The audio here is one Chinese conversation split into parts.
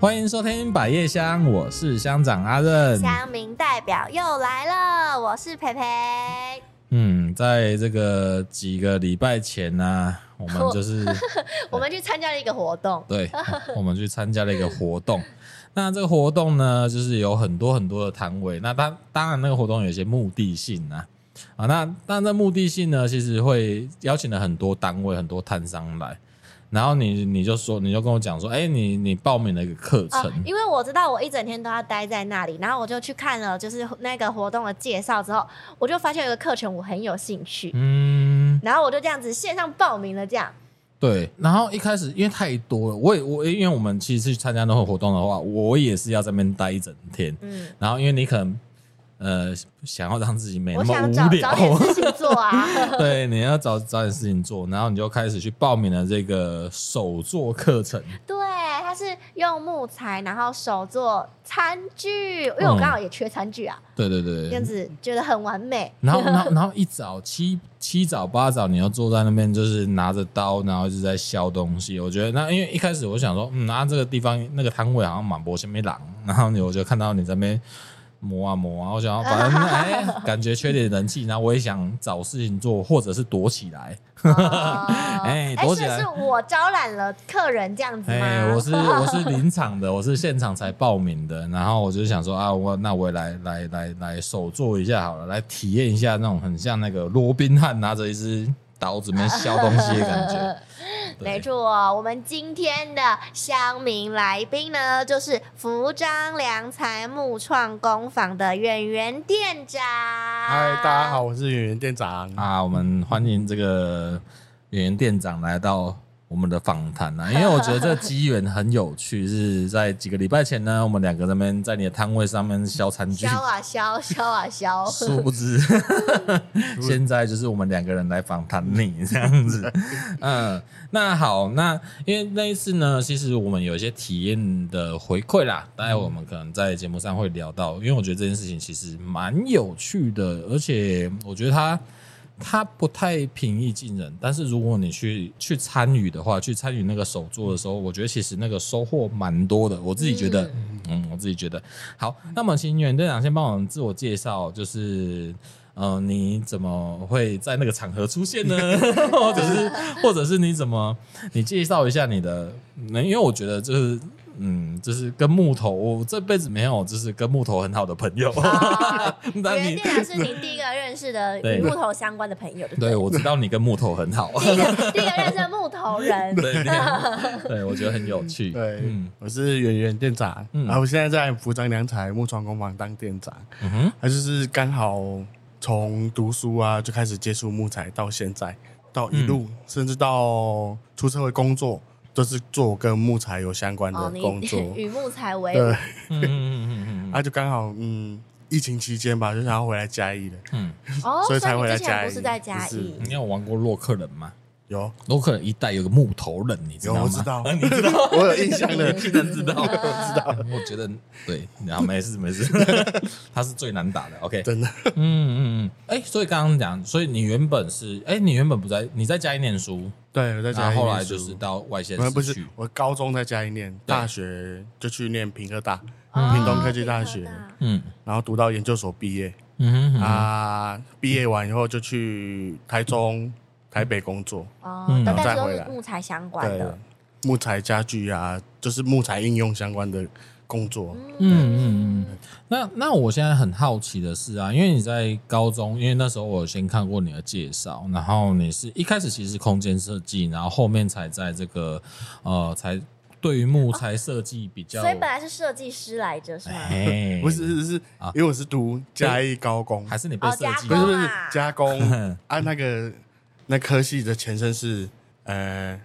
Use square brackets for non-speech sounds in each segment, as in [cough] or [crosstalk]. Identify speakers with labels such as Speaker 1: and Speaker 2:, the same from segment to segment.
Speaker 1: 欢迎收听百叶香，我是乡长阿任。
Speaker 2: 乡民代表又来了，我是培培。
Speaker 1: 嗯，在这个几个礼拜前呢、啊
Speaker 2: [laughs]
Speaker 1: 我们就是
Speaker 2: [laughs] 我们去参加了一个活动，
Speaker 1: [laughs] 对，我们去参加了一个活动。那这个活动呢，就是有很多很多的摊位。那当当然，那个活动有一些目的性啊，啊，那但这目的性呢，其实会邀请了很多单位、很多摊商来。然后你你就说，你就跟我讲说，哎，你你报名了一个课
Speaker 2: 啊
Speaker 1: 程，
Speaker 2: 因为我知道我一整天都要待在那里，然后我就去看了就是那个活动的介绍之后，我就发现有个课程我很有兴趣，
Speaker 1: 嗯，
Speaker 2: 然后我就这样子线上报名了，这样
Speaker 1: 对，然后一开始因为太多了，我也我因为我们其实去参加那种活动的话，我也是要在那边待一整天。
Speaker 2: 嗯，
Speaker 1: 然后因为你可能呃想要让自己没那
Speaker 2: 我
Speaker 1: 么
Speaker 2: 想找
Speaker 1: 无
Speaker 2: 找
Speaker 1: [laughs]
Speaker 2: 点
Speaker 1: 聊，
Speaker 2: 事情做啊，
Speaker 1: [laughs]
Speaker 2: [laughs]
Speaker 1: 对，你要找找点事情做，然后你就开始去报名了这个手作课程。
Speaker 2: 对，它是用木材然后手做餐具，因
Speaker 1: 哦
Speaker 2: 为我刚好也缺餐具啊，
Speaker 1: 对对
Speaker 2: 这
Speaker 1: 对
Speaker 2: 样，子觉得很完美，
Speaker 1: 然后然后然后一早七七早八早，你要坐在那边就是拿着刀，然后一直在削东西。我觉得那因为一开始我想说，嗯，啊这个地方那个摊位好像满波前面狼，然后你我就看到你在那边。磨啊磨啊，我想要反正哎，感觉缺点人气，然后我也想找事情做，或者是躲起来。
Speaker 2: 哦
Speaker 1: [laughs] 哎
Speaker 2: 哎，
Speaker 1: 躲
Speaker 2: 是
Speaker 1: 起来
Speaker 2: 是我招揽了客人这样子吗？
Speaker 1: 哎，
Speaker 2: [laughs]
Speaker 1: 我是我是临场的，我是现场才报名的，然后我就想说啊，我那我也来来来来手做一下好了，来体验一下那种很像那个罗宾汉拿着一只刀子面削东西的感
Speaker 2: [laughs]
Speaker 1: 觉。对
Speaker 2: 没错哦，我们今天的乡民来宾呢，就是福章良材木创工坊的远远店长。
Speaker 3: 嗨，大家好，。我是演员店长。
Speaker 1: 啊，我们欢迎这个演员店长来到我们的访谈啊，因为我觉得这机缘很有趣，是在几个礼拜前呢，我们两个在那边在你的摊位上面削餐具
Speaker 2: 削，啊削，削啊削，
Speaker 1: 殊不
Speaker 2: [laughs]
Speaker 1: 知，现在就是我们两个人来访谈你这样子。嗯，那好，那因为那一次呢，其实我们有一些体验的回馈啦，待会我们可能在节目上会聊到，因为我觉得这件事情其实蛮有趣的，而且我觉得它。它不太平易近人，但是如果你去去参与的话，去参与那个手作的时候，我觉得其实那个收获蛮多的。我自己觉得，嗯我自己觉得。好，那么请袁队长先帮我们自我介绍，就是呃，你怎么会在那个场合出现呢？ [laughs] 或者是，或者是你怎么，你介绍一下你的？嗯因为我觉得就是，嗯，就是跟木头，我这辈子没有就是跟木头很好的朋友。
Speaker 2: 啊
Speaker 1: [laughs] 那
Speaker 2: 圆
Speaker 1: 你
Speaker 2: 店长是你第一个认识的
Speaker 1: 对
Speaker 2: 与木头相关的朋友，对不
Speaker 1: 对
Speaker 2: 对？
Speaker 1: 我知道你跟木头很好，
Speaker 2: 第一个第一个认识的木头人，
Speaker 3: [laughs]
Speaker 1: 对，你 [laughs] 对我觉得很有趣。
Speaker 3: 对， [laughs]
Speaker 1: 嗯
Speaker 3: 我是演员店长。
Speaker 1: 嗯
Speaker 3: 然后我现在在福章良材木窗工坊当店长。
Speaker 1: 嗯哼，
Speaker 3: 他就是刚好从读书啊就开始接触木材，到现在到一路、
Speaker 1: 嗯
Speaker 3: 甚至到出社会工作，都是做跟木材有相关的
Speaker 2: 哦，你
Speaker 3: 工
Speaker 1: [laughs]
Speaker 3: 作。
Speaker 2: [laughs] 与木材为伍
Speaker 3: 对，
Speaker 1: 嗯嗯嗯嗯嗯
Speaker 3: 他就刚好嗯，疫情期间吧，就想要回来嘉义了。
Speaker 1: 嗯，
Speaker 2: 哦，
Speaker 3: 所以才
Speaker 2: 你
Speaker 3: 会
Speaker 2: 之
Speaker 3: 来
Speaker 2: 前
Speaker 3: 嘉
Speaker 2: 不
Speaker 3: 义
Speaker 2: 是在嘉
Speaker 3: 不是
Speaker 2: 义
Speaker 1: 嗯，你有玩过洛克人吗？
Speaker 3: 有
Speaker 1: 洛克人一代有个木头人，你知
Speaker 3: 有，
Speaker 1: 道吗？
Speaker 3: 我
Speaker 1: [laughs]
Speaker 3: 知道，
Speaker 1: 啊，你知道。
Speaker 3: [laughs] 我有印象
Speaker 1: [laughs]
Speaker 3: 的
Speaker 1: 你。竟然知道，我知道， [laughs] 我觉得对，然后没事 [laughs] 没事，他是最难打的。OK，
Speaker 3: 真的，
Speaker 1: 嗯嗯嗯，哎、所以刚刚讲，所以你原本是，哎、你原本不在，你在嘉义念书，
Speaker 3: 对，我在嘉
Speaker 1: 然
Speaker 3: 义
Speaker 1: 后后
Speaker 3: 念
Speaker 1: 来就
Speaker 3: 书
Speaker 1: 是到外县
Speaker 3: 不
Speaker 1: 市
Speaker 3: 是
Speaker 1: 去，，
Speaker 3: 我高中在嘉义念，
Speaker 1: 对
Speaker 3: 大学就去念平科大，
Speaker 2: 哦
Speaker 3: 屏东科技大学
Speaker 2: 屏科
Speaker 1: 嗯
Speaker 3: 然后读到研究所毕业
Speaker 1: 嗯哼哼
Speaker 3: 啊，毕业完以后就去台中、台北工作，
Speaker 2: 哦
Speaker 1: 嗯，
Speaker 2: 但
Speaker 3: 然后
Speaker 2: 但
Speaker 3: 再
Speaker 2: 都
Speaker 3: 回
Speaker 2: 是
Speaker 3: 来
Speaker 2: 木材相关
Speaker 3: 对
Speaker 2: 的，，
Speaker 3: 木材家具啊，就是木材应用相关的工作。
Speaker 1: 嗯嗯嗯嗯。那那我现在很好奇的是啊，因为你在高中，因为那时候我有先看过你的介绍，然后你是一开始其实是空间设计，然后后面才在这个呃，才对于木材设计比较，
Speaker 2: 所以本来是设计师来着，是吗？ [laughs]
Speaker 1: 哎
Speaker 3: 不是，是是
Speaker 1: 啊，哎
Speaker 3: 因为我是读嘉义高工，
Speaker 1: 还是你被
Speaker 2: 哦
Speaker 1: 设计
Speaker 3: 不是
Speaker 2: 加
Speaker 3: 不
Speaker 2: 工
Speaker 3: 是
Speaker 1: [laughs]
Speaker 2: 啊
Speaker 3: 加工啊，那个那科系的前身是呃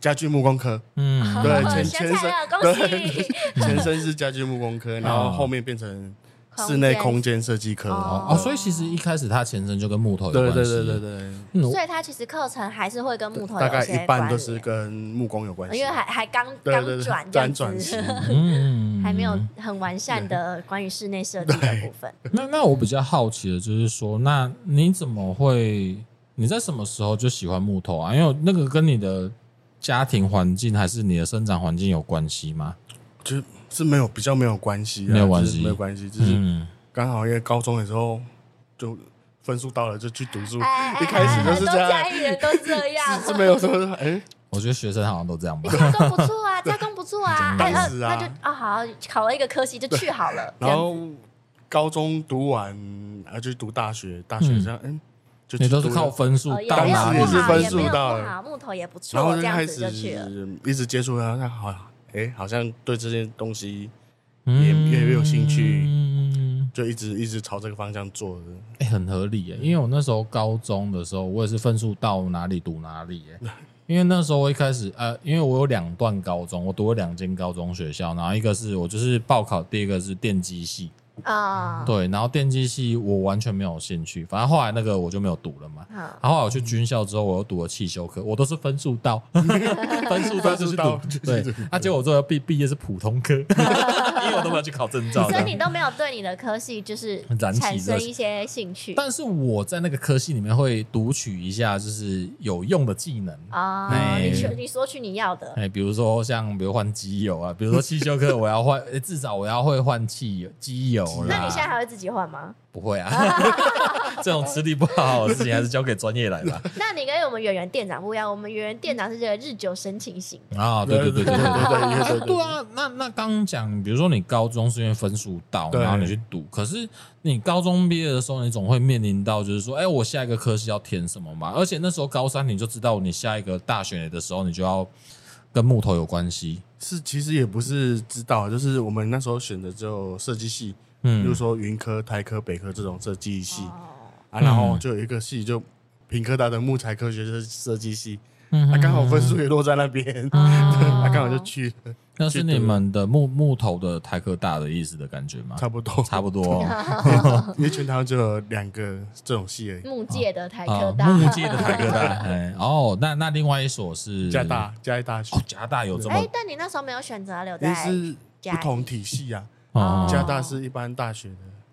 Speaker 3: 家具木工科，
Speaker 1: 嗯，
Speaker 3: 对
Speaker 2: 哦
Speaker 3: 前
Speaker 2: 想
Speaker 3: 前
Speaker 2: 起来
Speaker 3: 身
Speaker 2: 了恭
Speaker 3: [laughs]
Speaker 2: 喜！
Speaker 3: 前身是家具木工科，然后后面变成室内空间设计科。
Speaker 2: 哦
Speaker 1: 哦，所以其实一开始它前身就跟木头有
Speaker 3: 对
Speaker 1: 关系，
Speaker 3: 对对对对，
Speaker 1: 嗯我
Speaker 2: 所以它其实课程还是会跟木头
Speaker 3: 大概
Speaker 2: 有些
Speaker 3: 一半都是跟木工有关
Speaker 2: 关
Speaker 3: 系，
Speaker 2: 联，因为还还刚
Speaker 3: 对
Speaker 2: 刚
Speaker 3: 对对
Speaker 2: 转这样
Speaker 3: 转
Speaker 2: 子
Speaker 3: 转型，
Speaker 1: 嗯，
Speaker 2: 还没有很完善的关于室内设计的部
Speaker 3: [laughs]
Speaker 2: 分。
Speaker 1: 那那我比较好奇的就是说，那你怎么会？你在什么时候就喜欢木头啊？因为那个跟你的家庭环境还是你的生长环境有关系吗？
Speaker 3: 就是是没有比较没有关系啊，
Speaker 1: 没有关系
Speaker 3: 就是没有关系，就是
Speaker 1: 嗯，
Speaker 3: 刚好因为高中的时候就分数到了就去读书，
Speaker 2: 哎哎
Speaker 3: 一开始就
Speaker 2: 哎很
Speaker 3: 是这
Speaker 2: 多家
Speaker 3: 样，
Speaker 2: 里人都这样，
Speaker 3: [laughs] 是没有说哎，
Speaker 1: 我觉得学生好像都这样吧。
Speaker 2: [laughs] 加工不错啊，加工不错
Speaker 3: [laughs]
Speaker 2: 啊，哎，
Speaker 3: 当
Speaker 2: 呃
Speaker 3: 时啊
Speaker 2: 那就啊好，考了一个科系就去好了，这
Speaker 3: 然
Speaker 2: 样
Speaker 3: 后高中读完然后就读大学，大学这样嗯， [laughs] 就去
Speaker 1: 你都是
Speaker 3: 读
Speaker 1: 靠
Speaker 3: 了
Speaker 1: 分数
Speaker 2: 呃也
Speaker 1: 到
Speaker 2: 没有
Speaker 1: 哪里
Speaker 2: 不
Speaker 3: 当时也是
Speaker 2: 好，
Speaker 3: 分
Speaker 2: 也
Speaker 3: 数
Speaker 2: 没有
Speaker 3: 到
Speaker 2: 不
Speaker 3: 了
Speaker 2: 好，木头也不错
Speaker 3: 然，后
Speaker 2: 这
Speaker 3: 就
Speaker 2: 样
Speaker 3: 开
Speaker 2: 子
Speaker 3: 始
Speaker 2: 就去了。
Speaker 3: 一直接触，好像好像，哎，好像对这些东西
Speaker 1: 嗯
Speaker 3: 也也有兴趣
Speaker 1: 嗯
Speaker 3: 就一直一直朝这个方向做的。
Speaker 1: 哎、很合理耶，因为我那时候高中的时候，我也是分数到哪里读哪里耶。
Speaker 3: [laughs]
Speaker 1: 因为那时候我一开始，呃，因为我有两段高中，我读了两间高中学校，然后一个是我就是报考，第一个是电机系，
Speaker 3: 嗯
Speaker 2: 啊，
Speaker 1: 对，然后电机系我完全没有兴趣，反正后来那个我就没有读了嘛。
Speaker 2: 好，
Speaker 1: 然后后来我去军校之后，我又读了汽修科，我都是分数到，分数到就去读
Speaker 3: 分数，到
Speaker 1: 对，啊，结果我最后毕毕业是普通 [laughs] 科，因为我都没有去考证照
Speaker 2: 所以
Speaker 1: 的。
Speaker 2: 你都没有对你的科系就是
Speaker 1: 燃起
Speaker 2: 产生
Speaker 1: 热情
Speaker 2: 一些兴趣
Speaker 1: 但是我在那个科系里面会读取一下，就是有用的技能。
Speaker 2: 啊
Speaker 1: 哎？
Speaker 2: 你去，你索取你要的，
Speaker 1: 哎，比如说像比如换机油啊，比如说汽修课我要换，哎至少我要会换汽油机油啦。
Speaker 2: 那你现在还会自己换吗？
Speaker 1: 不会啊？
Speaker 2: [laughs]
Speaker 1: [laughs] 这种吃力不讨好的事情还是交给专业来吧。
Speaker 2: 那你跟我们演员店长不一样，我们演员店长是这个日久生情型
Speaker 1: [laughs]
Speaker 2: 的，
Speaker 1: 啊，对对对对对对
Speaker 3: 对对对
Speaker 1: 对啊，那那刚刚讲，比如说你高中是因为分数到，
Speaker 3: 对
Speaker 1: 然后你去读，可是你高中毕业的时候，你总会面临到就是说，哎，我下一个科系要填什么嘛？而且那时候高三你就知道，你下一个大学的时候，你就要跟木头有关系。
Speaker 3: 是其实也不是知道，啊就是我们那时候选的只有设计系，比如
Speaker 1: 嗯，
Speaker 3: 说云科、台科、北科这种设计系
Speaker 1: [laughs]
Speaker 2: 哦
Speaker 3: 啊，然
Speaker 1: 嗯
Speaker 3: 后就有一个系就平科大的木材科学设设计系，
Speaker 1: 嗯
Speaker 3: 啊，刚好分数也落在那边，
Speaker 2: 哦
Speaker 3: 啊，刚好就去了，
Speaker 1: 那是你们的木木头的台科大的意思的感觉吗？
Speaker 3: 差不多，
Speaker 1: 差不
Speaker 2: [laughs]
Speaker 1: 多哦
Speaker 3: [laughs] 因为全台湾就有两个这种系而已，
Speaker 2: 木界的台科
Speaker 1: 啊，
Speaker 2: 大，
Speaker 1: 木界的台科大。哎，哦，那那另外一所是
Speaker 3: 加大加一大学
Speaker 1: 哦，，加大有这么
Speaker 2: 哎，但你那时候没有选择啊留
Speaker 3: 也
Speaker 2: 在
Speaker 3: 是
Speaker 2: 嘉义
Speaker 3: 不同体系啊，
Speaker 1: 哦
Speaker 3: 加大是一般大学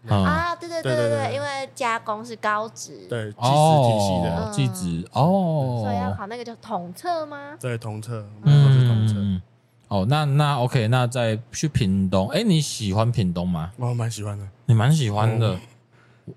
Speaker 3: 的，
Speaker 1: 啊。
Speaker 2: 啊？对对
Speaker 3: 对
Speaker 2: 对
Speaker 3: 对对
Speaker 2: 对，因为加工是高职，
Speaker 3: 对，技师体系的，
Speaker 1: 哦，技职
Speaker 2: 哦所以要
Speaker 1: 哦，
Speaker 2: 考那个叫统测吗？
Speaker 3: 对，同测，我们都是同测。
Speaker 1: 嗯，哦，那那 OK，那再去屏东，哎，你喜欢屏东吗？
Speaker 3: 我蛮喜欢的，
Speaker 1: 你蛮喜欢
Speaker 3: 哦
Speaker 1: 的，为什么？为
Speaker 3: 因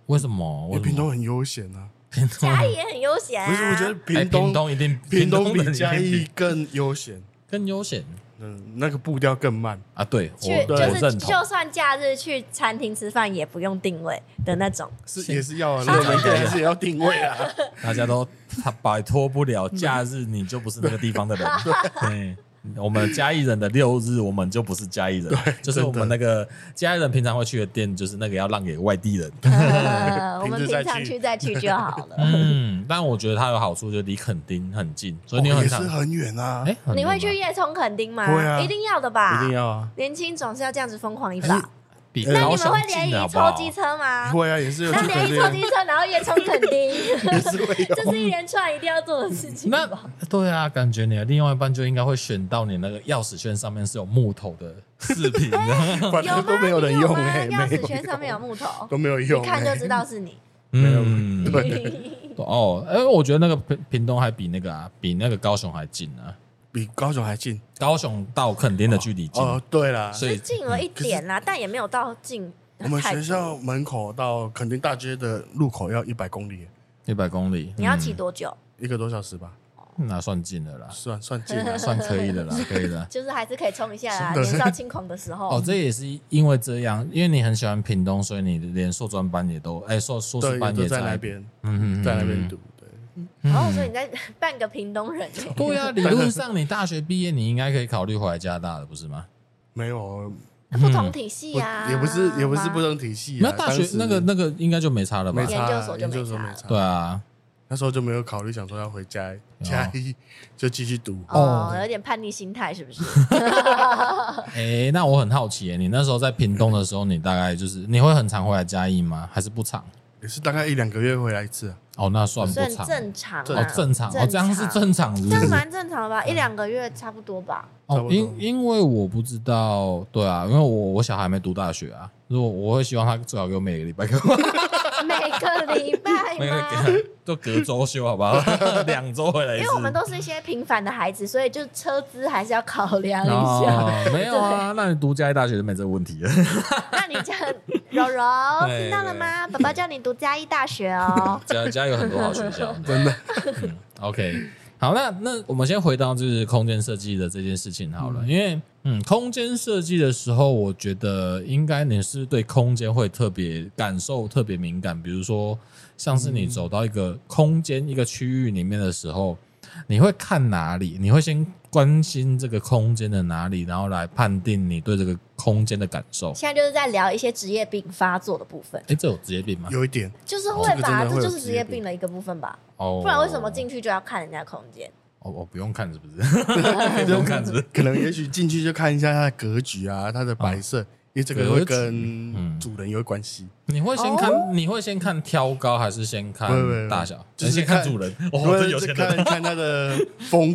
Speaker 3: 为
Speaker 1: 什么
Speaker 3: 哎屏东很悠闲啊。
Speaker 2: [laughs] 嘉义也很悠闲啊。
Speaker 3: 不是，我觉得
Speaker 1: 哎
Speaker 3: 屏
Speaker 1: 屏
Speaker 3: 东
Speaker 1: 东一定
Speaker 3: 屏东
Speaker 1: 的
Speaker 3: 比嘉
Speaker 1: 一定
Speaker 3: 义
Speaker 1: 比
Speaker 3: 更悠闲，
Speaker 1: 更悠闲
Speaker 3: 嗯，那个步调更慢。
Speaker 1: 啊，对我
Speaker 2: 去
Speaker 1: 我
Speaker 2: 就是
Speaker 1: 认同。
Speaker 2: 就算假日去餐厅吃饭也不用定位的那
Speaker 3: [laughs]
Speaker 2: 种，
Speaker 3: 是
Speaker 1: 是
Speaker 3: 也是要啊，热门店还是也要定位啊。
Speaker 1: 大家都他摆脱不
Speaker 2: 嗯
Speaker 1: 了假日，你就不是那个地方的人。
Speaker 2: [laughs]
Speaker 1: 对，我们嘉义人的六日，我们就不是嘉义人，就是我们那个嘉义人平常会去的店，就是那个要让给外地人。
Speaker 2: 呃我们平
Speaker 3: 平日再
Speaker 2: 常
Speaker 3: 去
Speaker 2: 去再去就好了。
Speaker 1: 嗯，但我觉得它有好处，就离垦丁很近，所以你
Speaker 3: 哦
Speaker 1: 很
Speaker 3: 也
Speaker 1: 常
Speaker 3: 是 [laughs] 很远啊，
Speaker 1: 哎，很
Speaker 2: 你会
Speaker 1: 远
Speaker 2: 去
Speaker 1: 吗
Speaker 2: 夜冲垦丁吗？
Speaker 3: 会啊
Speaker 2: 一定要的吧，
Speaker 3: 一定。要啊，
Speaker 2: 年轻总是要这样子疯狂一把。
Speaker 3: 哎
Speaker 1: 比高
Speaker 2: 那你们
Speaker 1: 雄
Speaker 2: 会联
Speaker 1: 近的好
Speaker 2: 谊
Speaker 1: 不
Speaker 2: 抽
Speaker 1: 好？
Speaker 2: 机车吗？
Speaker 3: 会啊，也是有
Speaker 2: 那
Speaker 3: 去
Speaker 2: 联
Speaker 3: 垦
Speaker 2: 谊抽
Speaker 3: 丁，
Speaker 2: 机车，然后夜冲垦
Speaker 3: [laughs]
Speaker 2: 丁， [laughs]
Speaker 3: 也是会
Speaker 2: 这是一连串一定要做的事情
Speaker 1: 那
Speaker 2: 吧。
Speaker 1: 对啊，感觉你的另外一半就应该会选到你那个钥匙圈上面是有木头的饰
Speaker 2: [laughs]
Speaker 1: 品的。
Speaker 3: 有，反
Speaker 2: 有吗
Speaker 3: 正？都没有人用
Speaker 2: 吗？
Speaker 3: 哎，
Speaker 2: 钥
Speaker 3: 没
Speaker 2: 匙
Speaker 3: 有
Speaker 2: 圈上面有
Speaker 3: 用
Speaker 2: 木头，
Speaker 3: 都没有
Speaker 2: 一
Speaker 3: 用，
Speaker 2: 看就
Speaker 3: 哎
Speaker 2: 知道是
Speaker 3: [laughs]
Speaker 2: 你。
Speaker 3: 没有
Speaker 1: 嗯，
Speaker 3: 对，
Speaker 1: 哦，哎，我觉得那个屏屏东还比那个啊，比那个高雄还近啊。
Speaker 3: 比高雄还近
Speaker 1: 高雄到垦丁的距离近，
Speaker 3: 哦。对啦，
Speaker 1: 所以
Speaker 2: 是近了一点啦，但也没有到近太多。
Speaker 3: 我们学校嗯门口到垦丁大街的路口要一百公里，
Speaker 1: 一百公里，
Speaker 2: 你要骑多久？
Speaker 3: 一个多小时吧，
Speaker 1: 嗯那算近的
Speaker 2: [laughs]
Speaker 1: 啦，。
Speaker 3: 算算近
Speaker 2: 嗯
Speaker 3: 啊
Speaker 1: 算可以的啦，可以的。
Speaker 2: 就是还是可以冲一下啦，
Speaker 3: 真
Speaker 2: 年
Speaker 3: 的
Speaker 2: 少轻狂的时候。
Speaker 1: 哦，这也是因为这样，因为你很喜欢屏东，所以你连硕专班也都，哎，硕硕士
Speaker 3: 对，
Speaker 1: 班也
Speaker 3: 都在那，边，
Speaker 1: 嗯
Speaker 3: 在那边。读。对，
Speaker 1: 嗯嗯嗯
Speaker 2: 然后所以你在半个屏东人耶，
Speaker 1: 对
Speaker 3: 哦
Speaker 1: 啊，理论上你大学毕业，你应该可以考虑回来加拿大的，不是吗？
Speaker 3: 没有，
Speaker 2: 不同体系
Speaker 3: 不
Speaker 2: 啊，
Speaker 3: 也不是也不是不同体系
Speaker 1: 那
Speaker 3: 啊。
Speaker 1: 大学
Speaker 3: 当时
Speaker 1: 那个那个应该就没差了吧
Speaker 3: 没？差啊，
Speaker 2: 研究所就
Speaker 3: 研
Speaker 2: 没
Speaker 3: 究所
Speaker 2: 差
Speaker 3: 没
Speaker 2: 了
Speaker 3: 差。
Speaker 1: 对，啊，
Speaker 3: 那时候就没有考虑想说要回家嘉义，就继续读。
Speaker 2: 哦
Speaker 1: 哦，
Speaker 2: 有点叛逆心态是不是？
Speaker 1: 哎，那我很好奇耶，你那时候在屏东的时候，你大概就是你会很常回来嘉义吗？还是不常？
Speaker 3: 也是大概一两个月回来一次啊。
Speaker 1: 哦，那算不
Speaker 2: 算
Speaker 1: 常，
Speaker 2: 正常
Speaker 1: 哦
Speaker 2: 啊，
Speaker 1: 正常，哦这样是正常，是不
Speaker 2: 这样
Speaker 1: 是？
Speaker 2: 蛮正常的吧？一两个月差不多吧。
Speaker 3: 差
Speaker 1: 哦，
Speaker 3: 不多
Speaker 1: 因因为我不知 [laughs] 道，对啊，因为我我小孩还没读大学啊，如果我会希望他最好给我每个礼拜给我，
Speaker 2: 每个礼
Speaker 3: [laughs]
Speaker 2: 拜
Speaker 1: 没有给
Speaker 2: 吗？
Speaker 1: 他都隔周休好不 [laughs] 好？两周回来一
Speaker 2: 因
Speaker 1: 次。
Speaker 2: 为我们都是一些平凡的孩子，所以就车资还是要考量一下。
Speaker 1: 哦，没有
Speaker 2: [laughs]
Speaker 1: 啊，那你读嘉义大学就没这个问题了。
Speaker 2: 那你这样，柔柔
Speaker 1: 对。
Speaker 2: 听到了吗？爸爸叫你读嘉义大学哦
Speaker 1: 嘉嘉义有很多好学
Speaker 2: [laughs]
Speaker 1: 校，嗯
Speaker 3: 真的。
Speaker 1: OK，好，那那我们先回到就是空间设计的这件事情好了，因为嗯，空间设计的时候，我觉得应该你是对空间会特别感受特别敏感，比如说像是你
Speaker 2: 嗯
Speaker 1: 走到一个空间、一个区域里面的时候，你会看哪里？你会先关心这个空间的哪里，然后来判定你对这个空间的感受。
Speaker 2: 现在就是在聊一些职业病发作的部分，
Speaker 1: 哎，这有职业病吗？
Speaker 3: 有
Speaker 1: [laughs]
Speaker 3: 一点，
Speaker 2: 就是会吧，
Speaker 3: 这个真的
Speaker 2: 这
Speaker 3: 会有
Speaker 2: 就是职业病的一个部分吧。
Speaker 1: 哦
Speaker 2: 不然为什么？进去就要看人家空间？
Speaker 1: 哦，我不用看是不是？不用看是不是？
Speaker 3: [laughs] 可能也许进去就看一下它的格局啊，它的摆设，因为这个
Speaker 1: 格局
Speaker 3: 会
Speaker 1: 嗯
Speaker 3: 跟主人有关系。
Speaker 1: 你会先看，
Speaker 2: 哦
Speaker 1: 你会先看挑高还是先看
Speaker 3: 不会不会
Speaker 1: 大小？
Speaker 3: 就是
Speaker 1: 先看
Speaker 3: 看
Speaker 1: 主人。
Speaker 3: 我
Speaker 1: 哦，这
Speaker 3: 们
Speaker 1: 有
Speaker 3: 就
Speaker 1: 钱
Speaker 3: 看
Speaker 1: 人。
Speaker 3: 看它的风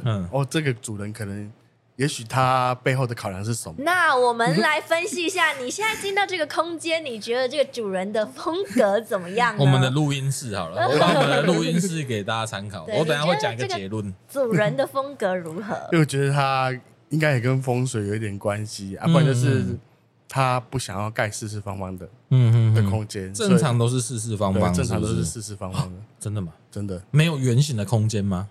Speaker 1: [laughs] 嗯
Speaker 3: 嗯，哦，这个主人可能，也许他背后的考量是什么？
Speaker 2: 那我们来分析一下，你现在进到这个空间，你觉得这个主人的风格怎么样呢？
Speaker 1: 我们的录音室好
Speaker 3: [laughs]
Speaker 1: 了，我把我们的录音室给大家参考。
Speaker 2: 对
Speaker 1: 我等一下
Speaker 2: 你觉得
Speaker 1: 会讲一个
Speaker 2: 这个
Speaker 1: 结论。
Speaker 2: 主人的风格如何
Speaker 3: [laughs] 因？为我觉得他应该也跟风水有一点关系啊，不然就是
Speaker 1: 嗯
Speaker 3: 他不想要盖四四方方的
Speaker 1: 嗯
Speaker 3: 的空间，所以
Speaker 1: 正常都是四四方
Speaker 3: 对
Speaker 1: 方，
Speaker 3: 正常都
Speaker 1: 是不
Speaker 3: 是
Speaker 1: 是
Speaker 3: 四四方方
Speaker 1: [laughs]
Speaker 3: 的，
Speaker 1: 真的吗？
Speaker 3: 真的
Speaker 1: 没有圆形的空间吗？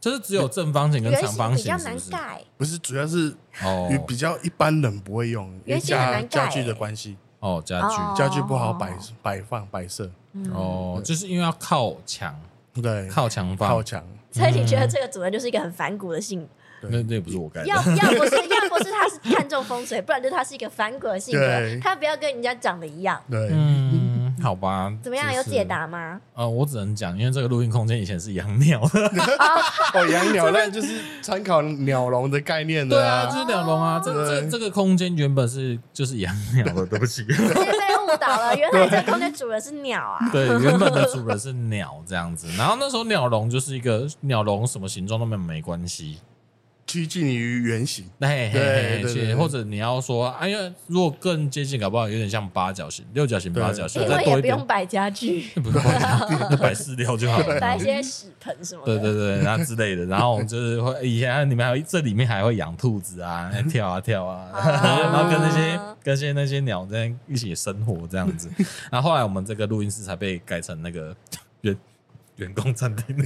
Speaker 1: 就是只有正方形跟
Speaker 2: 圆
Speaker 1: 长
Speaker 2: 形
Speaker 1: 方
Speaker 2: 比
Speaker 1: 形，
Speaker 2: 较
Speaker 1: 是
Speaker 2: 难
Speaker 1: 不是？
Speaker 2: 盖，
Speaker 3: 不是，主要是与
Speaker 1: 哦
Speaker 3: 比较一般人不会用，因
Speaker 2: 原
Speaker 3: 为
Speaker 2: 型很
Speaker 3: 家
Speaker 2: 难盖
Speaker 3: 家具
Speaker 2: 欸
Speaker 3: 的关系，
Speaker 1: 哦，家
Speaker 2: 哦
Speaker 1: 具
Speaker 3: 家具不好摆摆放摆设，
Speaker 1: 哦，就是因为要靠墙，
Speaker 3: 对，
Speaker 1: 靠墙
Speaker 3: 靠
Speaker 1: 放。
Speaker 3: 墙，
Speaker 2: 所以你觉得这个主人就是一个很反骨的性格？
Speaker 1: 那那也不是我盖的
Speaker 2: 要。要不是要不是他是看重风水，不然就是他是一个反骨的性格
Speaker 3: 对，
Speaker 2: 他不要跟人家长得一样。
Speaker 3: 对，
Speaker 1: 嗯，好吧。
Speaker 2: 怎么样？
Speaker 1: 就
Speaker 2: 有
Speaker 1: 是
Speaker 2: 解？答吗？
Speaker 1: 呃，我只能讲，因为这个录音空间以前是养鸟的。
Speaker 3: 哦，
Speaker 2: [laughs]
Speaker 3: 养鸟那就是参考鸟笼的概念
Speaker 1: 对
Speaker 3: 的
Speaker 1: 啊，就是鸟笼啊，这这
Speaker 3: 对
Speaker 1: 这个空间原本是就是养鸟的，对不起。
Speaker 2: 所以被误导 [laughs] 了，原来这个空间主人是鸟啊！
Speaker 1: [laughs] 对，原本的主人是鸟这样子，然后那时候鸟笼就是一个鸟笼，什么形状都没有没关系。
Speaker 3: 趋近于圆形，
Speaker 1: 嘿嘿嘿
Speaker 3: 对对
Speaker 1: 嘿，
Speaker 3: 对
Speaker 1: 去
Speaker 3: 对
Speaker 1: 或者你要说，哎呀，如果更接近，搞不好有点像八角形、六角形、
Speaker 3: 对
Speaker 1: 八角
Speaker 2: [laughs]
Speaker 1: 形，
Speaker 2: 因
Speaker 1: 再
Speaker 2: 为
Speaker 1: 多
Speaker 2: 也
Speaker 1: 一
Speaker 2: 不
Speaker 1: 点
Speaker 2: 用，摆家具，
Speaker 1: 不 [laughs] 用摆摆饲料就好了。
Speaker 2: 摆一些屎盆什么
Speaker 1: 对
Speaker 2: 的。
Speaker 1: 对对，然后之类的，然后就是会以前你们还有这里面还会养兔子
Speaker 2: [laughs]
Speaker 1: 啊，跳啊跳啊， [laughs] 然后跟那些跟些那些鸟在一起生活这样子。然后后来我们这个录音室才被改成那个员员工餐厅， [laughs]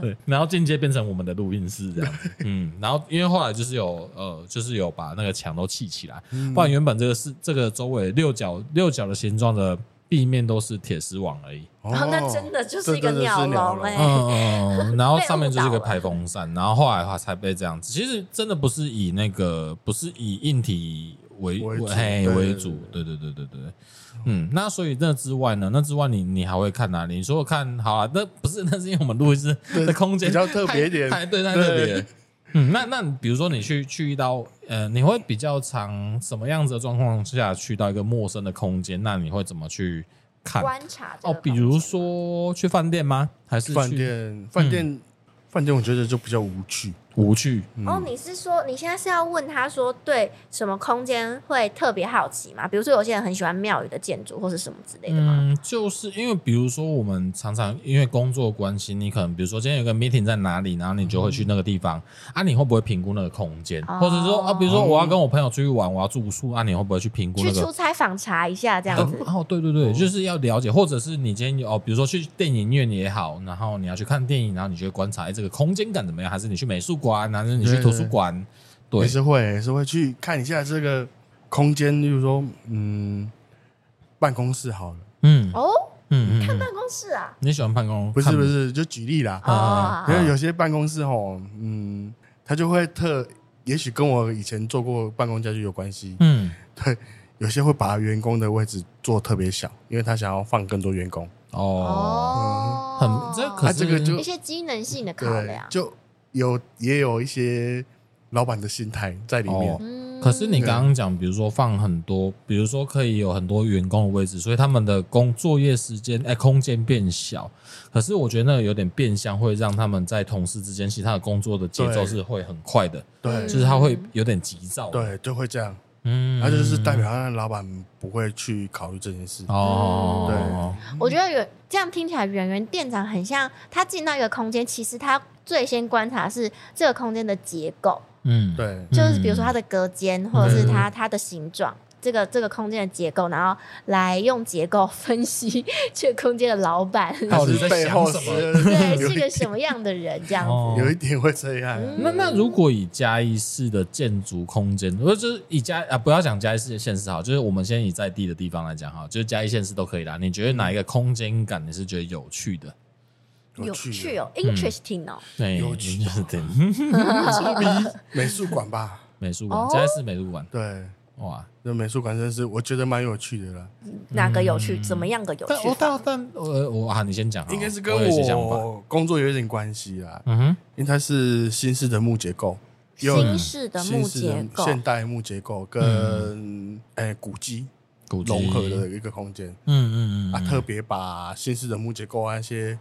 Speaker 1: 对，然后间接变成我们的录音室这样子。嗯，然后因为后来就是有呃，就是有把那个墙都砌起来，不然原本这个是这个周围六角六角的形状的地面都是铁丝网而已。
Speaker 3: 哦
Speaker 2: 然后那真的就是一个
Speaker 3: 这真的
Speaker 2: 鸟
Speaker 3: 是鸟
Speaker 2: 笼
Speaker 3: 笼
Speaker 2: 哎，
Speaker 1: 嗯嗯，嗯，然后
Speaker 2: 被
Speaker 1: 上面就是一个
Speaker 2: 误导了
Speaker 1: 排风扇，然后后来的话才被这样子。其实真的不是以那个，不是以硬体为
Speaker 3: 为主
Speaker 1: 嘿
Speaker 3: 对
Speaker 1: 为主，对对对对对。嗯，那所以那之外呢？那之外你你还会看哪里？你说看好啊，那不是那是因为我们录音室的空间
Speaker 3: 比较特别一点
Speaker 1: 太太对太
Speaker 3: 对
Speaker 1: 特别了。嗯，那那比如说你去去到呃，你会比较常什么样子的状况下去到一个陌生的空间？那你会怎么去看？
Speaker 2: 观察这
Speaker 1: 哦，
Speaker 2: 个
Speaker 1: 比
Speaker 2: 空
Speaker 1: 如
Speaker 2: 间
Speaker 1: 说去饭店吗？还是
Speaker 3: 饭
Speaker 1: 去
Speaker 3: 店饭店饭店，我觉得就比较无趣，
Speaker 1: 无趣？
Speaker 2: 哦，你是说你现在是要问他说对什么空间会特别好奇吗？比如说有些人很喜欢庙宇的建筑或是什么之类的吗？
Speaker 1: 嗯，就是因为比如说我们常常因为工作关系，你可能比如说今天有个 meeting 在哪里，然后你就会去那个地方、
Speaker 3: 嗯
Speaker 1: 啊，你会不会评估那个空间，
Speaker 2: 哦
Speaker 1: 或者说啊，比如说我要跟我朋友出去玩，我要住宿啊，你会不会去评估
Speaker 2: 去
Speaker 1: 那个
Speaker 2: 出？差访查一下这样子。
Speaker 1: 哦，对对对，就是要了解，或者是你今天有哦，比如说去电影院也好，然后你要去看电影，然后你就会观察哎这个空间感怎么样，还是你去美术馆，还是你去
Speaker 3: 对
Speaker 1: 图书馆？对
Speaker 3: 也，是会也是会去看一下这个空间，例如说嗯办公室好了，
Speaker 1: 嗯
Speaker 2: 哦，
Speaker 1: 嗯嗯
Speaker 2: 看
Speaker 1: 嗯，
Speaker 2: 办公室啊，
Speaker 1: 你喜欢办公？
Speaker 3: 不是
Speaker 1: 看
Speaker 3: 不，是，就举例啦，
Speaker 1: 啊
Speaker 2: 哦，
Speaker 3: 因为有些办公室吼，嗯，他就会特，也许跟我以前做过办公家具有关系，
Speaker 1: 嗯，
Speaker 3: 对，有些会把员工的位置做特别小，因为他想要放更多员工，
Speaker 2: 嗯
Speaker 1: 哦，
Speaker 2: 哦，
Speaker 1: 很这可
Speaker 3: 啊
Speaker 1: 是
Speaker 3: 这个就
Speaker 2: 一些机能性的考
Speaker 3: 对
Speaker 2: 量，，
Speaker 3: 就有也有一些老板的心态在里面
Speaker 1: 哦，
Speaker 2: 嗯
Speaker 1: 可是你刚刚讲，比如说放很多，比如说可以有很多员工的位置，所以他们的工作业时间哎空间变小。可是我觉得那个有点变相，会让他们在同事之间，其实他的工作的节奏
Speaker 3: 对
Speaker 1: 是会很快的，
Speaker 3: 对
Speaker 2: 嗯
Speaker 1: 就是他会有点急躁。，
Speaker 3: 对，就会这样，
Speaker 1: 嗯
Speaker 3: 那就是代表让老板不会去考虑这件事。
Speaker 1: 哦，
Speaker 2: 我觉得有这样听起来，圆圆店长很像他进到一个空间，其实他最先观察是这个空间的结构，
Speaker 1: 对，嗯，
Speaker 3: 对，
Speaker 2: 就是比如说它的隔间，或者是
Speaker 1: 嗯
Speaker 2: 它它的形状。这个这个空间的结构，然后来用结构 [laughs] 分析这个空间的老
Speaker 3: [laughs]
Speaker 2: 板，
Speaker 1: 到底
Speaker 3: 但是
Speaker 1: 在
Speaker 3: 背
Speaker 1: 想
Speaker 3: 后
Speaker 1: 什么
Speaker 3: 是
Speaker 2: 对
Speaker 3: 有
Speaker 2: 是
Speaker 3: 一
Speaker 2: 个什么样的人这样子。
Speaker 1: 哦
Speaker 3: 有一点会这样。
Speaker 2: 嗯
Speaker 1: 那那如果以嘉义市的建筑空间，或者就是以嘉啊，不要讲嘉义市的县市好，就是我们先以在地的地方来讲哈，就是嘉义县市都可以啦。你觉得哪一个空间感你是觉得有趣的？
Speaker 2: 有趣
Speaker 3: 哦，
Speaker 2: 哦，interesting 哦，
Speaker 1: 对
Speaker 3: 有趣
Speaker 1: 就是对嗯
Speaker 3: [laughs] 美术馆吧？
Speaker 1: 美术馆，
Speaker 2: 哦
Speaker 1: 嘉义市美术馆，
Speaker 3: 对，
Speaker 1: 哇！
Speaker 3: 那美术馆真的是我觉得蛮有趣的啦，
Speaker 4: 哪个有
Speaker 3: 嗯
Speaker 4: 趣？怎么样个有
Speaker 1: 但
Speaker 4: 趣
Speaker 1: 我
Speaker 4: 法？
Speaker 1: 但但呃我啊，你先讲好了，
Speaker 3: 应该是跟
Speaker 1: 我有一些想法。
Speaker 3: 我工作有点关系啦，
Speaker 1: 嗯哼，
Speaker 3: 因为它是新式的木结构，也有
Speaker 2: 新式的
Speaker 3: 新
Speaker 2: 木
Speaker 3: 式
Speaker 2: 结构，
Speaker 3: 现代木结构跟诶嗯古迹
Speaker 1: 古迹
Speaker 3: 融合的，一个空间
Speaker 1: 嗯嗯嗯
Speaker 3: 啊，
Speaker 1: 嗯
Speaker 3: 特别把新式的木结构啊那些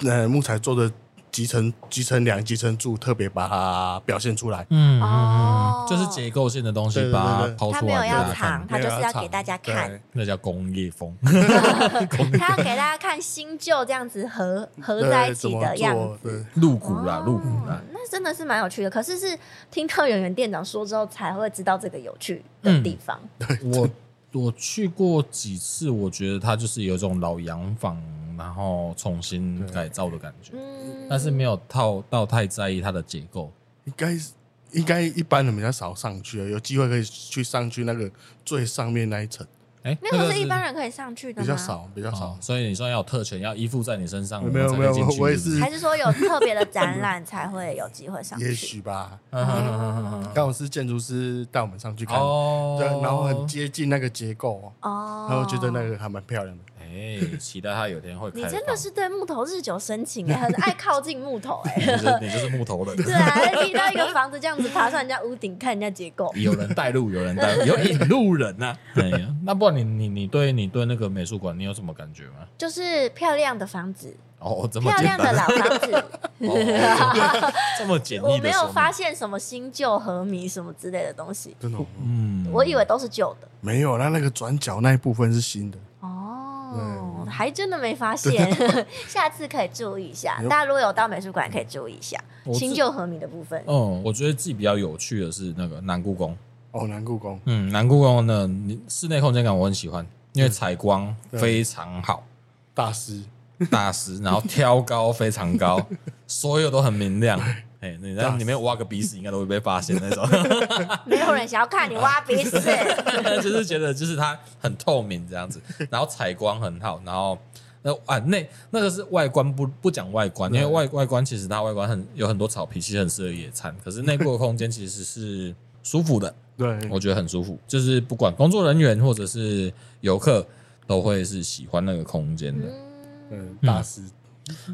Speaker 3: 呃木材做的集成集成梁、集成柱，特别把它表现出来。
Speaker 1: 嗯嗯嗯
Speaker 2: 哦
Speaker 1: 嗯，就是结构性的东西
Speaker 3: 对，对
Speaker 1: 把它
Speaker 3: 对
Speaker 1: 抛
Speaker 2: 他
Speaker 1: 出
Speaker 2: 没有
Speaker 1: 来给大
Speaker 2: 要
Speaker 1: 家
Speaker 2: 藏，
Speaker 1: 看，
Speaker 2: 他就是
Speaker 3: 没有
Speaker 2: 要
Speaker 3: 藏
Speaker 2: 给大家看，，
Speaker 1: 那叫工业风。 [laughs]
Speaker 2: 他要给大家看新旧这样子合合
Speaker 3: 对
Speaker 2: 在
Speaker 3: 对
Speaker 2: 一
Speaker 3: 怎
Speaker 2: 起
Speaker 3: 么
Speaker 2: 的样
Speaker 3: 做
Speaker 2: 子。
Speaker 3: 对，
Speaker 1: 露骨啦，露骨啦
Speaker 2: 哦。那真的是蛮有趣的。可是是听到演员店长说之后，才会知道这个有趣的地方。
Speaker 1: 我我去过几次，我觉得它就是有一种老洋房，然后重新改造的感觉，
Speaker 2: 嗯，
Speaker 1: 但是没有套到太在意它的结构。
Speaker 3: 应该是应该一般人比较少上去了，有机会可以去上去那个最上面那一层，
Speaker 1: 哎，
Speaker 2: 那个
Speaker 1: 个
Speaker 2: 是一般人可以上去的吗？
Speaker 3: 比较，少，比较
Speaker 1: 哦
Speaker 3: 少，。
Speaker 1: 所以你说要有特权，要依附在你身上，
Speaker 3: 没有
Speaker 1: 我们才
Speaker 3: 没有
Speaker 1: 可以进去
Speaker 3: 我也
Speaker 1: 不
Speaker 3: 是
Speaker 2: 还是说有特别的展览才会有机会上去？
Speaker 3: 也许吧。
Speaker 1: 嗯嗯嗯嗯嗯嗯
Speaker 3: 刚好是建筑师带我们上去看，
Speaker 1: 哦，
Speaker 3: 对，然后很接近那个结构，
Speaker 2: 哦，
Speaker 3: 然后觉得那个还蛮漂亮的。
Speaker 1: 哎，期待它有天会开
Speaker 2: 你
Speaker 1: 放。
Speaker 2: 真的是对木头日久生情
Speaker 3: [laughs]
Speaker 2: 哎，很爱靠近木头哎。
Speaker 1: 你就是你就是木头人。
Speaker 2: 对啊，你到一个房子这样子爬上人家屋顶看人家结
Speaker 3: [laughs]
Speaker 2: 构，
Speaker 1: 有人带路，有人带路，有引路人呐、哎呀，那不然你你你对你对那个美术馆你有什么感觉吗？
Speaker 2: 就是漂亮的房子，
Speaker 1: 哦，这么
Speaker 2: 漂
Speaker 1: 简
Speaker 2: 亮
Speaker 1: 单
Speaker 2: 的老房
Speaker 3: [laughs]
Speaker 2: 子。
Speaker 1: 哦这么简
Speaker 2: 我
Speaker 1: 易的
Speaker 2: 没
Speaker 1: 说
Speaker 2: 有
Speaker 1: 明
Speaker 2: 发现什么新旧和迷什么之类的东西，
Speaker 3: 真的哦
Speaker 1: 嗯
Speaker 2: 我以为都是旧的。
Speaker 3: 没有，那那个转角那一部分是新的，
Speaker 2: 哦，还真的没发现， [laughs] 下次可以注意一下。
Speaker 3: 有
Speaker 2: 大家如果有到美术馆，可以注意一下
Speaker 1: 我
Speaker 2: 新
Speaker 1: 自
Speaker 2: 旧和迷的部分。
Speaker 1: 哦，我觉得自己比较有趣的是那个南故宫，
Speaker 3: 哦，南故宫。
Speaker 1: 嗯，南故宫的你室内空间感我很喜欢，因为采光
Speaker 3: 嗯对
Speaker 1: 非常好，
Speaker 3: 大师，
Speaker 1: 大师，然后挑高非常高，所有都很明亮。哎，你在里面挖个鼻屎，应该都会被发现那种。 [laughs]
Speaker 2: 没有人想要看你挖鼻屎，
Speaker 1: 就是觉得就是它很透明这样子，然后采光很好，然后那啊那那个是外观不不讲外观，因
Speaker 3: 对
Speaker 1: 为外外观其实它外观很有很多草皮，其实很适合野餐，可是内部的空间其实是舒服的，
Speaker 3: 对，
Speaker 1: 我觉得很舒服，就是不管工作人员或者是游客都会是喜欢那个空间的，
Speaker 2: 嗯，
Speaker 3: 嗯，大师，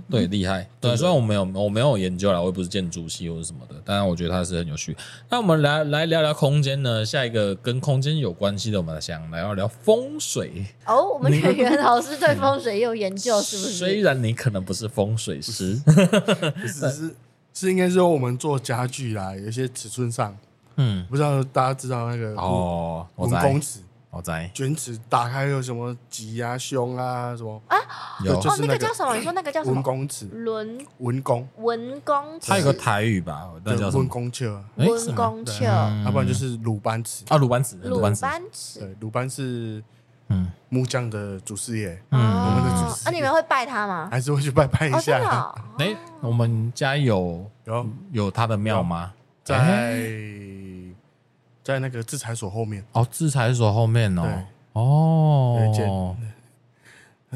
Speaker 1: 对，厉害。对，虽然我没有我没有研究啦，我也不是建筑系或者什么的，但是我觉得它是很有趣。那我们来来聊聊空间呢，下一个跟空间有关系的，我们想来聊聊风水。
Speaker 2: 哦，我们
Speaker 1: 你
Speaker 2: 演员老师对风水也有研究，是不
Speaker 1: 虽
Speaker 2: 是？
Speaker 1: 然你可能不是风水师，
Speaker 3: 不是是是应该说我们做家具啦，有一些尺寸上，
Speaker 1: 嗯，
Speaker 3: 不知道大家知道那个五
Speaker 1: [laughs] 哦，我
Speaker 3: 五公
Speaker 1: 在，
Speaker 3: 尺
Speaker 1: 我在，
Speaker 3: 卷尺打开有什么脊啊、胸啊什么，
Speaker 1: 有
Speaker 3: 就
Speaker 2: 哦，
Speaker 3: 是
Speaker 2: 那
Speaker 3: 那
Speaker 2: 个
Speaker 3: 个
Speaker 2: 叫什么？你说那个叫什
Speaker 3: 文
Speaker 2: 么？
Speaker 3: 公尺、
Speaker 2: 轮
Speaker 3: 文公，
Speaker 2: 文公尺，
Speaker 1: 它有个台语吧，那
Speaker 3: 对
Speaker 1: 叫什
Speaker 3: 文
Speaker 1: 么？
Speaker 3: 公尺啊，
Speaker 1: 哎
Speaker 2: 文
Speaker 1: 是吗
Speaker 2: 公
Speaker 3: 对
Speaker 2: 尺，
Speaker 1: 嗯
Speaker 3: 要不然就是鲁班尺。
Speaker 1: 啊，鲁班子，
Speaker 2: 鲁
Speaker 1: 鲁班子，
Speaker 2: 班尺。
Speaker 3: 对，鲁班是
Speaker 1: 嗯
Speaker 3: 木匠的祖师爷，
Speaker 1: 嗯，
Speaker 2: 哦
Speaker 3: 我们的主持
Speaker 2: 啊，你们会拜他吗？
Speaker 3: 还是会去拜拜一
Speaker 2: 哦，真的
Speaker 3: 下。
Speaker 2: 哦。
Speaker 1: 哎，我们家有
Speaker 3: 然后
Speaker 1: 有他的庙吗？哎
Speaker 3: 在在那个制裁所后面，
Speaker 1: 哦，制裁所后面哦
Speaker 3: 对，有一
Speaker 1: 哦
Speaker 3: 间，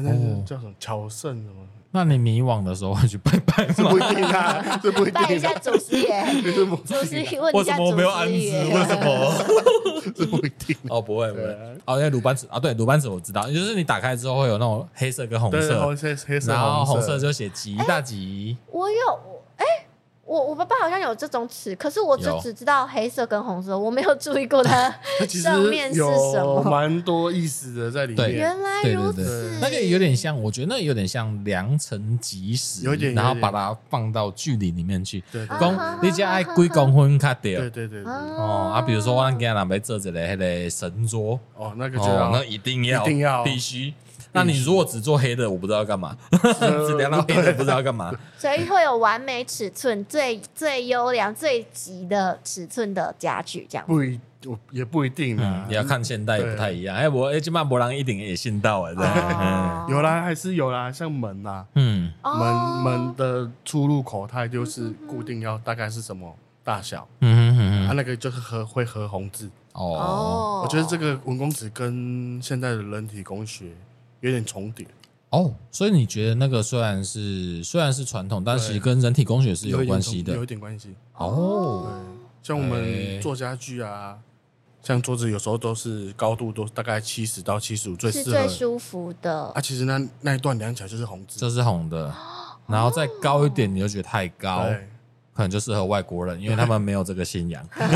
Speaker 3: 那是叫什么乔圣什么？
Speaker 1: 那你迷惘的时候会去拜拜
Speaker 3: 这不一
Speaker 1: 吗？
Speaker 3: 定
Speaker 2: [laughs]
Speaker 3: 啊，这不一定啊。
Speaker 2: 拜一下祖师爷，
Speaker 3: [laughs]
Speaker 2: [laughs]
Speaker 3: 这不一
Speaker 2: 祖师
Speaker 3: 定
Speaker 2: [laughs]
Speaker 3: 啊，
Speaker 2: 爷问一下祖师爷。
Speaker 1: 什
Speaker 2: [laughs]
Speaker 1: 么？
Speaker 3: 这不一定啊。
Speaker 1: 哦，不会不会
Speaker 3: 对啊，
Speaker 1: 哦，因为鲁班子啊，对，鲁班子我知道，就是你打开之后会有那种黑色跟红
Speaker 3: 对，
Speaker 1: 色，
Speaker 3: 红色、黑色、
Speaker 1: 然后
Speaker 3: 红
Speaker 1: 红色就写吉大吉，
Speaker 2: 我有，哎、我我爸爸好像有这种尺，可是我就
Speaker 1: 有
Speaker 2: 只知道黑色跟红色，我没有注意过它
Speaker 3: 它其实
Speaker 2: 上面是什
Speaker 3: 有
Speaker 2: 么。
Speaker 3: 蛮多意思的在里
Speaker 1: 对
Speaker 3: 面。
Speaker 2: 原来
Speaker 1: 对
Speaker 2: 哎如
Speaker 1: 对对
Speaker 2: 此，
Speaker 1: 那个有点像，我觉得那有点像良辰吉时，
Speaker 3: 有点
Speaker 1: 然后
Speaker 3: 有点
Speaker 1: 把它放到剧里里面去。
Speaker 3: 对对
Speaker 2: 光
Speaker 3: 对
Speaker 1: 讲你只爱几公分卡掉
Speaker 3: 对对对对，对
Speaker 1: 哦啊，比如说我今天要做一个那个神桌，
Speaker 3: 哦，那个就
Speaker 1: 哦
Speaker 3: 要，
Speaker 1: 那一定要
Speaker 3: 一定要
Speaker 1: 必须。那你如果只做黑的，我不知道要干嘛；
Speaker 3: 呃
Speaker 1: [laughs] 只量到黑的，不知道要干嘛。
Speaker 2: 所以会有完美尺寸、最最优良、最极的尺寸的家具，这样。
Speaker 3: 不一，我也不一定啊
Speaker 1: 嗯，。
Speaker 2: 哦
Speaker 1: 也要看现代也不太一样。哎，我哎，今晚博朗一定也信到哎，这样
Speaker 2: 哦
Speaker 3: 有啦，还是有啦，像门啦，
Speaker 1: 嗯
Speaker 2: 哦
Speaker 3: 门门的出入口它就是固定要大概是什么大小，
Speaker 1: 嗯嗯嗯
Speaker 3: 它
Speaker 1: 嗯，
Speaker 3: 那个就是合会合红字。
Speaker 1: 哦
Speaker 2: 哦，
Speaker 3: 我觉得这个文工纸跟现在的人体工学有点重叠，
Speaker 1: 哦，所以你觉得那个虽然是虽然是传统，但
Speaker 3: 对
Speaker 1: 是跟人体工学是有
Speaker 3: 一点
Speaker 1: 关
Speaker 3: 重
Speaker 1: 系
Speaker 3: 有
Speaker 1: 的
Speaker 3: 一点关系。
Speaker 1: 哦。
Speaker 3: 像我
Speaker 1: 哎
Speaker 3: 们做家具啊，像桌子有时候都是高度都大概七十到七十五最
Speaker 2: 是
Speaker 3: 适
Speaker 2: 最
Speaker 3: 合。
Speaker 2: 舒服的
Speaker 3: 啊，。其实那那一段量起来就是红字
Speaker 1: 这，是红的，然后再高一点你就觉得太高，
Speaker 3: 对，
Speaker 1: 可能就适合外国人，因为他们没有这个信仰。
Speaker 3: 有时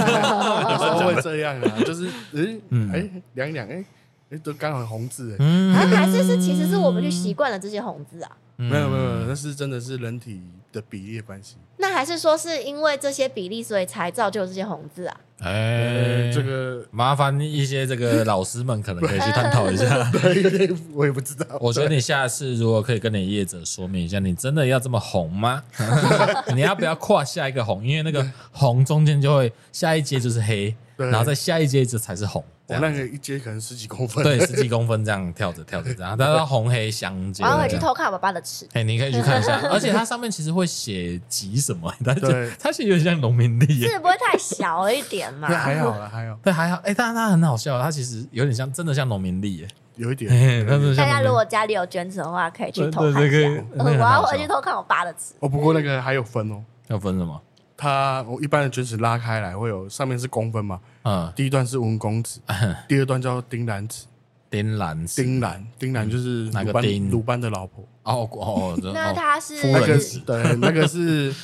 Speaker 3: 候会这样
Speaker 1: [laughs]
Speaker 3: 啊，就是
Speaker 1: 嗯
Speaker 3: 嗯，哎，量一量，哎，哎，都刚好红字，哎，
Speaker 1: 嗯
Speaker 2: 啊，还是是其实是我们去习惯了这些红字啊。
Speaker 1: 嗯
Speaker 3: 没有没有，没有那是真的是人体的比例的关系。
Speaker 2: 那还是说是因为这些比例，所以才造就这些红字啊？
Speaker 1: 哎，
Speaker 3: 呃，这个。
Speaker 1: 麻烦一些这个老师们可能可以去探讨一下
Speaker 3: [laughs] 对，有点我也不知
Speaker 1: [laughs]
Speaker 3: 道。
Speaker 1: 我觉得你下次如果可以跟你业者说明一下，你真的要这么红
Speaker 3: [laughs]
Speaker 1: 吗？ [laughs] 你要不要跨下一个红？因为那个红中间就会下一阶就是黑，
Speaker 3: 对
Speaker 1: 然后再下一阶这才是红。这
Speaker 3: 我
Speaker 1: 样
Speaker 3: 那个一接可能十几公分，
Speaker 1: [laughs] 对，十几公分这样跳着跳着这样，但是它红黑相间
Speaker 2: 我
Speaker 1: 这样。
Speaker 2: 要回去偷看我爸爸的尺。
Speaker 1: 哎、你可以去看一
Speaker 2: [laughs]
Speaker 1: 下，而且它上面其实会写集什么，它就
Speaker 3: 对
Speaker 1: 它其实有点像农民历
Speaker 2: [laughs]
Speaker 1: 耶。
Speaker 2: 是不会太小了一点
Speaker 1: [laughs]
Speaker 2: 嘛？
Speaker 3: 那还好啦，还好，
Speaker 1: 但还好，哎、但是它很好笑，它其实有点像，真的像农民历耶。 [laughs]
Speaker 3: 有一点
Speaker 1: 嘿嘿。它真的
Speaker 2: 大
Speaker 1: 像
Speaker 2: 家如
Speaker 1: 农民
Speaker 2: 果家里有卷尺的话，可以去偷
Speaker 1: 对
Speaker 2: 看
Speaker 1: 对对
Speaker 2: 一下。
Speaker 1: 可以那个
Speaker 2: 呃
Speaker 1: 很
Speaker 2: 我
Speaker 1: 好
Speaker 2: 要
Speaker 1: 笑
Speaker 2: 回去偷看我爸的尺。
Speaker 3: 哦，不过那个还有分哦，
Speaker 1: 要分什么？
Speaker 3: 它我一般的卷尺拉开来会有上面是公分嘛，
Speaker 1: 嗯，
Speaker 3: 第一段是文公
Speaker 1: [laughs]
Speaker 3: 尺，第二段叫丁兰尺，
Speaker 1: 丁兰是
Speaker 3: 丁兰，丁兰就是
Speaker 1: 哪个
Speaker 3: 鲁班
Speaker 1: 丁
Speaker 3: 鲁班的老婆，
Speaker 1: 哦哦哦，这
Speaker 2: 那
Speaker 1: 哦
Speaker 2: 他是
Speaker 1: 夫
Speaker 3: 那个
Speaker 1: 人
Speaker 3: 是
Speaker 1: 尺
Speaker 3: 对，那个是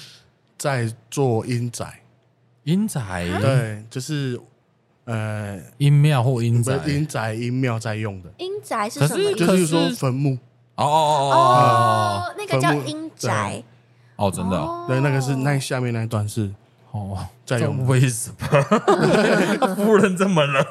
Speaker 3: 在做阴宅，
Speaker 1: 阴宅、
Speaker 3: 对，就是呃，
Speaker 1: 阴庙或阴
Speaker 3: 不
Speaker 1: 宅
Speaker 3: 是。阴宅阴庙在用的，
Speaker 2: 阴宅是
Speaker 1: 可
Speaker 2: 什
Speaker 1: 是
Speaker 2: 么意思？
Speaker 3: 就是
Speaker 1: 可
Speaker 3: 说
Speaker 1: 是
Speaker 3: 坟墓，
Speaker 1: 哦哦哦哦哦
Speaker 2: 哦，那个叫阴宅。
Speaker 1: 哦，真的哦，
Speaker 3: 对，那个是那下面那一段是
Speaker 1: 哦
Speaker 3: 在
Speaker 1: 这
Speaker 3: 用的，
Speaker 1: 为什么 [laughs] 夫人这么冷？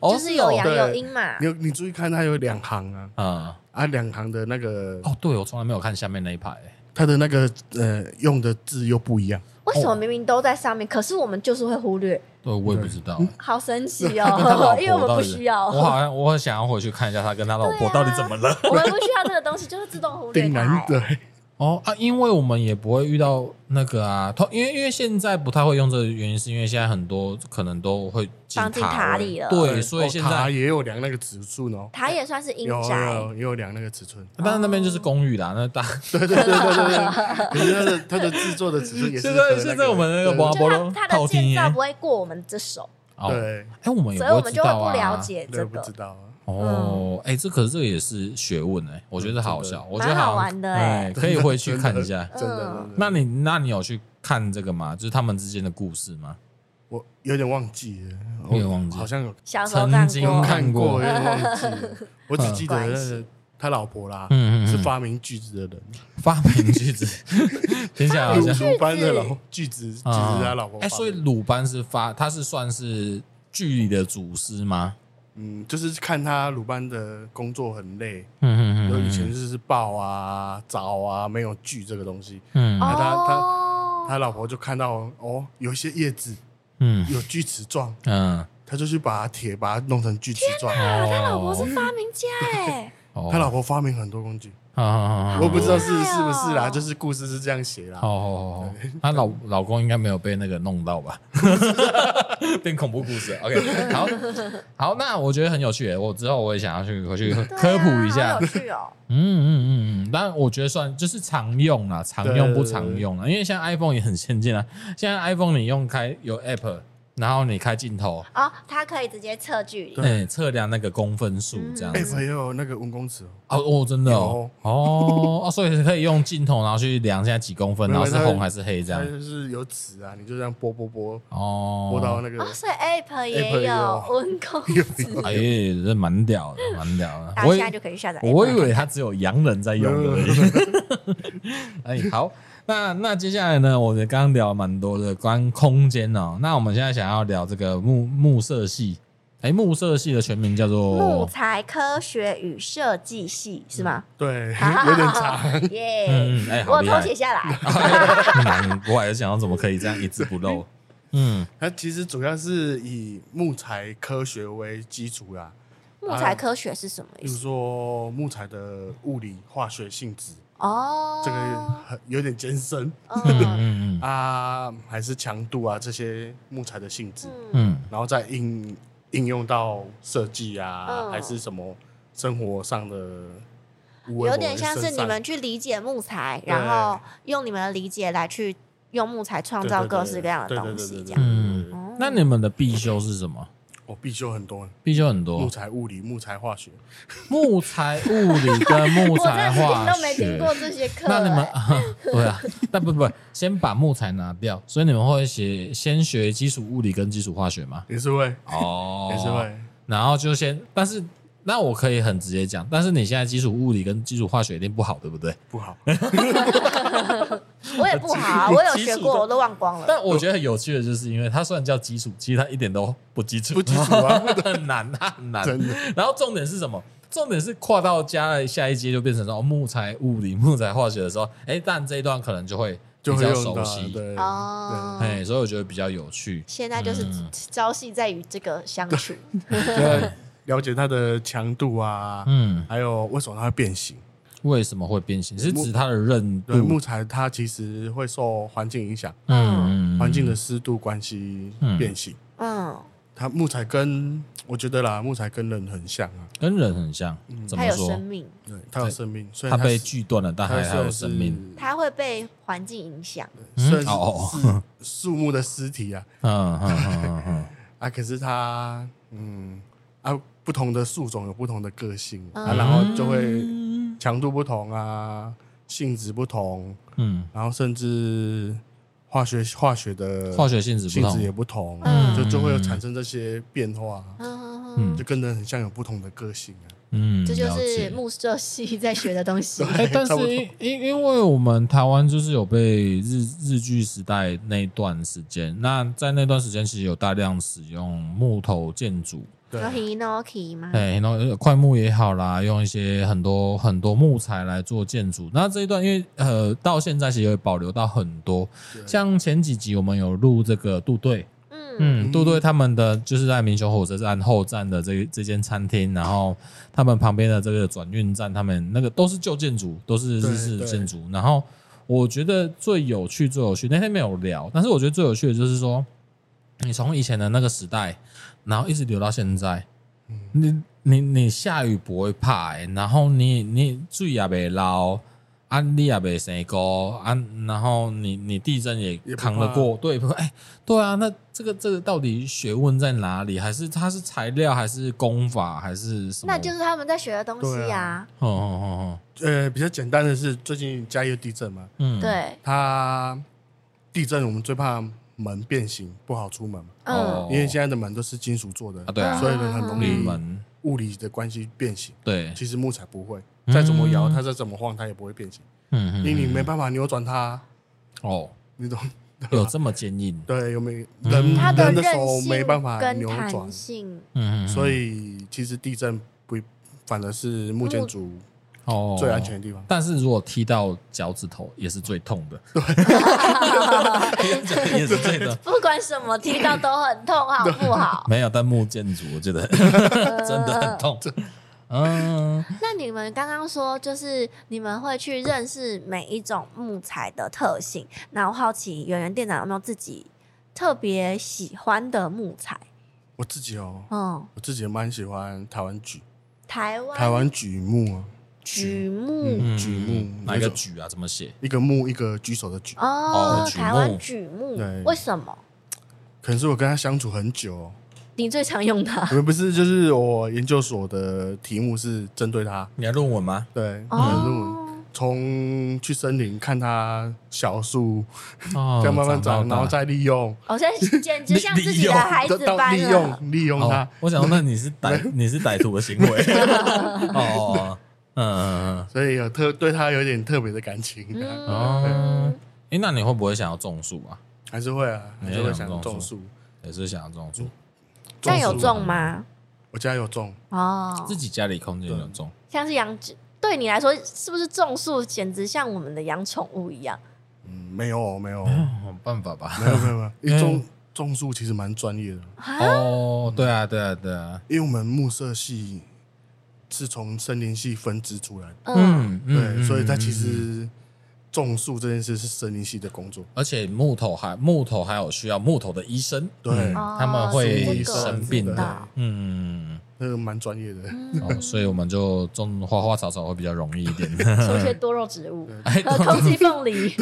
Speaker 1: 哦
Speaker 2: 就是有阳
Speaker 3: 对
Speaker 2: 有阴嘛
Speaker 3: 你。有你注意看它有两行啊，
Speaker 1: 啊、
Speaker 3: 啊，两行的那个
Speaker 1: 嗯，哦，对，我从来没有看下面那一排。
Speaker 3: 它的那个呃用的字又不一样，
Speaker 2: 为什么明明都在上面，可是我们就是会忽略？
Speaker 1: 对，我也不知道。
Speaker 3: 嗯
Speaker 2: 好神奇
Speaker 1: [laughs] 跟他老
Speaker 2: 哦，
Speaker 1: 婆
Speaker 2: [laughs] 因为我们
Speaker 1: 到
Speaker 2: 不
Speaker 1: 底
Speaker 2: 需要，
Speaker 1: 我好像我很想要回去看一下他跟他老
Speaker 2: 对
Speaker 1: 婆
Speaker 2: 啊
Speaker 1: 到底怎么了。
Speaker 2: 我们不需要这个东西，就是自动忽略
Speaker 3: 丁
Speaker 2: 它。
Speaker 3: 兰
Speaker 2: 哎
Speaker 3: 对，
Speaker 1: 哦啊，因为我们也不会遇到那个啊，通因为因为现在不太会用这个原因，是因为现在很多可能都会进
Speaker 2: 放进塔里了
Speaker 1: 对，所以
Speaker 3: 哦
Speaker 1: 现
Speaker 3: 塔
Speaker 1: 在。
Speaker 3: 也有量那个尺寸哦，
Speaker 2: 它也算是阴
Speaker 3: 有
Speaker 2: 宅
Speaker 3: 有，也有量那个
Speaker 1: [laughs]
Speaker 3: 尺寸，
Speaker 1: 但是那边就是公寓啦，那大
Speaker 3: 对对对对对对，可是它的它的制作的尺寸也
Speaker 1: [laughs]
Speaker 3: 是
Speaker 1: 现
Speaker 3: 和
Speaker 1: 在
Speaker 3: 那个
Speaker 1: 现在我们那个
Speaker 3: 对
Speaker 1: 网
Speaker 2: 就它它
Speaker 1: 套
Speaker 2: 的
Speaker 1: 厅
Speaker 2: 建
Speaker 1: 耶
Speaker 2: 造不会过我们这手，
Speaker 1: 哦，
Speaker 3: 对
Speaker 1: 哎，我们也
Speaker 2: 所以我
Speaker 1: 会
Speaker 2: 们
Speaker 1: 知
Speaker 2: 就会
Speaker 1: 道
Speaker 2: 不
Speaker 1: 啊
Speaker 2: 了解
Speaker 3: 对
Speaker 2: 这
Speaker 3: 不
Speaker 2: 个
Speaker 3: 知，道啊，
Speaker 2: 嗯
Speaker 1: 哦，哎，这可是这个也是学问哎，我觉得好好笑，我觉得
Speaker 2: 蛮好
Speaker 1: 像
Speaker 2: 玩的哎
Speaker 1: 哎，可以回去看一下。
Speaker 3: 真
Speaker 2: 嗯。
Speaker 3: 的真的
Speaker 1: 那你那你有去看这个吗？就是他们之间的故事
Speaker 3: [laughs]
Speaker 1: 吗？
Speaker 3: 我有点忘记了，
Speaker 1: 有点忘记
Speaker 3: 好像有
Speaker 2: 小时候
Speaker 1: 曾
Speaker 2: 看
Speaker 1: 经
Speaker 2: 过，
Speaker 1: 看过
Speaker 3: 过，有点忘记了，我
Speaker 2: [laughs]
Speaker 3: 只记得那
Speaker 2: 没关
Speaker 3: 个
Speaker 2: 系
Speaker 3: 他老婆啦，
Speaker 1: 嗯嗯嗯
Speaker 3: 是发明句子的人，
Speaker 1: 发明句
Speaker 3: [laughs]
Speaker 1: 子，听起来好
Speaker 3: 鲁
Speaker 1: 像
Speaker 3: 鲁班的老句子，句子是他老婆
Speaker 1: 哎、
Speaker 3: 发
Speaker 1: 所以
Speaker 3: 明的，
Speaker 1: 鲁班是发，他是算是剧里的祖师吗？
Speaker 3: 嗯，就是看他鲁班的工作很累，
Speaker 1: 嗯
Speaker 3: 有以前就是抱啊、找啊，没有锯这个东西。
Speaker 1: 嗯
Speaker 3: 他他
Speaker 2: 哦，
Speaker 3: 他老婆就看到哦，有一些叶子
Speaker 1: 嗯
Speaker 3: 有锯齿状，
Speaker 1: 嗯，
Speaker 3: 他就去把铁把它弄成锯齿状。
Speaker 2: 啊哦他老
Speaker 1: 嗯
Speaker 2: 婆是发明家哎，
Speaker 1: 哦
Speaker 3: 他老婆发明很多工具，
Speaker 1: 啊，
Speaker 3: 我不知道是
Speaker 2: 厉害
Speaker 3: 是
Speaker 2: 哦
Speaker 3: 不是啦，就是故事是这样写啦。
Speaker 1: 好好好， [laughs] 她老老公应该没有被那个弄到吧？变恐怖故事，OK，好好，那我觉得很有趣耶，我之后我也想要去回去
Speaker 2: 对啊
Speaker 1: [laughs] 科普一下
Speaker 2: 好有，趣哦。
Speaker 1: 嗯嗯嗯嗯，但我觉得算就是常用啦，常用不常用啦，因为像 iPhone 也很先进啊，现在 iPhone 你用开有 App，然后你开镜头，
Speaker 2: 哦，它可以直接测距离。
Speaker 1: 哎，测量那个公分数这样
Speaker 3: 哎，
Speaker 1: 子。
Speaker 3: 朋友，那个文公尺哦，
Speaker 1: 哦哦，真的哦，哦哦，所以可以用镜头，然后去量现在几公分，然后是红还是黑这
Speaker 3: 它
Speaker 1: 样。
Speaker 3: 就是有尺啊，你就这样拨拨拨
Speaker 1: 哦，
Speaker 3: 拨到那个 [laughs]
Speaker 2: 哦，，所以 App
Speaker 3: 也
Speaker 2: 也
Speaker 3: 有
Speaker 2: 有温控 [laughs] 制，
Speaker 1: 哎，这蛮屌的，蛮屌的。
Speaker 4: 大家
Speaker 1: [laughs] 我
Speaker 4: 现
Speaker 1: 以
Speaker 4: 在就可以下载 app 来看看。
Speaker 1: 我以为它只有洋人在用而已。 [laughs] 哎，好，那那接下来呢？我们刚刚聊蛮多的关于空间哦，那我们现在想要聊这个木木色系。哎，木色系的全名叫
Speaker 2: 木
Speaker 1: 做
Speaker 2: 材科学与设计系是吗？
Speaker 3: 对，
Speaker 2: [laughs] 好好好
Speaker 3: 有点
Speaker 2: [laughs]
Speaker 3: 长。
Speaker 2: 耶、
Speaker 1: [laughs] 嗯，哎，好
Speaker 2: 我嗯
Speaker 1: 厉
Speaker 2: 偷
Speaker 1: 害
Speaker 2: [laughs] 写！下来。
Speaker 1: 难怪，想到怎么可以这样一字不漏。嗯，
Speaker 3: 它其实主要是以木材科学为基础啦，
Speaker 2: 哎
Speaker 4: 木材科学是什么
Speaker 3: 比
Speaker 4: 意
Speaker 3: 如
Speaker 4: 思？
Speaker 3: 说木材的物理化学性质，
Speaker 4: 哦，
Speaker 3: 这个很有点艰深
Speaker 2: 嗯
Speaker 1: 嗯
Speaker 3: 啊，还是强度啊这些木材的性质，
Speaker 2: 嗯
Speaker 1: 嗯
Speaker 3: 然后再应应用到设计啊，
Speaker 2: 嗯
Speaker 3: 还是什么生活上的无微
Speaker 2: 有
Speaker 3: 不
Speaker 2: 点
Speaker 3: 微
Speaker 2: 像是
Speaker 3: 身
Speaker 2: 你
Speaker 3: 上
Speaker 2: 们去理解木材，
Speaker 3: 对
Speaker 2: 然后用你们的理解来去用木材创造
Speaker 3: 对对
Speaker 2: 各
Speaker 3: 对
Speaker 2: 式各样的
Speaker 3: 对对
Speaker 2: 东
Speaker 3: 对对哦
Speaker 2: 西，这
Speaker 3: 对
Speaker 2: 样。
Speaker 1: 嗯
Speaker 3: 对对对
Speaker 2: 哦
Speaker 1: 那你们的必修是什么？
Speaker 3: 我必修很多
Speaker 1: 必修很
Speaker 3: 木
Speaker 1: 多，
Speaker 3: 材物理、木材化学，
Speaker 1: 木材物理跟木
Speaker 2: [laughs] 我
Speaker 1: 材
Speaker 2: 真是听
Speaker 1: 化
Speaker 2: 都没听
Speaker 1: 学。
Speaker 2: 过这些课、
Speaker 1: 那你们、
Speaker 2: 哎
Speaker 1: [laughs] 对啊，但不不，先把木材拿掉，所以你们会写先学基础物理跟基础化学吗？
Speaker 3: 也是会，
Speaker 1: 哦
Speaker 3: 也是会。
Speaker 1: 然后就先，但是那我可以很直接讲，但是你现在基础物理跟基础化学一定不好，对不对？
Speaker 3: 不好，
Speaker 4: 我也
Speaker 3: 呃
Speaker 4: 不好啊，我有学过，我都忘光
Speaker 3: 嗯
Speaker 4: 了。
Speaker 1: [laughs] 但我觉得很有趣的就是，因为它虽然叫基础，其实它一点都不基础，
Speaker 3: 不基础啊
Speaker 1: [laughs] 很难，它很难。
Speaker 3: 真的。
Speaker 1: 然后重点是什么？重点是跨到加了下一阶，就变成说、哦木材物理、木材化学的时候，哎，但这一段可能就会
Speaker 3: 就
Speaker 1: 比
Speaker 3: 会
Speaker 1: 较
Speaker 3: 用
Speaker 1: 熟
Speaker 3: 到
Speaker 1: 悉，
Speaker 3: 对
Speaker 2: 哦
Speaker 1: 哎，所以我觉得比较有趣。
Speaker 2: 现在就是
Speaker 1: 嗯
Speaker 2: 朝夕在与这个相处，
Speaker 3: 对，就了解它的强度啊，
Speaker 1: 嗯，
Speaker 3: 还有为什么它会变形。
Speaker 1: 为什么会变形？是
Speaker 3: 木
Speaker 1: 指它的韧度？
Speaker 3: 对，木材它其实会受环境影响，
Speaker 1: 嗯，嗯
Speaker 3: 啊环境的湿度关系
Speaker 1: 嗯
Speaker 3: 变形。
Speaker 2: 嗯，
Speaker 3: 它木材跟我觉得啦，木材跟人很像啊，
Speaker 1: 嗯跟人很像，
Speaker 3: 嗯
Speaker 1: 怎
Speaker 2: 它
Speaker 1: 么
Speaker 2: 有生
Speaker 1: 说？
Speaker 2: 命，
Speaker 3: 对，它有生命，虽
Speaker 1: 它
Speaker 3: 然
Speaker 1: 被
Speaker 3: 是
Speaker 1: 锯断了，但还还有
Speaker 3: 算
Speaker 1: 生
Speaker 3: 是
Speaker 1: 命。
Speaker 2: 它会被环境影响。
Speaker 1: 嗯
Speaker 3: 虽然
Speaker 1: 哦
Speaker 3: 是是树木的尸体啊
Speaker 1: 嗯嗯嗯嗯
Speaker 3: 啊，可是它嗯啊，不同的树种有不同的个性啊，
Speaker 2: 嗯
Speaker 3: 然后就会
Speaker 1: 嗯
Speaker 3: 强度不同啊，性质不同，
Speaker 1: 嗯，
Speaker 3: 然后甚至化学化学的
Speaker 1: 化学性质不
Speaker 3: 性质也
Speaker 1: 同。
Speaker 3: 不同，
Speaker 2: 嗯
Speaker 3: 就就会有产生这些变化啊，
Speaker 2: 嗯，
Speaker 1: 嗯
Speaker 3: 就跟人很像，有不同的个性啊。
Speaker 1: 嗯，
Speaker 2: 这就
Speaker 1: 了
Speaker 2: 是
Speaker 1: 解。
Speaker 2: 木设系在学的东西。
Speaker 1: 哎，但
Speaker 3: 差不多
Speaker 1: 是因因因为我们台湾就是有被日日据时代那一段时间，那在那段时间其实有大量使用木头建筑，
Speaker 3: 对
Speaker 2: 有 Hinoki 吗？
Speaker 1: 哎，然后快木也好啦，用一些很多很多木材来做建筑。那这一段因为呃，到现在其实也保留到很多，
Speaker 3: 对
Speaker 1: 像前几集我们有录这个杜队，
Speaker 2: 嗯
Speaker 1: 嗯，杜队他们的就是在民雄火车站后站的这这间餐厅，然后他们旁边的这个转运站，他们那个都是旧建筑，都是日式
Speaker 3: 对对
Speaker 1: 建筑。然后我觉得最有趣、最有趣，那天没有聊，但是我觉得最有趣的就是说，你从以前的那个时代，然后一直留到现在，你你你下雨不会怕、欸，然后你你水也袂漏，啊你也袂生高，啊然后你你地震也
Speaker 3: 也不
Speaker 1: 扛得
Speaker 3: 怕
Speaker 1: 过，对，不会哎、对啊，那这个这个到底学问在哪里？还是它是材料，还是功法，还是什么？
Speaker 2: 那就是他们在学的东西啊呀、
Speaker 1: 哦哦哦，
Speaker 3: 呃，比较简单的是，最近嘉义有地震嘛，
Speaker 1: 嗯，，
Speaker 2: 对，
Speaker 3: 它地震我们最怕门变形，不好出门嘛，
Speaker 1: 哦
Speaker 2: 嗯，
Speaker 3: 因为现在的门都是金属做的
Speaker 1: 啊，对啊，嗯
Speaker 3: 所以呢很容
Speaker 1: 铝
Speaker 3: 易
Speaker 1: 门
Speaker 3: 物理的关系变形。
Speaker 1: 对，
Speaker 3: 其实木材不会，
Speaker 1: 嗯
Speaker 3: 再怎么摇，它再怎么晃，它也不会变形，
Speaker 1: 嗯
Speaker 3: 因为你没办法扭转它，
Speaker 1: 哦，
Speaker 3: 你懂？ [laughs]
Speaker 1: 有这么坚硬，
Speaker 3: 对，有没有
Speaker 1: 嗯
Speaker 3: 人
Speaker 2: 它
Speaker 3: 人
Speaker 2: 韧
Speaker 3: 手
Speaker 2: 性
Speaker 3: 没办法
Speaker 2: 跟
Speaker 3: 扭转
Speaker 2: 弹，性， [laughs]
Speaker 1: 嗯，嗯嗯
Speaker 3: 所以其实地震不反而是木建筑
Speaker 1: 哦
Speaker 3: 最安全的地方。
Speaker 1: 但是如果踢到脚趾头，也是最痛
Speaker 3: [laughs]
Speaker 1: 的，对，也是最痛。
Speaker 2: 不管什么踢到都很痛，好不好？
Speaker 1: 没有，但木建筑我觉
Speaker 2: [laughs]
Speaker 1: 得真的很痛。嗯，
Speaker 2: 那你们刚刚说，就是你们会去认识每一种木材的特性。那我好奇，圆圆店长有没有自己特别喜欢的木材？
Speaker 3: 我自己哦，
Speaker 2: 嗯，
Speaker 3: 我自己也蛮喜欢台湾菊，
Speaker 2: 台湾
Speaker 3: 台湾榉木啊，
Speaker 2: 榉木、
Speaker 3: 嗯榉木
Speaker 1: 哪一个
Speaker 3: 那种
Speaker 1: 榉啊？怎么写？
Speaker 3: 一个木一个举手的举，
Speaker 2: 哦
Speaker 1: 哦，榉
Speaker 2: 台湾
Speaker 1: 木
Speaker 2: 榉木
Speaker 3: 对
Speaker 2: 为什么？
Speaker 3: 可能是我跟他相处很久，哦
Speaker 2: 你最常用它
Speaker 3: [laughs] 我们不是就是我研究所的题目是针对他，
Speaker 1: 你要论文吗？
Speaker 3: 对，
Speaker 2: 哦。
Speaker 3: 从去森林看他小树，
Speaker 1: 哦
Speaker 3: 这样慢慢
Speaker 1: 到
Speaker 3: 长，然后
Speaker 1: 大
Speaker 3: 再利用，
Speaker 2: 我现在哦简
Speaker 3: [laughs]
Speaker 2: 直像自己的孩子
Speaker 3: 到
Speaker 2: 般
Speaker 3: 利
Speaker 2: 了。
Speaker 3: 用利用
Speaker 1: 哦
Speaker 3: 它，，
Speaker 1: 我想问你是歹你是歹徒的行
Speaker 2: [laughs]
Speaker 1: 为哦，嗯
Speaker 3: 所以有特对他有点特别的感情，啊
Speaker 1: 嗯嗯哦，哎，那你会不会想要种树啊？
Speaker 3: 还是会啊，还是会想种树。
Speaker 1: 也是想要种树，
Speaker 2: 那有
Speaker 3: 树
Speaker 2: 种吗？
Speaker 3: 我家有种，
Speaker 2: 哦
Speaker 1: 自，己家里空间有种，
Speaker 2: 像是养殖，对你来说是不是种树简直像我们的养宠物一样？
Speaker 3: 嗯，没有没有
Speaker 1: 没有哦办法吧？
Speaker 3: 没有没
Speaker 1: [laughs]
Speaker 3: 有没有，
Speaker 1: 嗯
Speaker 3: 因为种种树其实蛮专业的，
Speaker 2: 啊
Speaker 1: 哦，对啊，对啊，对啊，
Speaker 3: 因为我们木色系是从森林系分支出来的，
Speaker 2: 嗯，
Speaker 1: 嗯，嗯
Speaker 3: 对，所以它其。
Speaker 1: 嗯嗯
Speaker 3: 实种树这件事是森林系的工作，
Speaker 1: 而且木头还木头还有需要木头的医生，
Speaker 3: 对
Speaker 1: 嗯
Speaker 2: 哦
Speaker 1: 他们会
Speaker 2: 是这个
Speaker 1: 生病
Speaker 2: 我知
Speaker 1: 的
Speaker 2: 道，
Speaker 1: 嗯，
Speaker 3: 那个蛮专业的。
Speaker 2: 嗯
Speaker 1: 哦，所以我们就种花花草草会比较容易一点。
Speaker 2: 说一些多肉植
Speaker 1: [laughs]
Speaker 2: 物，
Speaker 1: 哎，
Speaker 2: 呃，空气凤梨，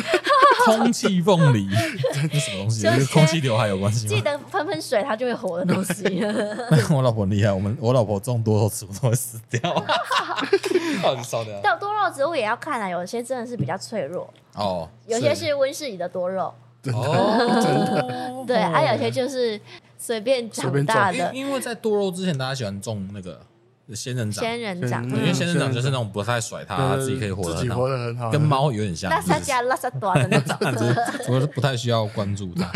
Speaker 1: 空气凤
Speaker 3: [laughs]
Speaker 1: 梨，这什么东西？
Speaker 2: 就是
Speaker 1: 跟空气刘海有关系
Speaker 2: 记
Speaker 1: 吗？
Speaker 2: 得喷喷水，它就会活的东 [laughs] 西。
Speaker 1: [laughs] 我老婆很厉害，我们我老婆种多肉植物都会死掉，[laughs]
Speaker 2: [laughs]
Speaker 1: 哦，你烧掉
Speaker 2: 但多肉植物也要看啊，有些真的是比较脆弱，
Speaker 1: 哦，
Speaker 2: 有些是温室里的多肉，
Speaker 1: 哦，
Speaker 2: 对，啊，有些就是随便
Speaker 3: 随
Speaker 2: 长
Speaker 3: 便
Speaker 2: 大
Speaker 3: 长
Speaker 2: 的
Speaker 1: 因因为在多肉之前，大家喜欢种那个仙人掌，
Speaker 2: 仙人嗯掌。
Speaker 1: 因为
Speaker 2: 嗯
Speaker 1: 仙人掌就是那种不太甩它，
Speaker 3: 对
Speaker 1: 啊自己可以活得
Speaker 3: 自己
Speaker 1: 很
Speaker 3: 活
Speaker 1: 好，
Speaker 3: 得很好，
Speaker 1: 跟猫有点像，
Speaker 2: 拉萨
Speaker 1: 就是
Speaker 2: 加拉萨多的那种，
Speaker 1: [laughs] 我是不太需要关注
Speaker 2: [laughs]
Speaker 1: 他。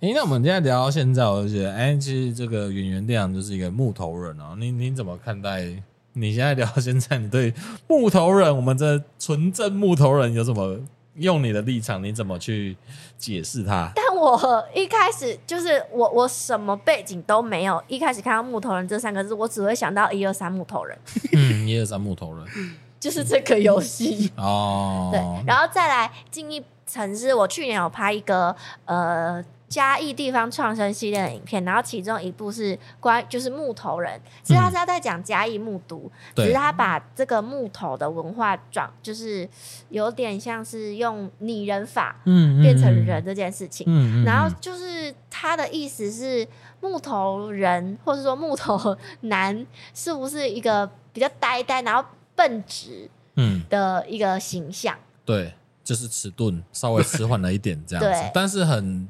Speaker 1: 诶，那我们现在聊到现在，我就觉得，哎、其实这个演员亮啊就是一个木头人哦。你你怎么看待？你现在聊到现在，你对木头人，我们这纯正木头人有什么？用你的立场，你怎么去解释他？
Speaker 2: 但我一开始就是我我什么背景都没有，一开始看到木头人这三个字，我只会想到一二三木头人，
Speaker 1: 嗯，一二三木头人
Speaker 2: 就是这个
Speaker 1: [laughs]
Speaker 2: 游戏。
Speaker 1: 哦。
Speaker 2: 对，然后再来进一层是我去年有拍一个呃嘉义地方创生系列的影片，然后其中一部是关就是木头人，其实他是要在讲嘉义木都，只是
Speaker 1: 嗯对
Speaker 2: 他把这个木头的文化转，就是有点像是用拟人法
Speaker 1: 嗯
Speaker 2: 变成人，这件事情。
Speaker 1: 嗯嗯，
Speaker 2: 然后就是他的意思是木头人，或者说木头男，是不是一个比较呆呆，然后笨直
Speaker 1: 嗯，
Speaker 2: 的一个形象？
Speaker 1: 对，就是迟钝，稍微迟缓了一点这样子
Speaker 2: [laughs] 对，
Speaker 1: 但是很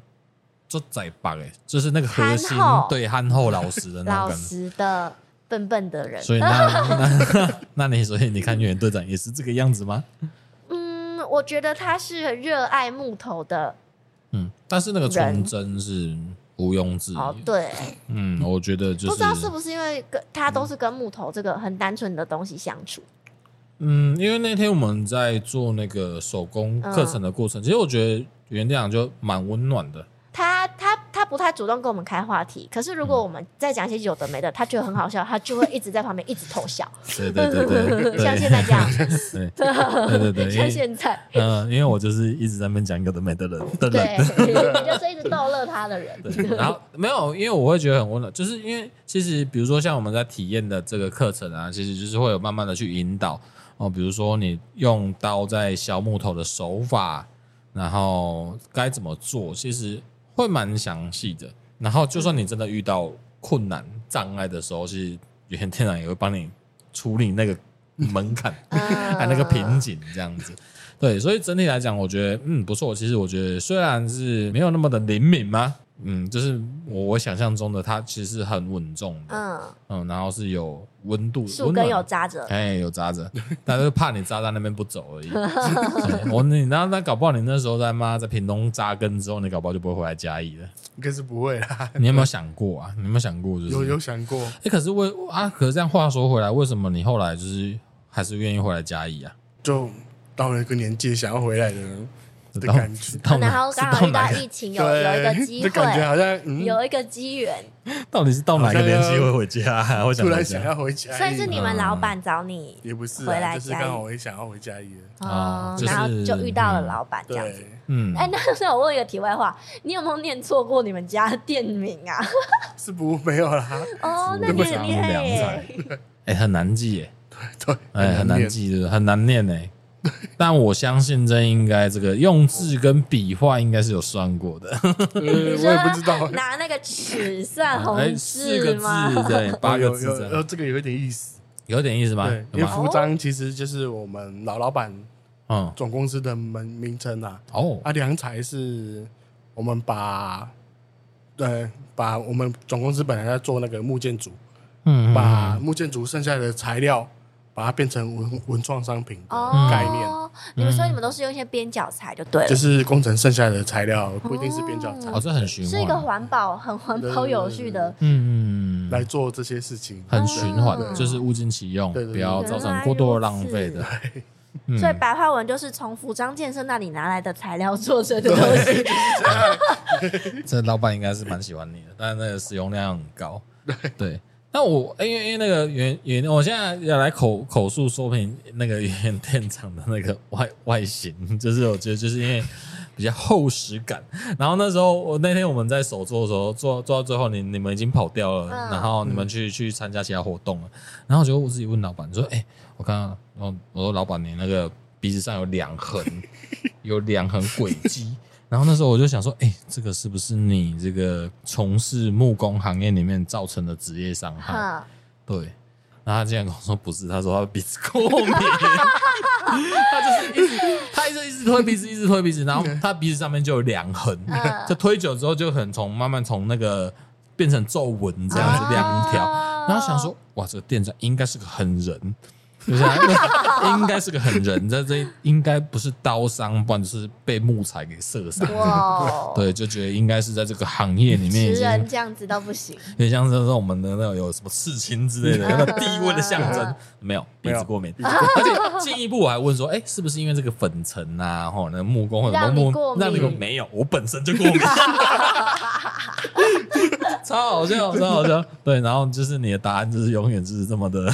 Speaker 1: 就窄吧，哎，就是那个核心
Speaker 2: 憨厚
Speaker 1: 对憨厚老实的那
Speaker 2: 老
Speaker 1: 种感觉。
Speaker 2: 实的、笨笨的人。
Speaker 1: 所以那那 [laughs] 那你所以你看远远队长也是这个样子吗？
Speaker 2: 嗯，我觉得他是热爱木头的。
Speaker 1: 嗯，但是那个纯真是毋庸置疑。
Speaker 2: 哦，对，
Speaker 1: 嗯，我觉得就是
Speaker 2: 不知道是不是因为跟他都是跟木头这个很单纯的东西相处。
Speaker 1: 嗯，因为那天我们在做那个手工课程的
Speaker 2: 嗯
Speaker 1: 过程，其实我觉得原队长就蛮温暖的。
Speaker 2: 他他他不太主动跟我们开话题，可是如
Speaker 1: 嗯
Speaker 2: 果我们再讲一些有的没的，他觉得很好笑，他就会一直在旁边一直偷笑，
Speaker 1: 对对对对，对
Speaker 2: [laughs] 像现在这样，
Speaker 1: 对对对对，因
Speaker 2: 像
Speaker 1: 为
Speaker 2: 现在，
Speaker 1: [laughs] 嗯、因为我就是一直在那边讲有的没的人的人
Speaker 2: 对，，你就是一直逗乐他的人。
Speaker 1: 对，然后没有，因为我会觉得很温暖，就是因为其实比如说像我们在体验的这个课程啊，其实就是会有慢慢的去引导哦，比如说你用刀在削木头的手法，然后该怎么做，其实会蛮详细的。然后就算你真的遇到困难障碍的时候，其实有些天然也会帮你处理那个门槛。
Speaker 2: 嗯
Speaker 1: 还有那个瓶颈这样子。对，所以整体来讲，我觉得嗯不错。其实我觉得虽然是没有那么的灵敏嘛，嗯，就是我我想象中的它其实是很稳重的，
Speaker 2: 嗯，
Speaker 1: 嗯然后是有温度，
Speaker 2: 树
Speaker 1: 温暖
Speaker 2: 根有扎着，
Speaker 1: 哎有扎着， [laughs] 但是怕你扎在那边不走而
Speaker 2: [laughs]
Speaker 1: 已。对我你那那搞不好你那时候在妈在屏东扎根之后，你搞不好就不会回来嘉义
Speaker 3: [laughs]
Speaker 1: 了。
Speaker 3: 应该是不会啦，
Speaker 1: 你有没有想过啊？你有没有想过 [laughs] 就是
Speaker 3: 有有想过，
Speaker 1: 哎、可是为啊，可是这样话说回来，为什么你后来就是还是愿意回来嘉义啊？
Speaker 3: 就到了一个年纪想要回来的人
Speaker 1: 知
Speaker 3: 的
Speaker 1: 道
Speaker 3: 感觉，
Speaker 1: 到哪
Speaker 2: 啊然后
Speaker 1: 是
Speaker 2: 刚
Speaker 1: 到
Speaker 2: 好遇
Speaker 1: 哪
Speaker 2: 到
Speaker 1: 个
Speaker 2: 疫情，有有一个
Speaker 3: 对，
Speaker 2: 机
Speaker 3: [laughs] 就感觉
Speaker 2: 会，
Speaker 3: 好像嗯，
Speaker 2: 有一个机缘，
Speaker 1: 到底是到哪个年纪会回家、啊？ [laughs] 我想
Speaker 3: 突
Speaker 1: 回家
Speaker 3: 然想要回家，
Speaker 2: 所以是你们老板找你
Speaker 3: 也不是
Speaker 2: 回
Speaker 3: 啊，
Speaker 2: 来
Speaker 3: 就是
Speaker 2: 嘉义
Speaker 3: 刚好我也想要回家一点，
Speaker 1: 哦
Speaker 2: 哦，
Speaker 1: 就是
Speaker 2: 然后就遇到了老板这样子。
Speaker 3: 对，
Speaker 1: 嗯，
Speaker 2: 哎，那那我问一个题外话，你有没有念错过你们家的店名
Speaker 1: [laughs]
Speaker 2: 啊？
Speaker 3: 是不没有啦，
Speaker 2: 哦，那
Speaker 3: 那
Speaker 2: 你
Speaker 3: 么
Speaker 2: 很
Speaker 1: 长
Speaker 2: 厉害
Speaker 1: 两
Speaker 2: 耶！
Speaker 1: 哎、很难记耶，
Speaker 3: 对，呃
Speaker 1: 哎、很难
Speaker 3: 念 [laughs]
Speaker 1: 记的，很难念哎、但我相信这应该这个用字跟笔画应该是有算过的，
Speaker 3: 呃我也不知道，
Speaker 2: 拿那个尺算
Speaker 1: 哎
Speaker 2: 啊红
Speaker 1: 四个
Speaker 2: 字吗？
Speaker 1: 字
Speaker 3: [laughs]
Speaker 1: 对，八个字
Speaker 3: 有有
Speaker 1: 这
Speaker 3: 有
Speaker 1: 样
Speaker 3: 这个有一点意思，
Speaker 1: 有点意思吧？
Speaker 3: 对，
Speaker 1: 有
Speaker 3: 因为
Speaker 1: 吗？
Speaker 2: 哦
Speaker 3: 服章其实就是我们老老板
Speaker 1: 嗯，
Speaker 3: 总公司的门名称啊，
Speaker 1: 哦，
Speaker 3: 啊，良才是我们把呃把我们总公司本来在做那个木建组，
Speaker 1: 嗯，
Speaker 3: 把
Speaker 1: 嗯
Speaker 3: 木建组剩下的材料，把它变成文文创商品
Speaker 2: 哦
Speaker 3: 的概念，
Speaker 2: 你们说
Speaker 1: 嗯
Speaker 2: 你们都是用一些边角材就对了，
Speaker 3: 就是工程剩下的材料不一定是边角材
Speaker 1: 嗯哦，这很循
Speaker 2: 是一个
Speaker 1: 环，
Speaker 2: 环保、很环保、有序的。
Speaker 1: 嗯嗯嗯
Speaker 3: 来做这些事情。
Speaker 1: 很循环的，
Speaker 2: 嗯
Speaker 1: 就是物尽其用，
Speaker 3: 对对对
Speaker 1: 不要造成过多的浪费的。嗯
Speaker 2: 所以白话文就是从服装建设那里拿来的材料做成的东 [laughs] 西，
Speaker 1: 这老板应该是蛮喜欢你的，但是那个使用量很高。对，那我因为因为那个原原，我现在要来口口述说明那个原店长的那个外外形，就是我觉得就是因为比较厚实感。然后那时候我那天我们在手做的时候，做做到最后你你们已经跑掉了，
Speaker 2: 嗯
Speaker 1: 然后你们去去参加其他活动了，然后结果我自己问老板说：“哎、我看到，然后我说老板你那个鼻子上有两痕， [laughs] 有两痕轨迹。”然后那时候我就想说，哎、这个是不是你这个从事木工行业里面造成的职业伤害？
Speaker 2: 哼，
Speaker 1: 对，然后他竟然跟我说不是，他说他鼻子过敏， [laughs] 他就是一直他一直一直推鼻子，一直推鼻子，然后他鼻子上面就有两痕，
Speaker 2: 嗯
Speaker 1: 这推久之后就很从慢慢从那个变成皱纹 [laughs] 这样子两条，
Speaker 2: 哦
Speaker 1: 然后想说哇，这个店长应该是个狠人。 [laughs] 就是他应该是个狠人，这这应该不是刀伤，不然就是被木材给射伤。
Speaker 2: 哇，
Speaker 1: [laughs]
Speaker 2: 哦
Speaker 1: 对，就觉得应该是在这个行业里面
Speaker 2: 直
Speaker 1: 已经
Speaker 2: 人这样子都不行，
Speaker 1: 有点像是说我们的那种有什么刺青之类的，那种地位的象征
Speaker 2: 嗯，
Speaker 1: 没有鼻
Speaker 3: 没有
Speaker 1: 子过敏，而且进一步我还问说，哎，是不是因为这个粉尘啊，或那个木工或者
Speaker 2: [laughs] 让你
Speaker 1: 木
Speaker 2: 过敏
Speaker 1: 让你过没有，我本身就过
Speaker 2: [laughs]
Speaker 1: 敏，超好笑，超好笑。对，然后就是你的答案就是永远就是这么的，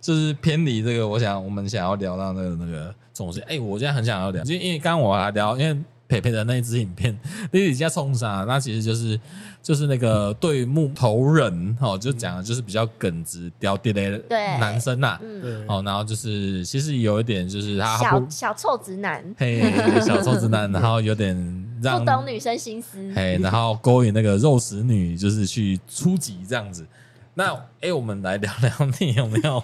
Speaker 1: 就是偏离这个我想我们想要聊到那个那个总结。哎，我现在很想要聊，就因为刚刚我还聊，因为培培的那一支影片。弟弟家冲啥？那其实就是就是那个对木头人哦，就讲的就是比较耿直、刁滴的
Speaker 2: 对
Speaker 1: 男生呐、
Speaker 2: 嗯，
Speaker 3: 对，
Speaker 1: 哦，然后就是其实有一点就是他他
Speaker 2: 小
Speaker 1: 啊不
Speaker 2: 小臭直男，
Speaker 1: 嘿小臭直
Speaker 2: [laughs]
Speaker 1: 男，然后有点让
Speaker 2: 不懂女生心 [laughs] 思，
Speaker 1: 嘿，然后勾引那个肉食女，就是去出击这样子。那哎，我们来聊聊你有没有？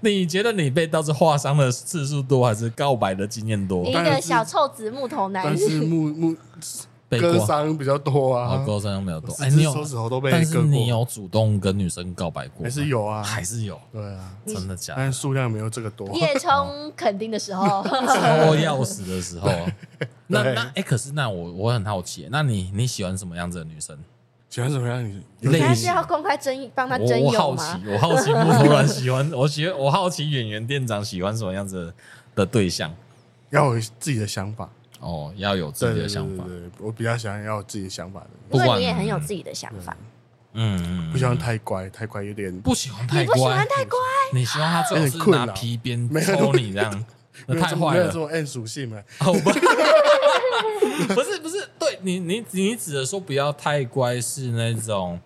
Speaker 1: 你觉得你被刀子划伤的次数多，还是告白的经验多
Speaker 2: 你？一
Speaker 3: 当然
Speaker 2: 个
Speaker 3: 是
Speaker 2: 小臭直木头男
Speaker 3: 但，是木木
Speaker 1: 被
Speaker 3: 割
Speaker 1: 过，
Speaker 3: 伤比较多
Speaker 1: 哦，
Speaker 3: 啊，
Speaker 1: 割伤没有多。哎，你
Speaker 3: 四只
Speaker 1: 有
Speaker 3: 手指头都被
Speaker 1: 但
Speaker 3: 割
Speaker 1: 是你
Speaker 3: 过，
Speaker 1: 有主动跟女生告白过吗？
Speaker 3: 还是有啊，
Speaker 1: 还是有，
Speaker 3: 对啊，
Speaker 1: 真的假
Speaker 3: 但
Speaker 1: 的？
Speaker 3: 是数量没有这个多。
Speaker 2: 夜冲垦丁的
Speaker 1: [laughs]
Speaker 2: 时候，
Speaker 1: 抽钥匙的时候，啊
Speaker 3: [laughs]
Speaker 1: 那
Speaker 3: 对
Speaker 1: 那哎、可是那我我很好奇，那你你喜欢什么样子的女生？
Speaker 3: 喜欢什么样的女
Speaker 1: 类
Speaker 2: 现在
Speaker 1: 型
Speaker 2: 是要公开征帮他
Speaker 1: 我
Speaker 2: 征
Speaker 1: 我
Speaker 2: 友
Speaker 1: 好
Speaker 2: 吗
Speaker 1: 奇？，我好奇木头人喜欢，我喜我好奇演员店长喜欢什么样子的对象？
Speaker 3: 要有自己的想法，
Speaker 1: 哦，要有自
Speaker 3: 对
Speaker 1: 己
Speaker 3: 对
Speaker 1: 的
Speaker 3: 对
Speaker 1: 想法，
Speaker 3: 对对我比较喜欢要有自己的想法的，
Speaker 1: 不
Speaker 2: 因为
Speaker 1: 管
Speaker 2: 你也很有自己的想法，
Speaker 1: 嗯，嗯
Speaker 3: 不喜欢
Speaker 1: 嗯
Speaker 3: 太乖，太乖有点
Speaker 1: 不喜欢太
Speaker 2: 你不喜欢
Speaker 1: 乖，
Speaker 2: 太乖，
Speaker 1: 你希望他最好是
Speaker 3: 有点困
Speaker 1: 拿
Speaker 3: 扰
Speaker 1: 皮鞭
Speaker 3: 没有
Speaker 1: 抽你这 [laughs] 样，那
Speaker 3: 没有
Speaker 1: 太
Speaker 3: 这么
Speaker 1: 坏
Speaker 3: 没有
Speaker 1: 了
Speaker 3: 这。种 N 属性了，
Speaker 1: 好吧， [laughs] 不是不是，对你你你指的说不要太乖，是那种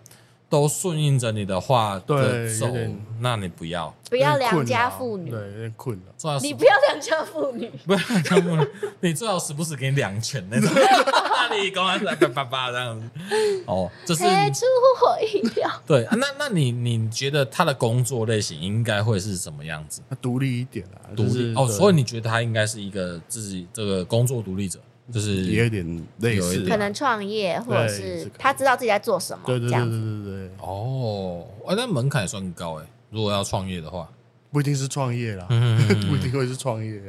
Speaker 1: 都顺应着你的话的
Speaker 3: 对
Speaker 1: 走
Speaker 3: 有点，
Speaker 1: 那你不要。
Speaker 2: 不要
Speaker 3: 有点
Speaker 2: 良
Speaker 3: 困
Speaker 2: 家
Speaker 3: 扰
Speaker 2: 妇女，
Speaker 3: 对，有点困扰。
Speaker 1: 最好
Speaker 2: 你
Speaker 1: 时
Speaker 2: 不要良家妇女，
Speaker 1: 不要，你最好时不时给你两拳
Speaker 3: [laughs]
Speaker 1: 那种，那你刚刚在叭叭叭这样子。哦，就是
Speaker 2: 哎，出乎我意料。
Speaker 1: 对，啊那那你你觉得他的工作类型应该会是什么样子？
Speaker 3: 他啊独立一点啦，
Speaker 1: 独
Speaker 3: 就是
Speaker 1: 立哦，所以
Speaker 3: 对
Speaker 1: 你觉得他应该是一个自己这个工作独立者，就是
Speaker 3: 嗯也有点类
Speaker 1: 有一
Speaker 3: 似
Speaker 1: 点
Speaker 3: 啦，
Speaker 2: 可能创业，或者是
Speaker 3: 这个
Speaker 2: 他知道自己在做什么，
Speaker 3: 对
Speaker 2: 这
Speaker 3: 对对
Speaker 2: 样
Speaker 3: 对
Speaker 2: 子。
Speaker 3: 对对，对
Speaker 1: 哦，啊，那门槛也算高哎、如果要创业的话，
Speaker 3: 不一定是创业啦，
Speaker 1: 嗯
Speaker 3: 不一定会是创业，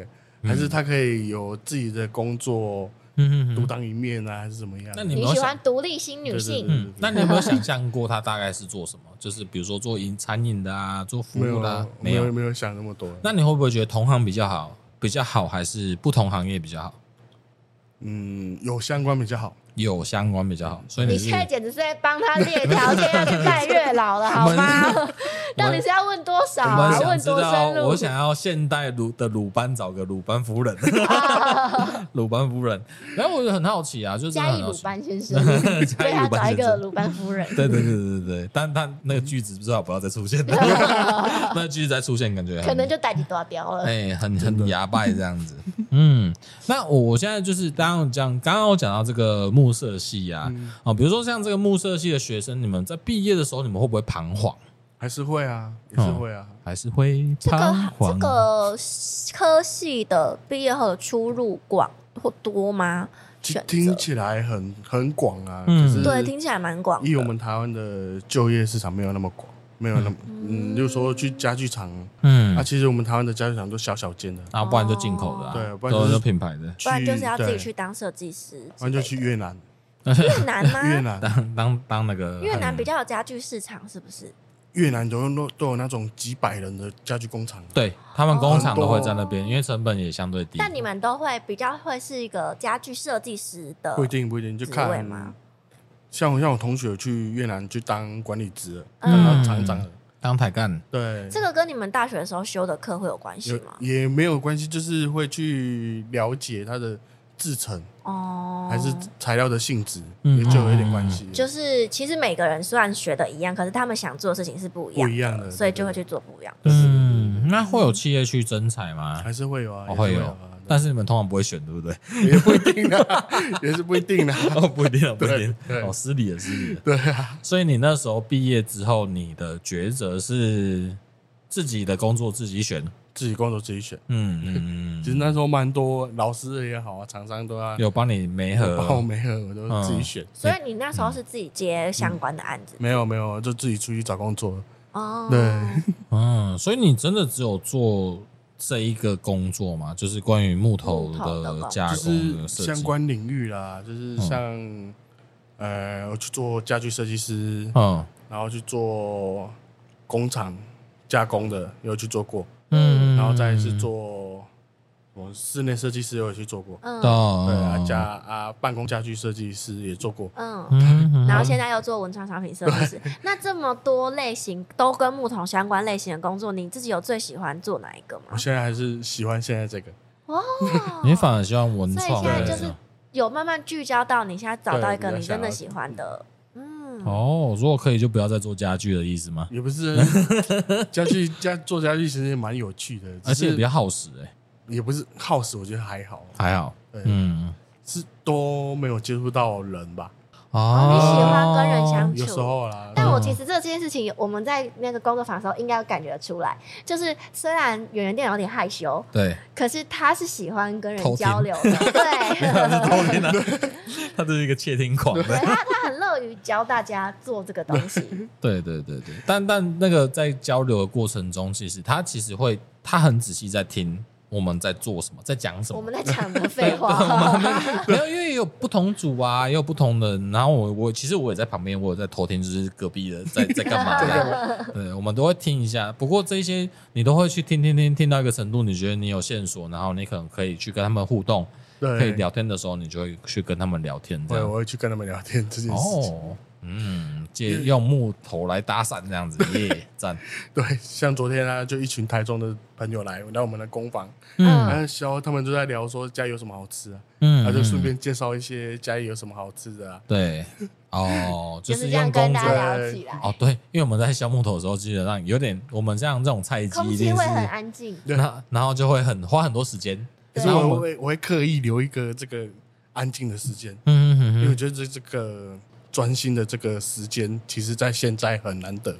Speaker 3: 还是他可以有自己的工作独
Speaker 1: 嗯，
Speaker 3: 当一面啊，还是怎么样？
Speaker 1: 那你有没
Speaker 2: 你
Speaker 1: 有
Speaker 2: 喜
Speaker 1: 想
Speaker 2: 欢，独立新女性
Speaker 3: 对对对，
Speaker 1: 嗯，那你有没有想象过他大概是做什么？ [laughs] 就是比如说做饮餐饮的啊，做服
Speaker 3: 没有
Speaker 1: 务的、啊，
Speaker 3: 没
Speaker 1: 没有。
Speaker 3: 没有想那么多，
Speaker 1: 那你会不会觉得同行比较好，比较好，还是不同行业比较好？
Speaker 3: 嗯，有相关比较好，
Speaker 1: 有相关比较好，所以
Speaker 5: 你
Speaker 1: 是
Speaker 5: 现在简直是在帮他列条件要
Speaker 2: 啊
Speaker 5: 去盖月老了，好
Speaker 2: [laughs]
Speaker 5: 吗？到底是要问多少
Speaker 1: 我
Speaker 5: 啊
Speaker 1: 们？想
Speaker 5: 问
Speaker 1: 知
Speaker 5: 多
Speaker 1: 道
Speaker 5: 深，入？
Speaker 1: 我想要现代鲁的鲁班找个鲁班
Speaker 5: [laughs]
Speaker 1: 夫人，鲁班夫人。然后我就很好奇啊，就是真的
Speaker 5: 嘉
Speaker 1: 很
Speaker 5: 义
Speaker 1: 好
Speaker 5: 鲁
Speaker 1: 奇
Speaker 5: 班先生，
Speaker 1: [laughs] 嘉
Speaker 5: 所以
Speaker 1: 义
Speaker 5: 他
Speaker 1: 鲁班
Speaker 5: 找一
Speaker 1: 先
Speaker 5: 个
Speaker 1: 生。
Speaker 5: 鲁班夫人。
Speaker 1: 对对对对对对，但但那个句子最好不要再出现
Speaker 5: [laughs]
Speaker 1: 了，那句子再出现感觉很
Speaker 5: 可能就打击多掉了。
Speaker 1: 哎、很很牙拜这样子。嗯，那我我现在就是刚刚讲，刚刚我讲到这个木色系啊，哦，比如说像这个木色系的学生，你们在毕业的时候，你们会不会彷徨？
Speaker 3: 还是会啊，也
Speaker 1: 哦
Speaker 3: 是会啊。
Speaker 1: 还是会
Speaker 2: 这个
Speaker 1: 彷
Speaker 2: 这
Speaker 1: 徨？
Speaker 2: 个科系的毕业后的出入广或多吗？
Speaker 3: 其
Speaker 2: 选择
Speaker 3: 听起来很很广啊，
Speaker 1: 嗯
Speaker 3: 就是
Speaker 2: 对，听起来蛮广的。
Speaker 3: 以我们台湾的就业市场没有那么广，没有那么嗯，就是说去家具厂，
Speaker 1: 嗯
Speaker 3: 啊，，其实我们台湾的家具厂都小小间的，
Speaker 1: 啊，不然就进口的、
Speaker 2: 哦
Speaker 1: 啊，
Speaker 3: 对不然就
Speaker 1: 都
Speaker 3: 是
Speaker 1: 是品牌的，
Speaker 2: 不然就是要自己
Speaker 3: 对
Speaker 2: 去当设计师
Speaker 3: 不
Speaker 2: 之类的，
Speaker 3: 然就去越南，
Speaker 2: 越南
Speaker 3: [laughs]
Speaker 2: 吗？
Speaker 3: 越南
Speaker 1: 当当当那个
Speaker 2: 越南比较有家具市场，是不是？
Speaker 3: 越南都有都有那种几百人的家具工厂，
Speaker 1: 对他们工厂都会在那边，因为成本也相对低。
Speaker 2: 哦但你们都会比较会是一个家具设计师的，
Speaker 3: 不一定不一定，就
Speaker 2: 呃职位
Speaker 3: 看
Speaker 2: 吗
Speaker 3: 像我像我同学去越南去当管理职了，
Speaker 1: 嗯
Speaker 3: 当
Speaker 2: 嗯，
Speaker 3: 厂长了，
Speaker 1: 当台干，
Speaker 3: 对，
Speaker 2: 这个跟你们大学的时候修的课会有关系
Speaker 3: 有
Speaker 2: 吗？
Speaker 3: 也没有关系，就是会去了解它的制成
Speaker 2: 哦，
Speaker 3: 还是材料的性质，
Speaker 1: 嗯
Speaker 3: 也就有一点关系，
Speaker 2: 就是其实每个人虽然学的一样，可是他们想做的事情是不一
Speaker 3: 不
Speaker 2: 样
Speaker 3: 一
Speaker 2: 的，
Speaker 3: 样的，
Speaker 2: 所以就会
Speaker 3: 对
Speaker 2: 去做不一样。
Speaker 1: 嗯，那会有企业去征才吗？
Speaker 3: 还是会有啊，
Speaker 1: 哦
Speaker 3: 也是
Speaker 1: 会有
Speaker 3: 啊
Speaker 1: 但是你们通常不会选，对不
Speaker 3: [laughs]
Speaker 1: 对？
Speaker 3: 对也不一定啊， [laughs] 也是不一定啊， [laughs]
Speaker 1: 哦，不一定啊，不一定
Speaker 3: 对。对
Speaker 1: 哦，失礼了，失礼了。
Speaker 3: 对啊，
Speaker 1: 所以你那时候毕业之后，你的抉择是自己的工作自己选。
Speaker 3: 自己工作自己选。
Speaker 1: 嗯
Speaker 3: [laughs]
Speaker 1: 嗯
Speaker 3: 其实
Speaker 1: 嗯，
Speaker 3: 那时候蛮多老师也好啊，厂商都要
Speaker 1: 有帮你媒
Speaker 3: 帮我
Speaker 1: 合。
Speaker 3: 没合，我都自己选。
Speaker 1: 嗯
Speaker 2: 所以你那
Speaker 3: 嗯
Speaker 2: 时候是自己接相关的案子、
Speaker 3: 没有没有，就自己出去找工作。
Speaker 2: 哦，
Speaker 3: 对，
Speaker 1: 嗯，所以你真的只有做这一个工作吗？就是关于木头
Speaker 2: 木头的工
Speaker 1: 的
Speaker 2: 作
Speaker 1: 加
Speaker 3: 就
Speaker 1: 工的
Speaker 3: 是
Speaker 1: 设计嗯
Speaker 3: 相。关领域啦，就是像呃，我去做家具设计师，
Speaker 1: 嗯
Speaker 3: 然后去做工厂加工的，也有去做过，
Speaker 1: 嗯，
Speaker 3: 然后再是做我室内设计师，也有去做过。
Speaker 1: [laughs]
Speaker 2: 嗯
Speaker 1: 对
Speaker 3: 对啊，
Speaker 1: 啊
Speaker 3: 家啊，办公家具设计师也做过，
Speaker 2: 嗯，
Speaker 1: 嗯，，
Speaker 2: 然后现在又做文创商品设计师，那这么多类型都跟木桶相关类型的工作，你自己有最喜欢做哪一个吗
Speaker 3: 我？现在还是喜欢现在这个。
Speaker 2: 哦
Speaker 1: 你反而希望文
Speaker 2: 所以
Speaker 1: 创
Speaker 2: 现在
Speaker 1: 类
Speaker 2: 就
Speaker 1: 的
Speaker 2: 是有慢慢聚焦到你现在找到一个
Speaker 3: 对
Speaker 2: 你真的
Speaker 3: 比较想要
Speaker 2: 喜欢的，嗯，
Speaker 1: 哦，如果可以就不要再做家具的意思吗？
Speaker 3: 也不是家具家做家具其实也蛮有趣的，
Speaker 1: 而
Speaker 3: 只
Speaker 1: 且比
Speaker 3: 是
Speaker 1: 较耗时哎，
Speaker 3: 也不是耗时，我觉得还好，
Speaker 1: 还好。
Speaker 3: 对，
Speaker 1: 嗯，
Speaker 3: 是都没有接触到人吧，
Speaker 1: 哦
Speaker 2: 你喜欢跟人相
Speaker 3: 有时候啦，
Speaker 2: 但我其实这件事情，我们在那个工作坊的时候应该有感觉得出来，就是虽然演员店长有点害羞，
Speaker 1: [laughs] 对，
Speaker 2: 可是他是喜欢跟
Speaker 1: 偷听
Speaker 2: 人交流
Speaker 3: [laughs]
Speaker 2: 的，对，
Speaker 1: 啊他就是一个窃听狂。
Speaker 2: 对他他很乐于教大家做这个东
Speaker 3: [laughs]
Speaker 2: 西，
Speaker 1: 对对对对，但但那个在交流的过程中，其实他其实会，他很仔细在听我们在做什么，在讲什
Speaker 2: 我
Speaker 1: 么。
Speaker 2: 们在讲的废
Speaker 1: 对
Speaker 3: [laughs]
Speaker 1: 我
Speaker 2: 话，
Speaker 1: [laughs] 没有，因为有不同组啊，也有不同的人。然后我我其实我也在旁边，我有在偷听，就是隔壁的 [laughs] 在在干嘛这样。对，我们都会听一下。不过这些你都会去听听听，听到一个程度，你觉得你有线索，然后你可能可以去跟他们互动，
Speaker 3: 对
Speaker 1: 可以聊天的时候，你就会去跟他们聊天这
Speaker 3: 对，
Speaker 1: 样
Speaker 3: 我。会去跟他们聊天这件事情。
Speaker 1: 哦，嗯，借用木头来搭讪这样子，耶，赞。
Speaker 3: 对，像昨天啊，就一群台中的朋友来来我们的工坊，
Speaker 1: 嗯
Speaker 3: 然后肖他们就在聊说家里有什么好吃啊，
Speaker 1: 嗯，
Speaker 3: 然后就顺便介绍一些家里有什么好吃的啊，
Speaker 1: 对哦，就
Speaker 2: 就是是这样
Speaker 1: 用
Speaker 2: 跟
Speaker 1: 工
Speaker 2: 大
Speaker 1: 作
Speaker 2: 家聊起来，
Speaker 1: 哦，对，因为我们在削木头的时候，基本上有点我们像这种菜鸡
Speaker 2: 空
Speaker 1: 一
Speaker 2: 气
Speaker 1: 定
Speaker 2: 会
Speaker 1: 是，
Speaker 2: 很安静。
Speaker 3: 对
Speaker 1: 那然后就会很花很多时间，
Speaker 3: 可
Speaker 2: 对
Speaker 3: 是
Speaker 1: 然后
Speaker 3: 我
Speaker 1: 我们
Speaker 3: 会我会刻意留一个这个安静的时间，
Speaker 1: 嗯
Speaker 3: 因为
Speaker 1: 嗯
Speaker 3: 我
Speaker 1: 嗯
Speaker 3: 觉得这这个专心的这个时间，其实在现在很难得，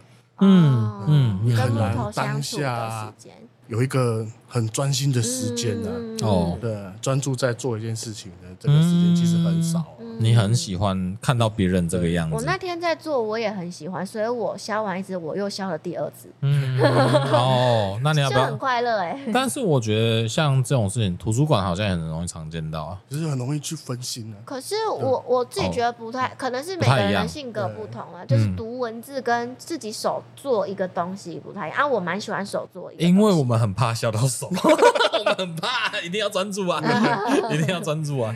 Speaker 1: 嗯嗯嗯
Speaker 2: 哦跟
Speaker 3: 很
Speaker 2: 木
Speaker 3: 难
Speaker 2: 头相处
Speaker 3: 当
Speaker 2: 的
Speaker 3: 下
Speaker 2: 时间，
Speaker 3: 有一个很专心的时间呢、啊。
Speaker 2: 嗯
Speaker 1: 哦
Speaker 3: 对，专注在做一件事情的这个时间其实很少、啊。
Speaker 1: 嗯，你很喜欢看到别人这个样
Speaker 2: 我
Speaker 1: 子
Speaker 2: 那，天在做，我也很喜欢，所以我削完一只，我又削了第二只，
Speaker 1: 嗯，哦，那你要不
Speaker 2: 就 [laughs] 很
Speaker 1: 要？
Speaker 2: 快乐哎。
Speaker 1: 但是我觉得像这种事情，图书馆好像也很容易常见到啊。
Speaker 3: 只是很容易去分心啊。
Speaker 2: 可是我我自己觉得不太，可能是每个
Speaker 1: 哦不太一
Speaker 2: 人
Speaker 1: 样嗯
Speaker 2: 的性格不同啊，就是读文字跟自己手做一个东西不太一样啊。我蛮喜欢手做一个东西，
Speaker 1: 因为我们很怕削到手， [laughs] 我们很怕，一定要专
Speaker 2: [laughs]
Speaker 1: 注啊，一定要专注啊。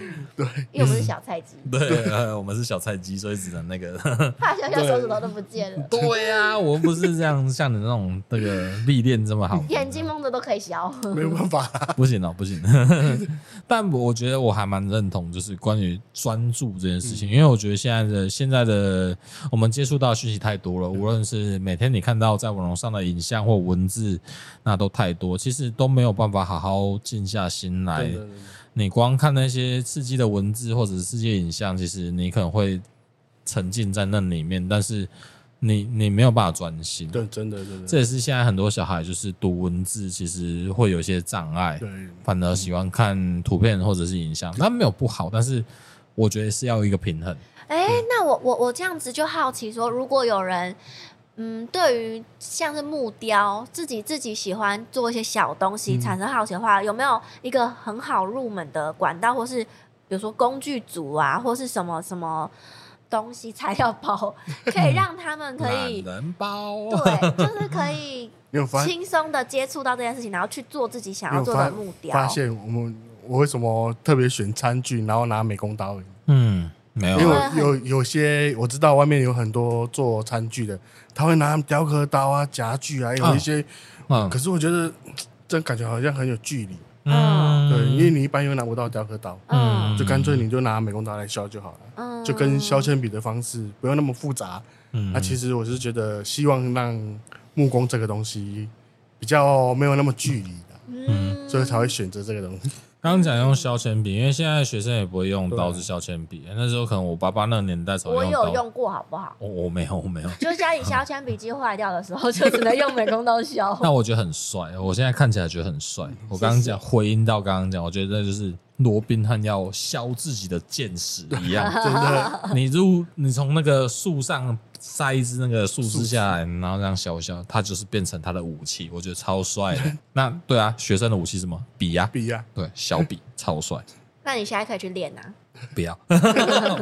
Speaker 2: 因为我们是小菜鸡， [laughs]
Speaker 1: 对，呃我们是小菜鸡，所以只能那个。
Speaker 2: 怕小小手指头都不见 [laughs] 了，
Speaker 1: 对呀、我不是这样，像你那种那个历练这么
Speaker 2: [laughs]
Speaker 1: 好，
Speaker 2: 眼睛蒙着都可以消。
Speaker 3: 没有办法啊
Speaker 1: [laughs]
Speaker 3: 啦，
Speaker 1: 不行哦，不行。但我觉得我还蛮认同，就是关于专注这件事情，因为我觉得现在的现在的我们接触到的讯息太多了，无论是每天你看到在网络上的影像或文字，那都太多，其实都没有办法好好静下心来。
Speaker 3: 对对对
Speaker 1: 你光看那些刺激的文字或者是刺激的影像，其实你可能会沉浸在那里面，但是你你没有办法专心。
Speaker 3: 对，真的真的，
Speaker 1: 这也是现在很多小孩就是读文字，其实会有一些障碍。
Speaker 3: 对
Speaker 1: 反而喜欢看图片或者是影像，那没有不好，但是我觉得是要有一个平衡。
Speaker 2: 哎、那我我我这样子就好奇说，如果有人，嗯，对于像是木雕，自己自己喜欢做一些小东西，
Speaker 1: 嗯
Speaker 2: 产生好奇的话，有没有一个很好入门的管道，或是比如说工具组啊，或是什么什么东西材料包，可以让他们可
Speaker 1: [laughs]
Speaker 2: 以
Speaker 1: 懒人包，
Speaker 3: 啊
Speaker 2: 对，就是可以
Speaker 3: 你有发
Speaker 2: 轻松的接触到这件事情，然后去做自己想要
Speaker 3: 你有
Speaker 2: 做
Speaker 3: 发
Speaker 2: 的嗯目标。
Speaker 3: 发现我们我为什么特别选餐具，然后拿美工刀而已？
Speaker 1: 嗯，没有
Speaker 3: 因为
Speaker 2: 哦
Speaker 1: 啊，
Speaker 3: 我有有些我知道外面有很多做餐具的，他会拿雕刻刀啊、夹具啊，有一些，
Speaker 1: 嗯
Speaker 3: 可是我觉得这样感觉好像很有距离，
Speaker 1: 嗯，
Speaker 3: 对，因为你一般又拿不到雕刻刀，
Speaker 2: 嗯
Speaker 3: 就干脆你就拿美工刀来削就好了，
Speaker 2: 嗯
Speaker 3: 就跟削铅笔的方式不用那么复杂。
Speaker 1: 嗯
Speaker 3: 那其实我是觉得希望让木工这个东西比较没有那么距离的，
Speaker 2: 嗯
Speaker 3: 所以才会选择这个东
Speaker 2: [laughs]
Speaker 3: 西。
Speaker 1: 刚刚讲用削铅笔，因为现在学生也不会用
Speaker 3: 啊
Speaker 1: 刀子削铅笔，那时候可能我爸爸那个年代才会
Speaker 2: 我有
Speaker 1: 刀，
Speaker 2: 用过，好不好？
Speaker 1: 我我没有，我没有。
Speaker 2: 就是家里削铅笔机坏掉的时候，就只能用美工刀削。
Speaker 1: [laughs] 那我觉得很帅，我现在看起来觉得很帅。
Speaker 3: 嗯
Speaker 1: 我刚刚讲回应到刚刚讲，我觉得那就是罗宾汉要削自己的剑矢一
Speaker 3: [laughs]
Speaker 1: 样，
Speaker 3: 真的，
Speaker 1: [laughs] 你入你从那个树上塞一只那个树枝下来，然后这样削一削，它就是变成他的武器，我觉得超帅 [laughs] 的。那对啊，学生的武器是什么？笔呀、
Speaker 3: 比呀，
Speaker 1: 对，小笔超帅。
Speaker 2: 那你现在可以去练啊。
Speaker 1: 不要， [laughs] 没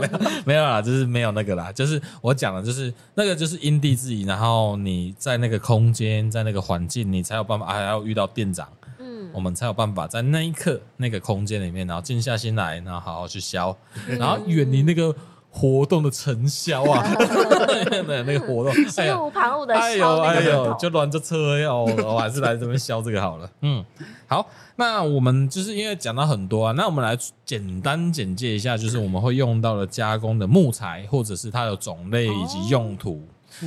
Speaker 1: 有没有啦，就是没有那个啦，就是我讲的，就是那个就是因地制宜，然后你在那个空间，在那个环境，你才有办法，还要遇到店长，
Speaker 2: 嗯，
Speaker 1: 我们才有办法在那一刻那个空间里面，然后静下心来，然后好好去消，然后远离那个活动的尘嚣啊， [laughs] 对那个活动，哎
Speaker 2: 心
Speaker 1: 呀，
Speaker 2: 无旁骛的
Speaker 1: 哎
Speaker 2: 削
Speaker 1: 呦
Speaker 2: 那
Speaker 1: 哎
Speaker 2: 个木
Speaker 1: 呦，
Speaker 2: 头
Speaker 1: 就乱这车哟，我还是来这边消这个好
Speaker 2: [laughs]
Speaker 1: 了。嗯，好，那我们就是因为讲到很多啊，那我们来简单简介一下，就是我们会用到的加工的木材，或者是它的种类以及用途，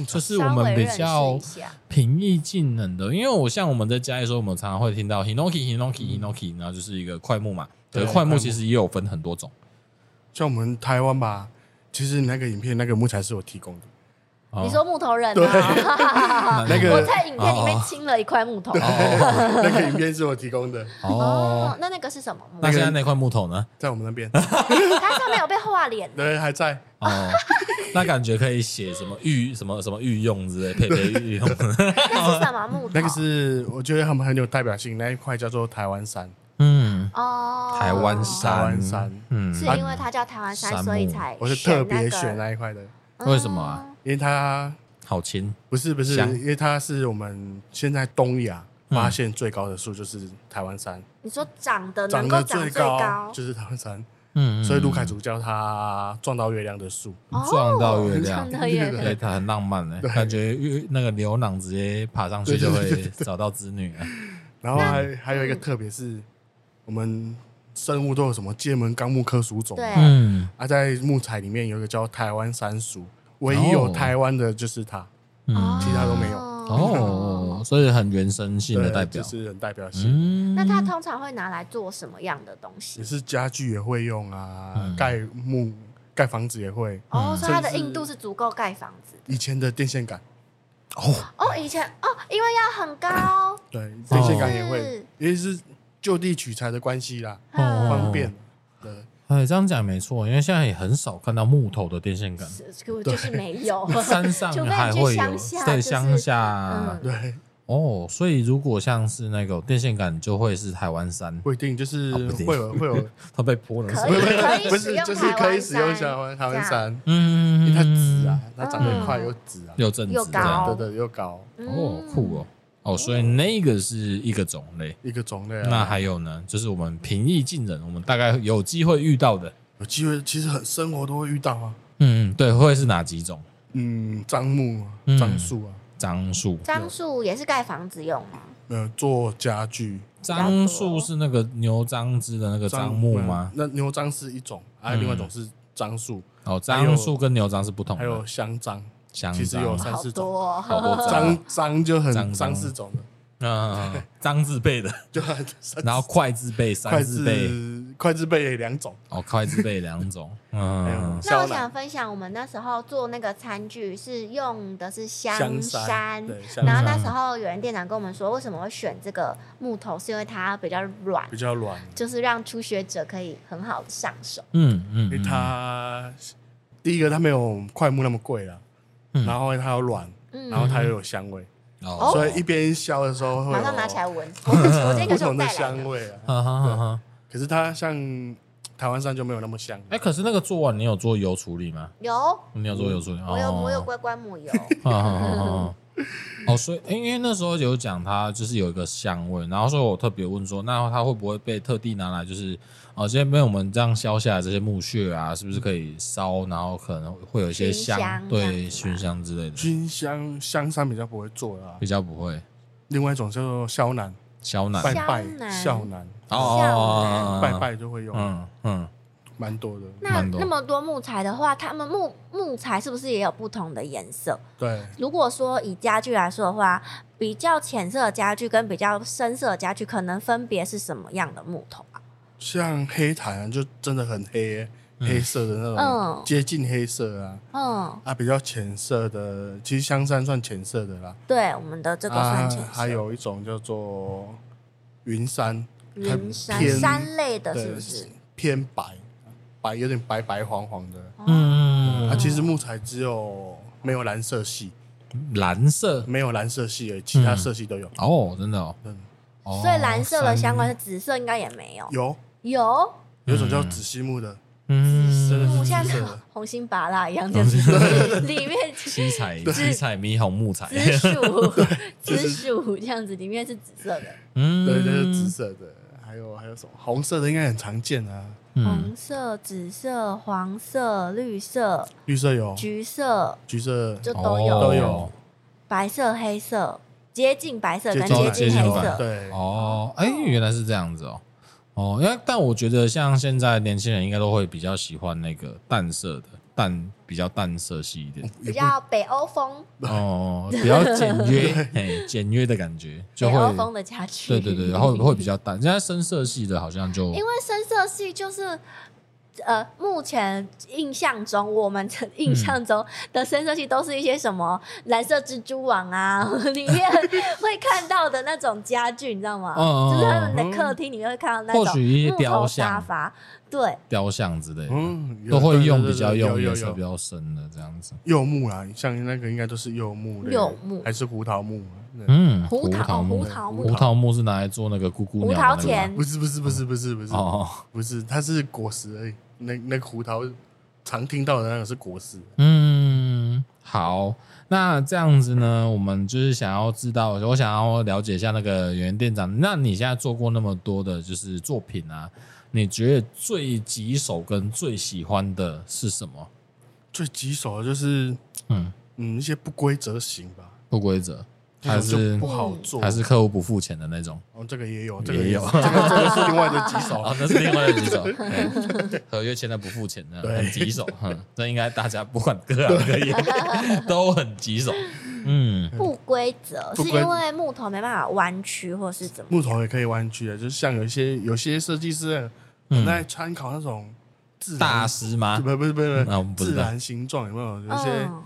Speaker 1: 就是我们比
Speaker 2: 哦稍微
Speaker 1: 较
Speaker 2: 认识一下
Speaker 1: 平易近人的，因为我像我们在家里的时候，我们常常会听到 hinoki hinoki hinoki，然后就是一个块木嘛。可
Speaker 3: 对
Speaker 1: 是块木其实也有分很多种，
Speaker 3: 像我们台湾吧，其实那个影片那个木材是我
Speaker 2: [laughs]
Speaker 3: 提供的，
Speaker 1: 哦
Speaker 2: 你说木头人啊？
Speaker 1: 那
Speaker 2: 我
Speaker 3: 个
Speaker 2: 在影片里面亲了一块木头。
Speaker 1: 哦
Speaker 3: 那个影片是我提供的，
Speaker 2: 哦
Speaker 1: 哦，，
Speaker 2: [laughs] 那那个是什么木？
Speaker 1: 那现在那块木头呢？
Speaker 3: 在我们那边，
Speaker 2: 它上面有被画脸，
Speaker 3: [laughs] 对，还在。
Speaker 1: 哦，那感觉可以写什么御什么什么御用之类，配备御用。
Speaker 2: 那是什么木头？
Speaker 3: 那个是我觉得他们很有代表性，那一块叫做台湾山，
Speaker 1: [laughs] 嗯，
Speaker 2: 哦，
Speaker 1: 台湾
Speaker 3: 台
Speaker 1: 山，
Speaker 3: 湾山
Speaker 1: 嗯，
Speaker 2: 是因为它叫台湾山，
Speaker 1: 山
Speaker 2: 所以
Speaker 1: 木
Speaker 2: 才
Speaker 3: 我是特别
Speaker 2: 选
Speaker 3: 选
Speaker 2: 那
Speaker 3: 那一块的，
Speaker 2: 个
Speaker 1: 为什么啊？
Speaker 2: 嗯
Speaker 3: 因为它
Speaker 1: 好轻，
Speaker 3: 不是不是，
Speaker 1: 香
Speaker 3: 因为它是我们现在东亚
Speaker 1: 嗯
Speaker 3: 发现最高的树就是台湾山，
Speaker 2: 你说长得
Speaker 3: 长
Speaker 2: 能够
Speaker 3: 得
Speaker 2: 长最
Speaker 3: 高就是台湾山，
Speaker 1: 嗯
Speaker 3: 所以卢凯族叫它撞到月亮的树。
Speaker 2: 哦
Speaker 1: 撞到月亮
Speaker 2: 撞到月亮
Speaker 1: 对，它很浪漫的，感觉月那个牛郎直接爬上去就会找到织女啊了。
Speaker 3: 然后还还有一个特别是，我们生物都有什么界门纲目科属种，
Speaker 2: 对
Speaker 1: 嗯
Speaker 3: 啊，在木材里面有一个叫台湾山属，唯一有
Speaker 1: 哦
Speaker 3: 台湾的就是它，
Speaker 1: 嗯，
Speaker 3: 其他都没有
Speaker 1: 哦，。所以很原生性的
Speaker 3: 对，
Speaker 1: 代表
Speaker 3: 就。是很代表性。
Speaker 1: 嗯，
Speaker 2: 那它通常会拿来做什么样的东西
Speaker 3: 也？是家具也会用啊
Speaker 1: 嗯，
Speaker 3: 盖木盖房子也会。
Speaker 2: 哦，所以它的
Speaker 3: 嗯甚至
Speaker 2: 硬度是足够盖房子的。
Speaker 3: 以前的电线杆，
Speaker 1: 哦，
Speaker 2: 哦，以前哦，因为要很高，
Speaker 3: 对，电线杆也
Speaker 2: 是
Speaker 3: 会，因为是就地取材的关系啦，
Speaker 1: 哦
Speaker 2: 嗯，
Speaker 3: 方便。对，
Speaker 1: 哎，这样讲也没错，因为现在也很少看到木头的电线杆，
Speaker 2: 是就是没
Speaker 3: [laughs]
Speaker 2: 有。
Speaker 1: 山上
Speaker 2: 除非你去
Speaker 1: 还会有
Speaker 2: 乡下
Speaker 1: 在
Speaker 2: 就是
Speaker 1: 乡下啊
Speaker 2: 嗯
Speaker 3: 对，
Speaker 1: 哦，所以如果像是那个电线杆，就会是台湾山，
Speaker 3: 不一定就是
Speaker 1: 哦不一定
Speaker 3: 会有会有，
Speaker 1: [laughs] 它被泼了。
Speaker 2: 可
Speaker 3: 不
Speaker 2: 以
Speaker 3: 是
Speaker 2: 可以
Speaker 3: [laughs] 不
Speaker 2: 使
Speaker 3: 是
Speaker 2: 用
Speaker 3: 就是可以使用
Speaker 2: 台
Speaker 3: 台
Speaker 2: 湾
Speaker 3: 湾台湾山，因
Speaker 1: 嗯
Speaker 3: 为它直啊，它长得
Speaker 2: 嗯
Speaker 3: 快又直啊，
Speaker 1: 又正直
Speaker 2: 又
Speaker 1: 这样
Speaker 2: 高
Speaker 3: 对对又高。
Speaker 1: 哦，酷哦。哦，所以那个是一个种类。
Speaker 3: 一个种类啊。
Speaker 1: 那还有呢，就是我们平易近人，我们大概有机会遇到的，
Speaker 3: 有机会，其实很生活都会遇到啊。
Speaker 1: 嗯，对，会是哪几种？
Speaker 3: 嗯，樟木啊
Speaker 1: 嗯，
Speaker 3: 樟树啊，
Speaker 1: 樟树，
Speaker 2: 樟树也是盖房子用吗？
Speaker 3: 没有做家具。
Speaker 1: 樟树是那个牛樟枝的那个樟木吗？
Speaker 3: 啊
Speaker 1: 嗯
Speaker 3: 那牛樟是一种，还有另外一种是樟树，
Speaker 1: 哦，
Speaker 3: 还有
Speaker 1: 樟树跟牛樟是不同
Speaker 3: 还有
Speaker 1: 的。
Speaker 3: 香樟，
Speaker 1: 香
Speaker 3: 其实有
Speaker 1: 樟，
Speaker 3: 三
Speaker 2: 好
Speaker 3: 四种。
Speaker 2: 多、哦，
Speaker 1: 好多樟，
Speaker 3: 樟樟就很
Speaker 1: 樟
Speaker 3: 樟四种的，
Speaker 1: 嗯，嗯樟字辈的，
Speaker 3: 就很
Speaker 1: [laughs]
Speaker 3: 三 [laughs]
Speaker 1: 然后快字辈、三
Speaker 3: 筷
Speaker 1: 字辈，
Speaker 3: 子筷子背也两种，
Speaker 1: 哦，快字辈两
Speaker 3: [laughs]
Speaker 1: 种。
Speaker 3: 还
Speaker 1: 嗯
Speaker 3: 有，
Speaker 2: 那
Speaker 3: 香
Speaker 2: 我想分享，我们那时候做那个餐具是用的是
Speaker 3: 香
Speaker 2: 山，
Speaker 3: 对，香
Speaker 2: 然后
Speaker 3: 山
Speaker 2: 那时候有人店长跟我们说，为什么会选这个木头，是因为它比较软
Speaker 3: 比，较软，
Speaker 2: 就是让初学者可以很好的上手。
Speaker 1: 嗯嗯
Speaker 3: 因为
Speaker 1: 嗯，
Speaker 3: 它第一个它没有快木那么贵了，
Speaker 1: 嗯
Speaker 3: 然后它有软，
Speaker 2: 嗯，
Speaker 3: 然后它又有香味，
Speaker 1: 哦
Speaker 3: 嗯所以一边削的时候会有
Speaker 2: 马上拿起来闻，我我这
Speaker 3: 不
Speaker 2: 个时候
Speaker 3: 同
Speaker 2: 带
Speaker 3: 的
Speaker 2: 来
Speaker 3: 香
Speaker 2: 的。
Speaker 3: 味啊。
Speaker 1: 哈哈哈哈。
Speaker 3: 可是它像台湾山就没有那么香，啊
Speaker 1: 哎，可是那个做完你有做油处理吗？
Speaker 2: 有，
Speaker 1: 你有做油处理？
Speaker 2: 我有
Speaker 1: 哦
Speaker 2: 我有乖乖母油，
Speaker 1: 哦哦哦哦，哦，所以、诶因为那时候有讲它就是有一个香味，然后所以我特别问说，那它会不会被特地拿来就是哦，现在被我们这样削下来这些木屑啊，是不是可以烧，然后可能会有一些
Speaker 2: 熏香这
Speaker 1: 对，
Speaker 2: 样子
Speaker 1: 熏香之类的，
Speaker 3: 熏香香山比较不会做啦
Speaker 1: 比。较不会
Speaker 3: 另外一种叫做肖楠，
Speaker 1: 消难
Speaker 3: 拜
Speaker 1: 哦
Speaker 2: 肖
Speaker 3: 拜
Speaker 2: 楠
Speaker 3: 肖楠，
Speaker 1: 哦哦，
Speaker 3: 拜拜就会有，
Speaker 1: 嗯，
Speaker 2: 哦
Speaker 1: 嗯
Speaker 3: [laughs] 蛮多的。
Speaker 2: 那
Speaker 1: 蛮多
Speaker 2: 那么多木材的话，它们木木材是不是也有不同的颜色？
Speaker 3: 对，
Speaker 2: 如果说以家具来说的话，比较浅色的家具跟比较深色的家具，可能分别是什么样的木头啊？
Speaker 3: 像黑檀就真的很黑，
Speaker 1: 嗯
Speaker 3: 黑色的那种
Speaker 2: 嗯，
Speaker 3: 接近黑色啊
Speaker 2: 嗯，
Speaker 3: 啊，比较浅色的，其实香山算浅色的啦。
Speaker 2: 对，我们的这个
Speaker 3: 啊
Speaker 2: 算浅色。，
Speaker 3: 还有一种叫做云山，它
Speaker 2: 云山
Speaker 3: 偏
Speaker 2: 山类的，是
Speaker 3: 对
Speaker 2: 不是？
Speaker 3: 偏白，白有点白白黄黄的。
Speaker 2: 哦
Speaker 1: 嗯
Speaker 3: 啊，其实木材只有没有蓝色系，
Speaker 1: 嗯蓝色
Speaker 3: 没有蓝色系而已，其他色系都有。
Speaker 1: 哦，真的哦，
Speaker 3: 嗯，
Speaker 1: 哦
Speaker 2: 所以蓝色的相关
Speaker 1: 山
Speaker 2: 是紫色，应该也没有。
Speaker 3: 有
Speaker 2: 有
Speaker 3: 有一种叫紫西木的，真的
Speaker 1: 嗯
Speaker 3: 是
Speaker 2: 木像
Speaker 3: 紫色的
Speaker 2: 红心拔蜡一样，
Speaker 3: [laughs]
Speaker 2: 就是里面
Speaker 1: 七彩七彩霓虹木材，
Speaker 2: 紫薯紫薯这样子，里面是紫色的，
Speaker 1: [laughs] 嗯
Speaker 3: 对，这是紫色的。还有还有什么红色的应该很常见啊，
Speaker 1: 嗯
Speaker 2: 红色、紫色、黄色、绿色、
Speaker 3: 绿色有，
Speaker 2: 橘色
Speaker 3: 橘色
Speaker 2: 就
Speaker 1: 哦
Speaker 2: 都有。
Speaker 3: 都有
Speaker 2: 白色、黑色，接近白色跟
Speaker 1: 近
Speaker 2: 接
Speaker 1: 接
Speaker 2: 近
Speaker 1: 近
Speaker 2: 黑
Speaker 1: 白
Speaker 2: 色，
Speaker 3: 对，
Speaker 1: 哦，哎、原来是这样子哦，哦，因为但我觉得像现在年轻人应该都会比较喜欢那个淡色的，淡比较淡色系
Speaker 3: [laughs]
Speaker 1: 一点，
Speaker 2: 比较北欧风、
Speaker 1: 哦，比较简约，
Speaker 3: [laughs]
Speaker 1: 嘿，简约的感觉
Speaker 2: 北
Speaker 1: 就
Speaker 2: 欧风
Speaker 1: 会，
Speaker 2: 的家具。
Speaker 1: 对对对，会会比较淡。现在深色系的好像就
Speaker 2: 哎因为深色系就是。呃，目前印象中，我们的印象中的深色系都是一些什么蓝色蜘蛛网啊，里面会看到的那种家具，你知道吗？
Speaker 1: 嗯嗯
Speaker 2: 就是他们
Speaker 3: 嗯
Speaker 2: 的客厅里面会看到那
Speaker 1: 或许一些
Speaker 2: 种木
Speaker 1: 雕
Speaker 2: 头
Speaker 1: 像
Speaker 2: 沙发，对，
Speaker 1: 雕像之类的。
Speaker 3: 嗯，有
Speaker 1: 都会
Speaker 3: 对
Speaker 1: 用
Speaker 3: 对
Speaker 1: 比
Speaker 3: 对
Speaker 1: 较
Speaker 3: 对
Speaker 1: 用
Speaker 3: 有
Speaker 1: 颜
Speaker 3: 有
Speaker 1: 色比
Speaker 3: 有
Speaker 1: 较深的这样子，
Speaker 3: 柚木啦，像那个应该都是柚木类的，
Speaker 2: 柚木
Speaker 3: 还是胡桃木啊？对
Speaker 1: 嗯，
Speaker 2: 胡桃
Speaker 1: 木
Speaker 2: 胡，桃木
Speaker 1: 胡桃木是拿来做那个咕咕鸟
Speaker 2: 胡
Speaker 1: 的
Speaker 2: 桃
Speaker 1: 那个
Speaker 2: 钳
Speaker 1: 吗，
Speaker 3: 不是不是不是不是不是
Speaker 1: 哦，
Speaker 3: 不是，它是果实而已。那那个胡桃常听到的那个是果实，
Speaker 1: 嗯，好，那这样子呢，我们就是想要知道，我想要了解一下那个原店长，那你现在做过那么多的就是作品啊，你觉得最棘手跟最喜欢的是什么？
Speaker 3: 最棘手的就是
Speaker 1: 嗯，
Speaker 3: 嗯一些不规则型吧，
Speaker 1: 不规则，还
Speaker 3: 这种
Speaker 1: 是
Speaker 3: 就不好做，
Speaker 1: 还是客户不付钱的那种？
Speaker 3: 哦这个也有，这个
Speaker 1: 也
Speaker 3: 也
Speaker 1: 有
Speaker 3: 有，这个这个是另外的棘手
Speaker 1: 哦，。那是另外的棘
Speaker 3: [laughs]
Speaker 1: 手，对合约签了不付钱的，
Speaker 3: 对
Speaker 1: 很棘手。哼这应该大家不管各行各业 [laughs] 都很棘手。嗯，
Speaker 2: 不规则，
Speaker 3: 不
Speaker 2: 是
Speaker 3: 规
Speaker 2: 因为木头没办法弯曲或是怎么样
Speaker 3: 木头也可以弯曲的，就是像有一些有些设计师很爱参考那种自
Speaker 1: 嗯
Speaker 3: 然
Speaker 1: 大师吗？
Speaker 3: 不不不不
Speaker 1: 那我们不知
Speaker 3: 自
Speaker 1: 道
Speaker 3: 然形状有没有？有一些
Speaker 2: 嗯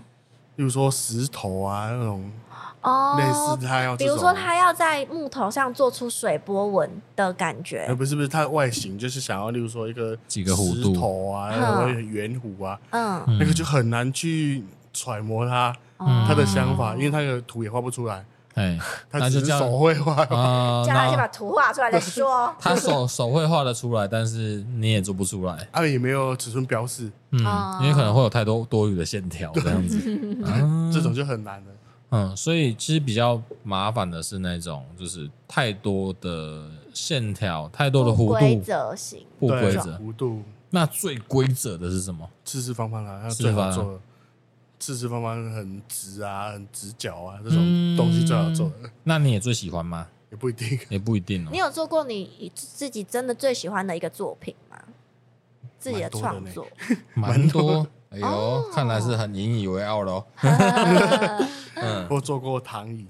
Speaker 3: 例如说石头啊那种
Speaker 2: 哦，
Speaker 3: 类似它要这
Speaker 2: 比
Speaker 3: 种，
Speaker 2: 如说，他要在木头上做出水波纹的感
Speaker 3: 呃
Speaker 2: 觉，
Speaker 3: 不是不是它的外形就是想要，例如说一个
Speaker 1: 几个弧度
Speaker 3: 石头啊，
Speaker 2: 嗯
Speaker 3: 然后圆弧啊，
Speaker 2: 嗯，
Speaker 1: 嗯
Speaker 3: 那个就很难去揣摩它
Speaker 2: 哦
Speaker 3: 它的想法，因为它的图也画不出来，
Speaker 1: 哎，
Speaker 3: 它
Speaker 1: 那就
Speaker 3: 只是
Speaker 1: 这样
Speaker 3: 手绘画。
Speaker 2: [laughs]
Speaker 1: 啊，
Speaker 2: 叫他
Speaker 1: 那。
Speaker 2: 先把图画出来再说
Speaker 1: 他手手绘画的出来，但是你也做不出来，
Speaker 3: 啊，也没有尺寸标示，
Speaker 1: 嗯，
Speaker 2: 哦
Speaker 1: 因为可能会有太多多余的线条这样子，啊
Speaker 3: 这种就很难了。
Speaker 1: 嗯嗯，所以其实比较麻烦的是那种就是太多的线条、太多的
Speaker 2: 不
Speaker 1: 弧
Speaker 2: 规
Speaker 1: 度、
Speaker 2: 则型，
Speaker 1: 不
Speaker 3: 对
Speaker 1: 规则。
Speaker 3: 弧度
Speaker 1: 那最规则的是什么？
Speaker 3: 四四方方啦，它
Speaker 1: 四
Speaker 3: 最
Speaker 1: 方
Speaker 3: 好
Speaker 1: 啊
Speaker 3: 做的。四四方方很直啊，很直角啊，这
Speaker 1: 嗯
Speaker 3: 种东西最好做的，
Speaker 1: 那你也最喜欢吗？
Speaker 3: 也不一定。
Speaker 1: 也不一定哦
Speaker 2: 你。有做过你自己真的最喜欢的一个作品吗？自己的
Speaker 3: 蛮多的
Speaker 2: 创
Speaker 3: 呢
Speaker 2: 作，
Speaker 1: 蛮多。哎呦，看来是很引以为傲喽。 [laughs] 嗯，
Speaker 3: 我做过躺椅，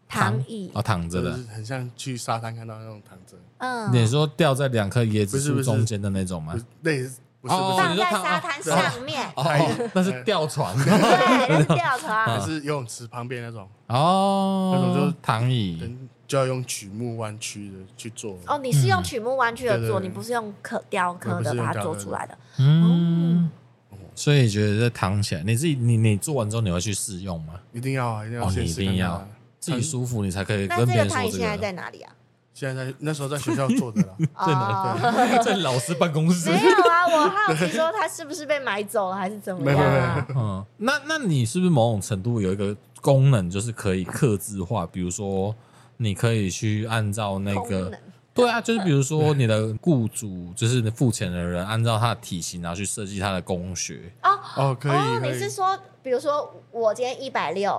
Speaker 2: 呃躺椅，
Speaker 1: 哦，躺着
Speaker 3: 就
Speaker 1: 的
Speaker 3: 是，很像去沙滩看到那种躺着，
Speaker 2: 嗯，
Speaker 1: 你说吊在两棵椰子
Speaker 3: 不是不
Speaker 1: 树
Speaker 3: 是
Speaker 1: 中间的那种吗
Speaker 3: 不？是类似不是
Speaker 1: 哦
Speaker 3: 不
Speaker 2: 放
Speaker 1: 你
Speaker 3: 是，
Speaker 1: 说
Speaker 2: 在
Speaker 1: 躺
Speaker 2: 沙滩
Speaker 3: 对
Speaker 2: 上面，
Speaker 1: 哦， [laughs] 那是吊床。
Speaker 3: [laughs]
Speaker 2: 对，那是吊床，
Speaker 1: 啊
Speaker 3: 还是游泳池旁边那种，
Speaker 1: 哦，
Speaker 3: 那种就是
Speaker 1: 躺椅。
Speaker 3: 就要用曲目弯曲的去做。
Speaker 2: 哦，你是用曲目弯曲
Speaker 3: 对
Speaker 2: 的
Speaker 3: 对
Speaker 2: 做，
Speaker 3: 对
Speaker 2: 你不是用刻雕刻
Speaker 3: 我不
Speaker 2: 的
Speaker 3: 是用
Speaker 2: 把它
Speaker 3: 雕
Speaker 2: 做
Speaker 3: 刻的
Speaker 2: 出来的。
Speaker 1: 嗯，所以觉得这躺起来，你自己你你做完之后你会去试用吗？
Speaker 3: 一定要啊，一定
Speaker 1: 哦，
Speaker 3: 要
Speaker 1: 你
Speaker 3: 先
Speaker 1: 一
Speaker 3: 试
Speaker 1: 定
Speaker 3: 看看
Speaker 1: 要
Speaker 3: 啊。
Speaker 1: 自己舒服，你才可以
Speaker 2: 那
Speaker 1: 跟别
Speaker 2: 这个
Speaker 1: 人
Speaker 2: 躺
Speaker 1: 说
Speaker 2: 椅现在
Speaker 1: 这
Speaker 2: 在
Speaker 1: 个。
Speaker 2: 哪里
Speaker 3: [laughs]
Speaker 2: 啊？
Speaker 3: 现在在那时候在学校
Speaker 2: [laughs]
Speaker 3: 做的啦，
Speaker 2: 哦，
Speaker 1: [laughs] 在老师办公室
Speaker 2: 没有啊，我好奇说他是不是被买走了还是怎么样啊？
Speaker 1: 嗯，那那你是不是某种程度有一个功能，就是可以克制化？比如说，你可以去按照那
Speaker 2: 功
Speaker 1: 个
Speaker 2: 能，
Speaker 1: 对啊，就是比如说你的雇主，就是付钱的人，按照他的体型，然后去设计他的工学。
Speaker 3: 哦，可
Speaker 2: 哦
Speaker 3: 以，，可
Speaker 2: 你是
Speaker 3: 以，
Speaker 2: 说，比如说我今天一百六，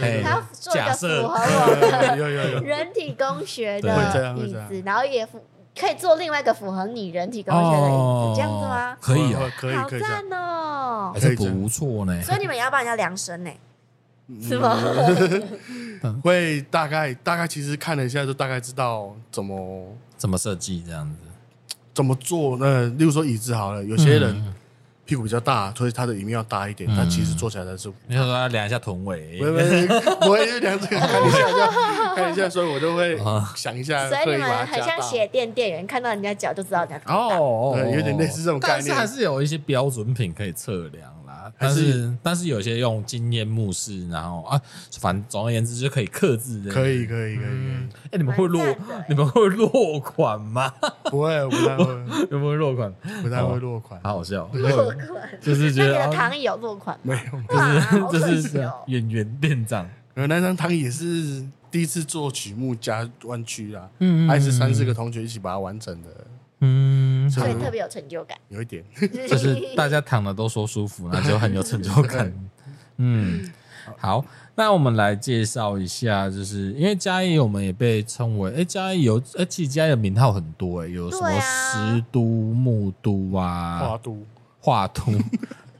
Speaker 1: 哎
Speaker 2: 他要做一
Speaker 1: 假
Speaker 2: 个符
Speaker 1: 设
Speaker 3: [laughs]
Speaker 2: 合我
Speaker 3: 有有有，
Speaker 2: 人体工学
Speaker 1: 对会
Speaker 3: 这
Speaker 2: 的
Speaker 3: 样会
Speaker 2: 椅
Speaker 3: 这样
Speaker 2: 子，然后也符可以做另外一个符合你人体工学的椅子，这样子吗？
Speaker 1: [laughs] 可以
Speaker 3: 哦
Speaker 1: 哦，
Speaker 3: 可以
Speaker 2: 好
Speaker 3: 可以这样，
Speaker 2: 赞哦
Speaker 1: 还！
Speaker 3: 可
Speaker 1: 是
Speaker 3: 以这样
Speaker 1: 不错呢。
Speaker 2: 所以你们也要帮人家量身呢？
Speaker 3: 是
Speaker 2: 吗？
Speaker 3: 会大概大概其实看了一下，就大概知道怎么
Speaker 1: 怎么设计这样子？
Speaker 3: 怎么做。那例如说椅子好了，有些
Speaker 1: 嗯
Speaker 3: 人屁股比较大，所以他的椅面要大一点，他其实坐起来的是
Speaker 1: 你想说要量一下臀围
Speaker 3: 我会
Speaker 1: [laughs]
Speaker 3: 我会量这个看一下，就看一下，所以我就会
Speaker 1: 啊
Speaker 3: 想一下，
Speaker 2: 所以
Speaker 3: 刻
Speaker 2: 你
Speaker 3: 意把
Speaker 2: 们
Speaker 3: 它
Speaker 2: 很
Speaker 3: 加
Speaker 2: 像
Speaker 3: 大。
Speaker 2: 鞋店店员，看到人家脚就知道人家多大。
Speaker 1: 哦
Speaker 3: 对有点类似这种概念
Speaker 1: 但是还是有一些标准品可以测量啦。
Speaker 3: 还
Speaker 1: 但
Speaker 3: 是
Speaker 1: 是但是有些用经验目视，然后啊，反正总而言之就可以克制的。
Speaker 3: 可以，可以，可以，
Speaker 1: 嗯
Speaker 3: 可，
Speaker 1: 哎、你们会落
Speaker 2: 蛮赞的欸
Speaker 1: 你们会落款吗？ [laughs]
Speaker 3: 以不会，我不太会，
Speaker 1: 有没有落款？
Speaker 3: 不太会落
Speaker 1: [laughs]
Speaker 3: 款。
Speaker 1: 好好笑，哦
Speaker 2: 落款，
Speaker 1: 就是觉
Speaker 2: [laughs] 那你
Speaker 1: 得
Speaker 2: 的
Speaker 1: 啊
Speaker 2: 躺椅有落款吗？
Speaker 3: 没
Speaker 2: [laughs]
Speaker 3: 有，
Speaker 2: 哇，好
Speaker 1: 就
Speaker 2: 可
Speaker 1: 是
Speaker 2: 惜哦。
Speaker 1: 演员店长，
Speaker 3: 呃，那张躺椅也是第一次做曲目加弯曲啦，
Speaker 1: 嗯
Speaker 3: 还是三四个，同学一起把它完成的，
Speaker 1: 嗯，
Speaker 3: 所
Speaker 2: 所
Speaker 3: 以
Speaker 2: 以特别有成就感，
Speaker 3: 有一点。
Speaker 1: [laughs]
Speaker 3: [laughs]
Speaker 1: 就是
Speaker 2: [laughs]
Speaker 1: 大家躺的都说舒服，那就很有成就感。 [laughs] 嗯，好，那我们来介绍一下，就是因为嘉义，我们也被称为，哎、嘉义有，哎、其实嘉义的名号很多、诶有什么
Speaker 2: 对啊
Speaker 1: 石都、木都啊
Speaker 3: 花、都
Speaker 1: 画 [laughs] 都、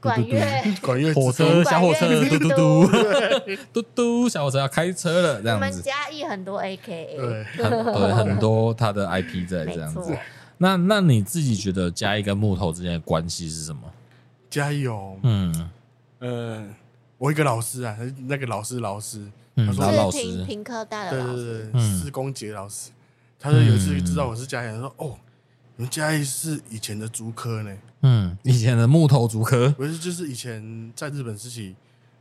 Speaker 2: 管乐。
Speaker 3: 管乐
Speaker 1: 火
Speaker 3: 之
Speaker 1: 车、
Speaker 3: 中
Speaker 1: 小火车，嘟
Speaker 2: 管
Speaker 1: 嘟
Speaker 2: 乐
Speaker 1: 嘟，嘟嘟，小火车要开车了，这
Speaker 2: 我
Speaker 1: 样
Speaker 2: 们
Speaker 1: 子，
Speaker 2: 嘉义很多 A K A，
Speaker 3: 对，
Speaker 2: [laughs]
Speaker 1: 很对很多他的 IP 在
Speaker 2: 没
Speaker 1: 这样
Speaker 2: 错
Speaker 1: 子。。那那你自己觉得嘉义跟木头之间的关系是什么？
Speaker 3: 加油。
Speaker 1: 嗯
Speaker 3: 嗯，我一个老师啊，那个老师老师，
Speaker 1: 嗯，
Speaker 3: 他说
Speaker 1: 老老
Speaker 2: 是
Speaker 1: 师
Speaker 2: 平，平科大的
Speaker 3: 对
Speaker 2: 老
Speaker 3: 对
Speaker 2: 师，
Speaker 3: 对对，
Speaker 1: 嗯
Speaker 3: 施工杰老师，他说有一次知道我是嘉义人，他说哦，你们嘉义是以前的竹科呢，
Speaker 1: 嗯，以前的木头竹科
Speaker 3: 不是就是以前在日本时期，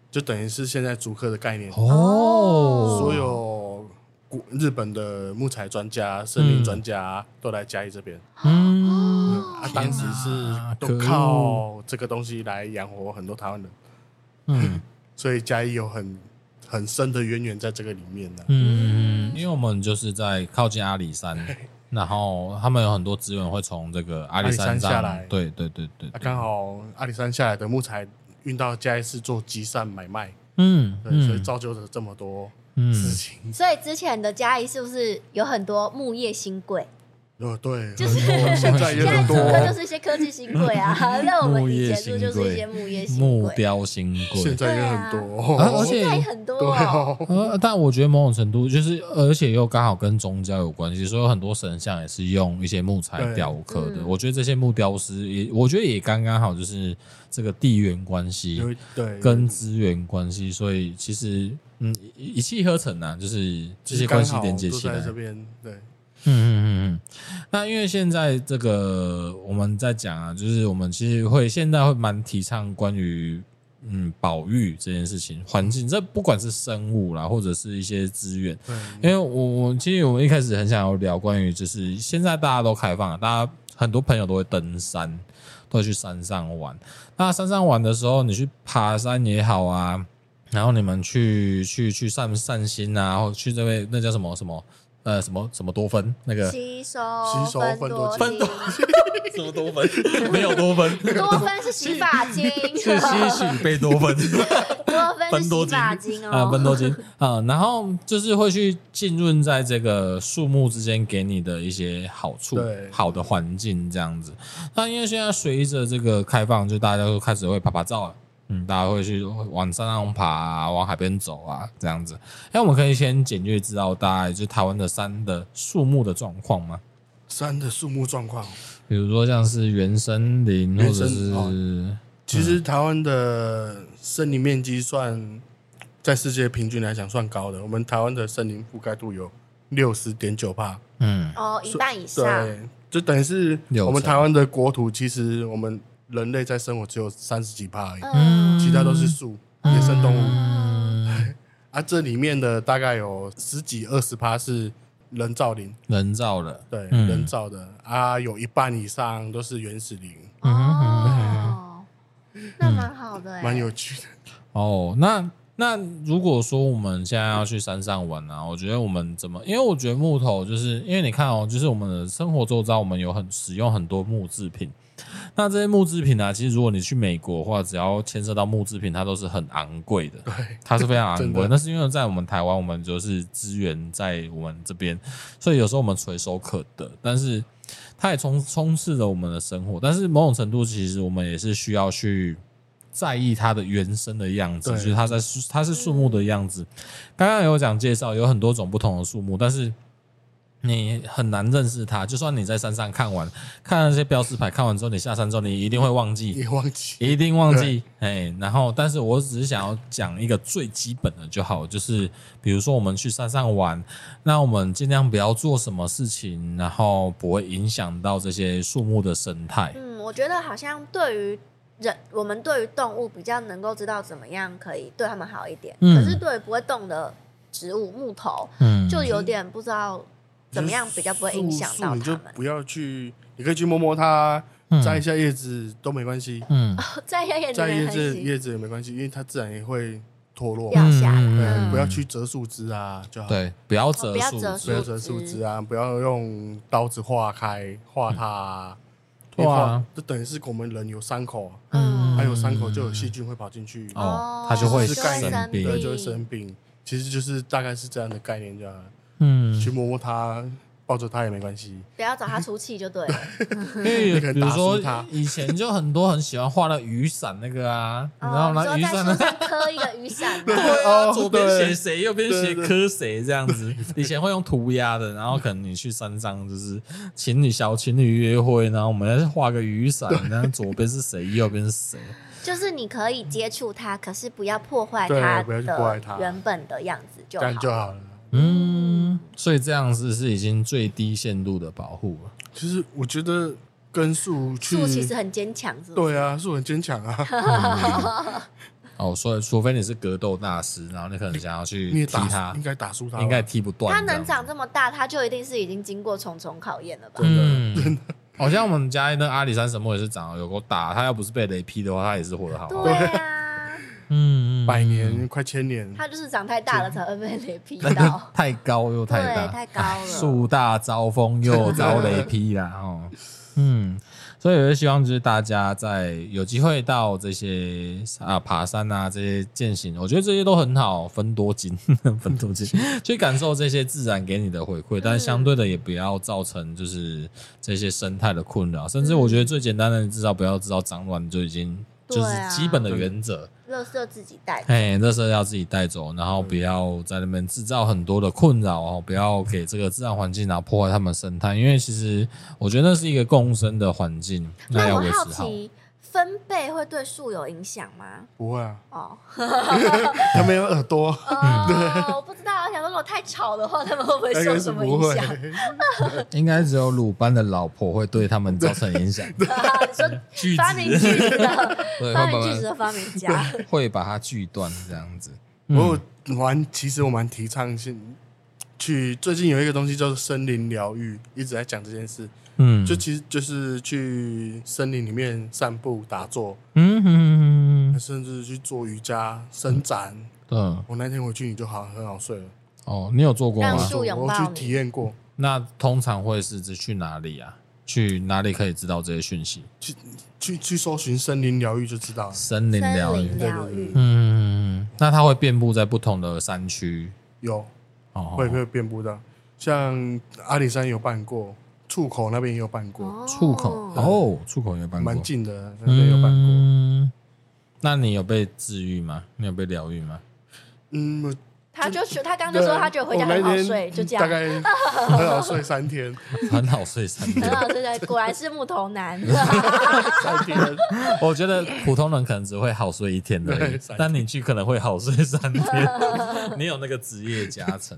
Speaker 3: 就等于是现在竹科的概念，
Speaker 1: 哦，
Speaker 3: 所有古日本的木材专家、森林专家都来嘉义这边，
Speaker 1: 嗯
Speaker 3: 啊，当时是
Speaker 1: 可
Speaker 3: 都
Speaker 1: 恶
Speaker 3: 靠这个东西来养活很多台湾人，
Speaker 1: 嗯
Speaker 3: 所以嘉义有很很深的渊源在这个里面呢、
Speaker 1: 嗯，因为我们就是在靠近阿里山，然后他们有很多资源会从这个阿里
Speaker 3: 阿
Speaker 1: 山上
Speaker 3: 里山下来
Speaker 1: 对对对对
Speaker 3: 啊，
Speaker 1: 对，
Speaker 3: 刚好阿里山下来的木材运到嘉义市做集散买卖，
Speaker 1: 嗯
Speaker 3: 对，所以
Speaker 1: 嗯
Speaker 3: 造就了这么多事
Speaker 1: 嗯，
Speaker 3: 情。
Speaker 2: 所以之前的嘉义是不是有很多木业新贵？
Speaker 3: 哦，对，
Speaker 2: 就是
Speaker 3: 很多 [laughs] 现在也
Speaker 2: 现在
Speaker 3: 很
Speaker 2: 主科就
Speaker 3: 多，
Speaker 2: 是一些科技新贵
Speaker 1: [laughs]
Speaker 2: 啊，那我们以前
Speaker 1: 木
Speaker 2: 住
Speaker 1: 业新贵
Speaker 2: 就是一些木业
Speaker 1: [laughs]
Speaker 2: 新
Speaker 1: 木
Speaker 2: 贵，
Speaker 1: 雕新
Speaker 3: 现
Speaker 1: 贵，
Speaker 3: 在也很
Speaker 1: 啊而
Speaker 3: 多，
Speaker 1: 且
Speaker 2: 现在很多
Speaker 3: 对
Speaker 2: 哦。
Speaker 3: 哦，
Speaker 1: 呃，但我觉得某种程度就是，而且又刚好跟宗教有关系，所以有很多神像也是用一些木材
Speaker 3: 对
Speaker 1: 雕刻的。
Speaker 2: 嗯
Speaker 1: 我觉得这些木雕师也，我觉得也刚刚好，就是这个地缘关系，
Speaker 3: 有对
Speaker 1: 跟资源关系，所以其实嗯一一气呵成啊，就是这些关
Speaker 3: 刚
Speaker 1: 系
Speaker 3: 好
Speaker 1: 连接
Speaker 3: 都
Speaker 1: 起来。
Speaker 3: 在这
Speaker 1: 嗯
Speaker 3: 边，对，
Speaker 1: 嗯嗯嗯。那因为现在这个我们在讲啊，就是我们其实会现在会蛮提倡关于嗯保育这件事情，环境这不管是生物啦，或者是一些资源，
Speaker 3: 对，
Speaker 1: 因为我我其实我们一开始很想要聊关于就是现在大家都开放了，大家很多朋友都会登山，都会去山上玩。那山上玩的时候，你去爬山也好啊，然后你们去去去散散心啊，或去这位那叫什么什么呃什么什么多芬那个
Speaker 2: 吸收
Speaker 3: 吸收
Speaker 2: 分
Speaker 3: 分多
Speaker 2: 精
Speaker 1: 分多什么多芬 [laughs] 没有多芬，
Speaker 2: 多分是洗发
Speaker 1: [laughs]
Speaker 2: 精，
Speaker 1: 是吸取贝多芬。
Speaker 2: 多分
Speaker 1: 分
Speaker 2: 是
Speaker 1: 多
Speaker 2: 洗
Speaker 1: 精
Speaker 2: 发精
Speaker 1: 啊，
Speaker 2: 哦。
Speaker 1: 分多金啊，然后就是会去浸润在这个树木之间给你的一些好处
Speaker 3: 对，
Speaker 1: 好的环境这样子。那因为现在随着这个开放，就大家都开始会拍拍照了。嗯，大家会去往山上爬、啊，往海边走啊，这样子。哎，我们可以先简略知道大概就台湾的山的树木的状况吗？
Speaker 3: 山的树木状况，
Speaker 1: 比如说像是原森林，或
Speaker 3: 原
Speaker 1: 者
Speaker 3: 生哦
Speaker 1: 是、
Speaker 3: 其
Speaker 1: 嗯
Speaker 3: 实台湾的森林面积算在世界平均来讲算高的，我们台湾的森林覆盖度有六十点九帕，
Speaker 1: 嗯，
Speaker 2: 哦，一半以上，
Speaker 3: 对，就等于是
Speaker 1: 六成
Speaker 3: 我们台湾的国土，其实我们人类在生活只有三十几帕而已，
Speaker 1: 嗯
Speaker 3: 其他都是树、野生动物
Speaker 1: 嗯，
Speaker 3: 啊。这里面的大概有十几二十帕是人造林，
Speaker 1: 人造的，
Speaker 3: 对，
Speaker 1: 嗯
Speaker 3: 人造的啊，有一半以上都是原始林，
Speaker 1: 嗯哼嗯
Speaker 2: 哦，那蛮好的欸，
Speaker 3: 嗯蛮有趣的。
Speaker 1: 哦，那那如果说我们现在要去山上玩啊，我觉得我们怎么？因为我觉得木头就是因为你看哦，就是我们的生活周遭，哦我们有很使用很多木制品。那这些木制品啊，其实如果你去美国的话，只要牵涉到木制品，它都是很昂贵的。
Speaker 3: 对，
Speaker 1: 它是非常昂
Speaker 3: 真
Speaker 1: 贵
Speaker 3: 的。
Speaker 1: 那是因为在我们台湾，我们就是资源在我们这边，所以有时候我们垂手可得，但是它也充充斥着我们的生活。但是某种程度，其实我们也是需要去在意它的原生的样子，就
Speaker 3: 对
Speaker 1: 是它在树它是树木的样子。刚刚有讲介绍，有很多种不同的树木，但是。你很难认识它，就算你在山上看完，看那些标识牌，看完之后，你下山之后，你一定会忘记，
Speaker 3: 也忘记
Speaker 1: 一定忘记哎。然后，但是我只是想要讲一个最基本的就好，就是比如说我们去山上玩，那我们尽量不要做什么事情，然后不会影响到这些树木的生态。
Speaker 2: 嗯，我觉得好像对于人，我们对于动物比较能够知道怎么样可以对它们好一点，
Speaker 1: 嗯
Speaker 2: 可是对于不会动的植物木头，
Speaker 1: 嗯，
Speaker 2: 就有点不知道怎么样比较不会影响
Speaker 3: 树
Speaker 2: 到
Speaker 3: 树你
Speaker 2: 它
Speaker 3: 就
Speaker 2: 们。
Speaker 3: 不要去，你可以去摸摸它，
Speaker 1: 嗯
Speaker 3: 摘一下叶子都没关系，
Speaker 1: 嗯
Speaker 2: 在夜夜里
Speaker 3: 摘叶
Speaker 2: 面很
Speaker 3: 子
Speaker 2: 喜
Speaker 3: 叶子也没关系，因为它自然也会脱落。
Speaker 2: 掉下来，
Speaker 1: 嗯
Speaker 3: 对，
Speaker 2: 嗯
Speaker 3: 不要去折树枝啊，就好。，
Speaker 1: 对，不要
Speaker 2: 哦
Speaker 1: 折
Speaker 2: 不要
Speaker 1: 树
Speaker 2: 折
Speaker 1: 枝
Speaker 3: 不要折树枝啊，不要用刀子划开划它
Speaker 1: 嗯
Speaker 3: 啊。因为划
Speaker 1: 对啊，
Speaker 3: 就等于是我们人有伤口啊，
Speaker 1: 嗯
Speaker 3: 还有伤口就有细菌会跑进去，
Speaker 1: 哦
Speaker 2: 哦，
Speaker 1: 它就会
Speaker 3: 就是概念
Speaker 1: 生病。
Speaker 3: 对，就会生病。其实就是大概是这样的概念，就好了
Speaker 1: 嗯
Speaker 3: 去，摸摸它，抱着它也没关系。
Speaker 2: 不要找它出气就对了。
Speaker 1: 因为
Speaker 3: 可以
Speaker 1: 比如
Speaker 3: 打
Speaker 1: 说
Speaker 3: 死它
Speaker 1: 以前就很多很喜欢画那雨伞那个啊，你知道
Speaker 2: 哦，
Speaker 1: 吗？那
Speaker 2: 你
Speaker 1: 雨
Speaker 2: 说
Speaker 1: 伞
Speaker 2: 在
Speaker 1: 呢？
Speaker 2: 树上刻一个雨伞吗，
Speaker 1: 对啊，
Speaker 3: 哦
Speaker 1: 左边
Speaker 3: 对
Speaker 1: 写谁，右边写科谁，这样子。 [laughs] 以前会用涂鸦的，然后可能你去山上就是情侣小情侣约会，然后我们要画个雨伞，然后左边是谁，右边是谁。
Speaker 2: 就是你可以接触它，可是不要破坏
Speaker 3: 对
Speaker 2: 它
Speaker 3: 不要去破坏
Speaker 2: 的
Speaker 3: 它
Speaker 2: 原本的样子就
Speaker 3: 这样就
Speaker 2: 好。
Speaker 3: 好了。
Speaker 1: 嗯，所以这样子是已经最低限度的保护了。
Speaker 3: 其实我觉得跟树去
Speaker 2: 树，其实很坚强，是不是？
Speaker 3: 对啊，树很坚强啊，
Speaker 2: [laughs]
Speaker 1: 哦，所以除非你是格斗大师，然后你可能想要去
Speaker 3: 你也
Speaker 1: 踢
Speaker 3: 打
Speaker 1: 它
Speaker 3: 应，该打输它吧，
Speaker 1: 应该踢不断。
Speaker 2: 它能
Speaker 1: 这样
Speaker 2: 长
Speaker 1: 子
Speaker 2: 这么大，它就一定是已经经过重重考验了吧？
Speaker 1: 嗯，好像我们家那阿里山神木也是长得有够大，它要不是被雷劈的话，它也是活得好好的。
Speaker 2: 对啊，
Speaker 1: 嗯，嗯
Speaker 3: 百年快千年，
Speaker 2: 它就是长太大了才会被雷劈
Speaker 1: 那个， [laughs]
Speaker 2: 到
Speaker 1: 太高又太大，
Speaker 2: 对，太高了。
Speaker 1: 树大招风又招雷劈
Speaker 2: [laughs]
Speaker 1: 啦，哦，嗯，所以我就希望就是大家在有机会到这些啊爬山啊这些践行，我觉得这些都很好，分多金， [laughs] 分多
Speaker 2: [laughs]
Speaker 1: 金，去感受这些自然给你的回馈，
Speaker 2: 嗯
Speaker 1: 但是相对的也不要造成就是这些生态的困扰，甚至我觉得最简单的，至少不要知道脏乱就已经就是
Speaker 2: 对啊
Speaker 1: 基本的原则。
Speaker 2: 垃圾自己带，
Speaker 1: 哎，垃圾要自己带走，然后不要在那边制造很多的困扰哦，不要给这个自然环境然后破坏他们生态，因为其实我觉得那是一个共生的环境，那
Speaker 2: 那
Speaker 1: 要
Speaker 2: 我
Speaker 1: 维持
Speaker 2: 好
Speaker 1: 好。
Speaker 2: 奇，分贝会对树有影响吗？
Speaker 3: 不会啊，
Speaker 2: 哦，
Speaker 3: 它没有耳
Speaker 2: [laughs]
Speaker 3: 朵，
Speaker 2: 哦，我不知道，我想说如果太吵的话，他们会不会
Speaker 3: 应
Speaker 2: 受
Speaker 3: 该是
Speaker 2: 什么
Speaker 3: 不
Speaker 2: 影
Speaker 3: 会。
Speaker 2: 响？
Speaker 1: 应该只有鲁班的老婆会对他们造成影响，
Speaker 2: 啊 [laughs] 你说
Speaker 1: 锯
Speaker 2: 发明句子的
Speaker 1: 对，
Speaker 2: 发
Speaker 1: 会
Speaker 2: 明句子
Speaker 1: 把
Speaker 2: 的发明家，
Speaker 1: 它会把它锯断这样子。
Speaker 3: 我有玩，其实我蛮提倡性去，最近有一个东西叫做森林疗愈，一直在讲这件事，
Speaker 1: 嗯，
Speaker 3: 就其实就是去森林里面散步、打坐，
Speaker 1: 嗯嗯嗯嗯嗯，
Speaker 3: 甚至去做瑜伽、伸展，
Speaker 1: 嗯，
Speaker 3: 我那天回去你就好很好睡了。
Speaker 1: 哦，你有做过
Speaker 2: 让
Speaker 1: 吗？
Speaker 2: 树拥
Speaker 3: 我
Speaker 2: 抱
Speaker 3: 去
Speaker 2: 你
Speaker 3: 体验过，
Speaker 1: 那通常会是指去哪里啊？去哪里可以知道这些讯息？
Speaker 3: 去去搜寻森林疗愈就知道了。
Speaker 1: 森林
Speaker 2: 森
Speaker 1: 疗愈
Speaker 2: 林，疗愈，
Speaker 1: 嗯，那它会遍布在不同的山区，
Speaker 3: 有
Speaker 1: 哦，
Speaker 3: 会会遍布到，像阿里山有办过，触口那边也有办
Speaker 2: 哦
Speaker 3: 过，
Speaker 1: 出口哦，出口也办过
Speaker 3: 蛮，近的那边有办过。
Speaker 1: 嗯那你有被治愈吗？你有被疗愈吗？ [laughs]
Speaker 3: 嗯，我
Speaker 2: 他就说他刚刚
Speaker 3: 对
Speaker 2: 就说他觉得回家
Speaker 3: 我那
Speaker 2: 很好
Speaker 3: 天嗯
Speaker 2: 睡，就这
Speaker 3: 大
Speaker 2: 样，
Speaker 3: 概很好睡三天，
Speaker 1: 很好睡三
Speaker 2: 很
Speaker 1: 天。
Speaker 2: 好
Speaker 1: [laughs]
Speaker 2: 睡的，啊果然是木头男。
Speaker 3: 三天
Speaker 1: [laughs] 我觉得普通人可能只会好睡一天而已
Speaker 3: 对三天，
Speaker 1: 但你去可能会好睡三天。你有那个职业加成，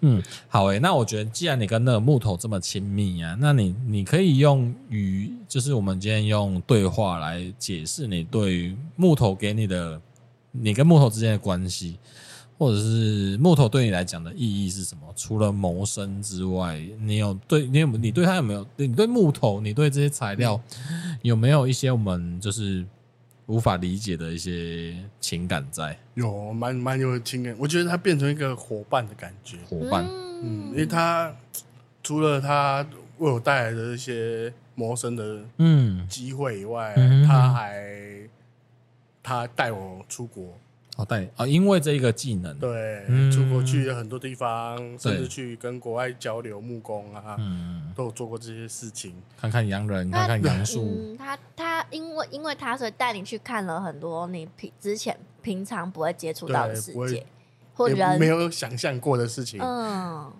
Speaker 1: 嗯，好诶、那我觉得既然你跟那个木头这么亲密啊，那你你可以用语，就是我们今天用对话来解释你对于木头给你的，你跟木头之间的关系，或者是木头对你来讲的意义是什么？除了谋生之外，你有对你有你对它有没有？你对木头，你对这些材料有没有一些我们就是无法理解的一些情感在
Speaker 3: 有蛮蛮有情感，我觉得它变成一个伙伴的感觉。
Speaker 1: 伙
Speaker 2: [laughs]
Speaker 1: 伴？
Speaker 3: 嗯，因为它除了它为我带来的一些谋生的
Speaker 1: 嗯，
Speaker 3: 机会以外
Speaker 1: 嗯，
Speaker 3: 它还它带我出国，
Speaker 1: 好带啊，因为这一个技能，
Speaker 3: 对，
Speaker 1: 嗯
Speaker 3: 出国去很多地方，甚
Speaker 1: 对
Speaker 3: 至去跟国外交流木工啊，
Speaker 1: 嗯，
Speaker 3: 都有做过这些事情。
Speaker 1: 看看洋人，
Speaker 2: 那
Speaker 1: 看看杨树，
Speaker 2: 嗯，他他因为因为他所以带你去看了很多你平之前平常不会接触到的
Speaker 3: 对
Speaker 2: 世
Speaker 3: 不会
Speaker 2: 界或
Speaker 3: 也没
Speaker 2: 人，
Speaker 3: 有想象过的事情。
Speaker 2: 嗯，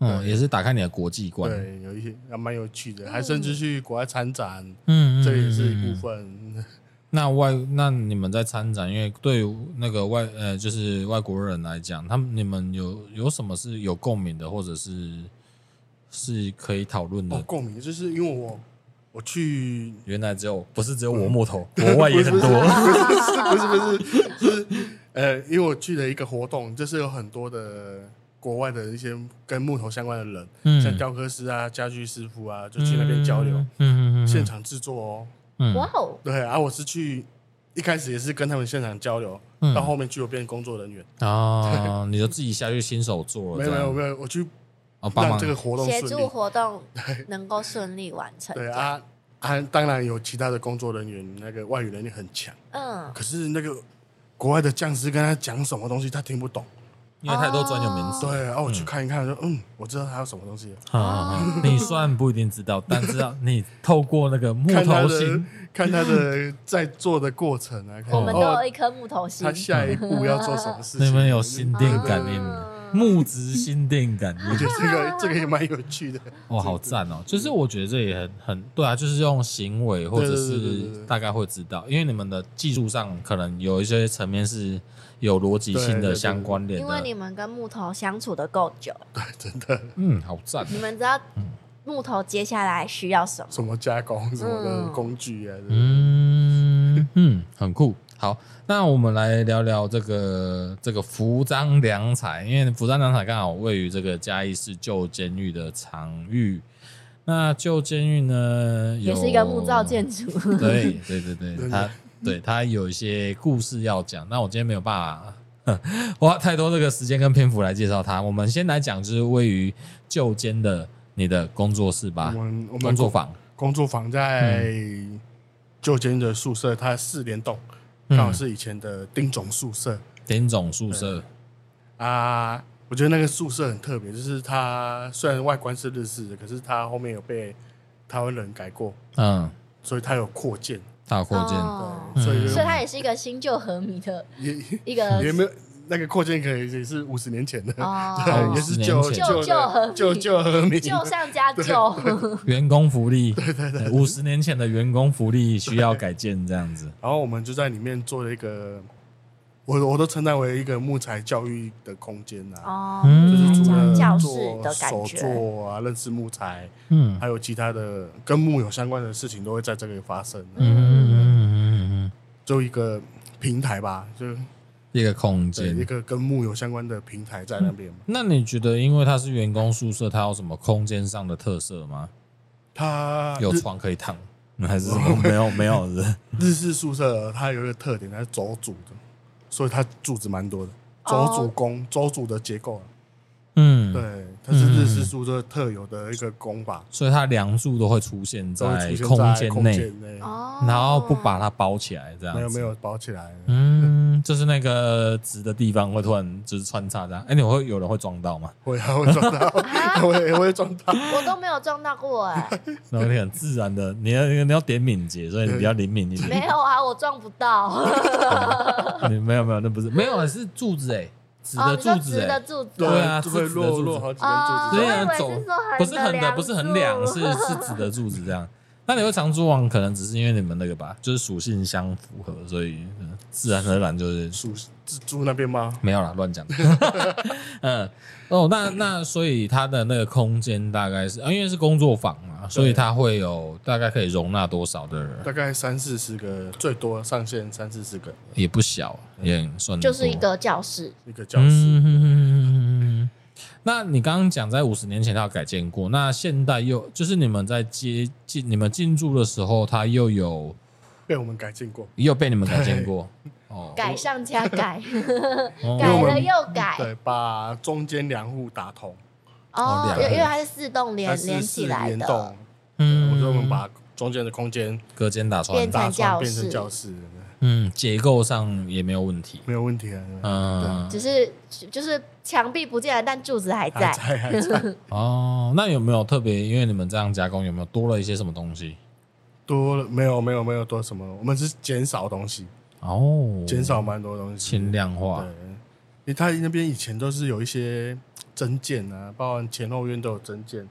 Speaker 1: 嗯，也是打开你的国际观，嗯
Speaker 3: 对，有一些还蛮有趣
Speaker 2: 嗯
Speaker 3: 的，还甚至去国外参展，
Speaker 1: 嗯，嗯
Speaker 3: 这也是一部。分。
Speaker 1: 那外那你们在参展，因为对于那个外呃就是外国人来讲，他们你们有有什么是有共鸣的，或者是是可以讨论
Speaker 3: 哦，
Speaker 1: 的？
Speaker 3: 共鸣就是因为我我去，
Speaker 1: 原来只有不是只有我木
Speaker 3: [laughs]
Speaker 1: 头，国外也很多，
Speaker 3: 嗯不是不是是呃，因为我去了一个活动，就是有很多的国外的一些跟木头相关的人，
Speaker 1: 嗯
Speaker 3: 像雕刻师啊、家具师傅啊，就去那边交流，
Speaker 1: 嗯嗯嗯，
Speaker 3: 现场制作哦。
Speaker 1: 嗯
Speaker 2: 哇哦，
Speaker 3: 对，啊，我是去一开始也是跟他们现场交流，
Speaker 1: 嗯
Speaker 3: 到后面去我变工作人员，
Speaker 1: 啊，你就自己下去新手做了，
Speaker 3: 没有没有没有，我去
Speaker 1: 啊，帮
Speaker 3: 让
Speaker 1: 忙
Speaker 3: 这个活动
Speaker 2: 协
Speaker 3: 顺
Speaker 2: 助
Speaker 3: 利。
Speaker 2: 活
Speaker 3: [laughs]
Speaker 2: 动能够顺利完成，
Speaker 3: 对
Speaker 2: 这样
Speaker 3: 啊啊，当然有其他的工作人员，那个外语能力很强，
Speaker 2: 嗯，
Speaker 1: 哦
Speaker 3: 可是那个国外的匠师跟他讲什么东西，他听不懂。
Speaker 1: 因为太多专有名词。
Speaker 3: 对，啊，我去看一看，说嗯，我知道他有什么东西了。
Speaker 1: 啊，你虽然不一定知道，但知道你透过那个木
Speaker 3: 看他
Speaker 1: 头
Speaker 3: 的
Speaker 1: 心，
Speaker 3: 看他的在做的过程啊，看
Speaker 2: 我们都有
Speaker 3: 哦
Speaker 2: 一颗木头心
Speaker 3: 他，下一步要做什么事情。
Speaker 1: [laughs] 你们有心电感应
Speaker 3: 嗯
Speaker 2: 啊，
Speaker 1: 木质心电感
Speaker 3: 我 [laughs]
Speaker 1: 应，
Speaker 3: 觉得这个这个也蛮有趣的。
Speaker 1: 哇，好赞哦！就是我觉得这也很很对啊，就是用行为或者
Speaker 3: 对对对对
Speaker 1: 是
Speaker 3: 对
Speaker 1: 大概会知道，因为你们的技术上可能有一些层面是有逻辑性
Speaker 3: 对对
Speaker 1: 的
Speaker 3: 对
Speaker 1: 相关联
Speaker 2: 因为你
Speaker 1: 的。
Speaker 2: 们跟木头相处的够久，
Speaker 1: 嗯，好赞
Speaker 2: 你们知道木头接下来需要什么。
Speaker 3: 什么加工什么的
Speaker 2: 嗯
Speaker 3: 工具啊，
Speaker 1: 嗯嗯，很酷。好，那我们来聊聊这个这个福章良材，因为福章良材刚好位于这个嘉义市旧监狱的场域。那旧监狱呢，
Speaker 2: 也
Speaker 1: 有
Speaker 2: 是一个木造建筑，
Speaker 1: 对对对
Speaker 2: [laughs]
Speaker 1: 对，
Speaker 3: 真的
Speaker 1: 它对它有一些故事要讲，那我今天没有办法。 [laughs] 花太多这个时间跟篇幅来介绍它，我们先来讲就是位于旧监的你的工作室
Speaker 3: 我
Speaker 1: 吧，
Speaker 3: 们我们
Speaker 1: 啊工作坊，
Speaker 3: 工作坊在旧监的宿舍，它四联栋，
Speaker 1: 嗯
Speaker 3: 刚好是以前的丁总宿舍
Speaker 1: 丁总宿舍，
Speaker 3: 啊。我觉得那个宿舍很特别，就是它虽然外观是日式的，可是它后面有被台湾人改过，
Speaker 1: 嗯，
Speaker 3: 所以它有扩建，
Speaker 1: 大扩建，
Speaker 2: 哦
Speaker 3: 对，所以
Speaker 1: 嗯
Speaker 2: 所以它也是一个新旧和弥的
Speaker 3: 也
Speaker 2: 一个
Speaker 1: 呃
Speaker 3: 也没有那个扩建，可能也是五十年前的，
Speaker 2: 哦
Speaker 3: [laughs] 对，也是
Speaker 1: 50
Speaker 3: 旧
Speaker 1: 年前
Speaker 3: 旧的
Speaker 2: 旧
Speaker 3: 旧旧和民，
Speaker 2: 旧上加旧，
Speaker 1: 员工福
Speaker 3: [laughs]
Speaker 1: 利，对对对，五十年前的员工福利需要改建这样子。
Speaker 3: 然后我们就在里面做了一个，我我都称它为一个木材教育的空间啊。
Speaker 2: 哦，
Speaker 1: 嗯
Speaker 3: 就是
Speaker 2: 木
Speaker 3: 除
Speaker 2: 材
Speaker 3: 了
Speaker 2: 教室
Speaker 3: 做
Speaker 2: 的感
Speaker 3: 手
Speaker 2: 觉，
Speaker 3: 作啊，认识木材，
Speaker 1: 嗯
Speaker 3: 还有其他的跟木有相关的事情，都会在这里发生。啊
Speaker 1: 嗯嗯嗯嗯嗯，
Speaker 3: 就一个平台吧，就
Speaker 1: 一个空
Speaker 3: 对一
Speaker 1: 间。
Speaker 3: 个跟木有相关的平台在那边嘛。
Speaker 1: 那你觉得，因为它是员工宿舍，它有什么空间上的特色吗？
Speaker 3: 它
Speaker 1: 嗯有
Speaker 3: 日
Speaker 1: 床可以躺，还是什
Speaker 3: [laughs]
Speaker 1: 么？没有没 [laughs] 有是不是
Speaker 3: 日式宿舍它有一个特点，它是走组的，所以它柱子蛮多的。
Speaker 2: 哦
Speaker 3: 轴组工，轴组的结构，啊
Speaker 1: 嗯，，
Speaker 3: 对，它是日式书的特有的一个工法，
Speaker 1: 所以它梁柱都会出现
Speaker 3: 都会
Speaker 1: 在
Speaker 3: 出现在
Speaker 1: 间
Speaker 3: 空
Speaker 1: 内，
Speaker 3: 间内，
Speaker 4: 哦，
Speaker 1: 然后不把它包起来，这样
Speaker 3: 没有
Speaker 1: 子
Speaker 3: 没有包起来，
Speaker 1: 嗯，就是那个直的地方会突然就是穿插这样。哎、你会有人会撞到吗？
Speaker 3: 会啊会撞到，
Speaker 2: [laughs]
Speaker 3: 会会撞到，
Speaker 2: 我都没有撞到过
Speaker 3: [laughs]
Speaker 2: 哎、
Speaker 1: 然后你很自然的，你要你要点敏捷，所以你比较灵敏一
Speaker 2: 没
Speaker 1: 点。
Speaker 2: 有啊，我撞不到。
Speaker 1: 你没有没有，那不是没有啊，是柱子哎、直
Speaker 2: 哦，
Speaker 1: 的
Speaker 2: 你说
Speaker 1: 柱
Speaker 2: 直
Speaker 1: 子哎、
Speaker 2: 的柱子
Speaker 1: 对
Speaker 2: 哦，
Speaker 1: 啊
Speaker 3: 就会
Speaker 1: 是直的柱
Speaker 3: 落
Speaker 1: 子
Speaker 3: 落好几根
Speaker 2: 哦
Speaker 3: 柱
Speaker 1: 对
Speaker 2: 我以
Speaker 3: 子，
Speaker 1: 啊
Speaker 2: 为
Speaker 1: 走
Speaker 2: 是说
Speaker 1: 不是横
Speaker 2: 横
Speaker 1: 的，不是横梁，是是直的柱子这样。那你会常蛛网，可能只是因为你们那个吧，就是属性相符合，所以、嗯自然而然就是
Speaker 3: 属蜘蛛那边吗？
Speaker 1: 没有啦，乱讲的。 [laughs] 嗯，哦，那那所以它的那个空间大概是，啊因为是工作坊嘛，所以它会有大概可以容纳多少的人，
Speaker 3: 大概三四十个，最多上限三四十个
Speaker 1: 也不小，也很算得
Speaker 2: 就是一
Speaker 1: 多
Speaker 2: 个教室。
Speaker 3: 一个教室。
Speaker 1: 嗯哼哼哼哼哼那你刚刚讲在五十年前它有改建过，那现代又就是你们在接进你们进驻的时候，它又有
Speaker 3: 被我们改进过，
Speaker 1: 又被你们改建 [laughs] 过哦，
Speaker 2: 改上加
Speaker 3: [laughs]
Speaker 2: 改，
Speaker 1: 哦
Speaker 2: 改
Speaker 3: 我
Speaker 2: 了
Speaker 3: 们
Speaker 2: 又改，
Speaker 3: 对，把中间两户打通，
Speaker 1: 哦
Speaker 2: 哦
Speaker 1: 两，
Speaker 2: 因
Speaker 1: 个
Speaker 2: 为因为它是四栋连
Speaker 3: 它是
Speaker 2: 连
Speaker 3: 四
Speaker 2: 起来
Speaker 3: 联
Speaker 2: 的
Speaker 3: 动，，
Speaker 1: 嗯
Speaker 3: 我说我们把中间的空间
Speaker 1: 隔间打穿
Speaker 2: 变，成
Speaker 3: 打
Speaker 2: 教
Speaker 3: 穿变成
Speaker 2: 室
Speaker 3: 教室，
Speaker 1: 嗯，结构上也没有问题，
Speaker 3: 没有问题啊。
Speaker 1: 嗯，
Speaker 2: 只是就是墙壁不见了，但柱子还
Speaker 3: 还
Speaker 2: 在。
Speaker 3: 在还在，
Speaker 1: 哦，那有没有特别？因为你们这样加工，有没有多了一些什么东西？
Speaker 3: 多了没有没有没有多什么，我们是减少东西，
Speaker 1: 哦，
Speaker 3: 减少蛮多东西。
Speaker 1: 轻量化
Speaker 3: 对，因为他那边以前都是有一些增建啊，包含前后院都有增建，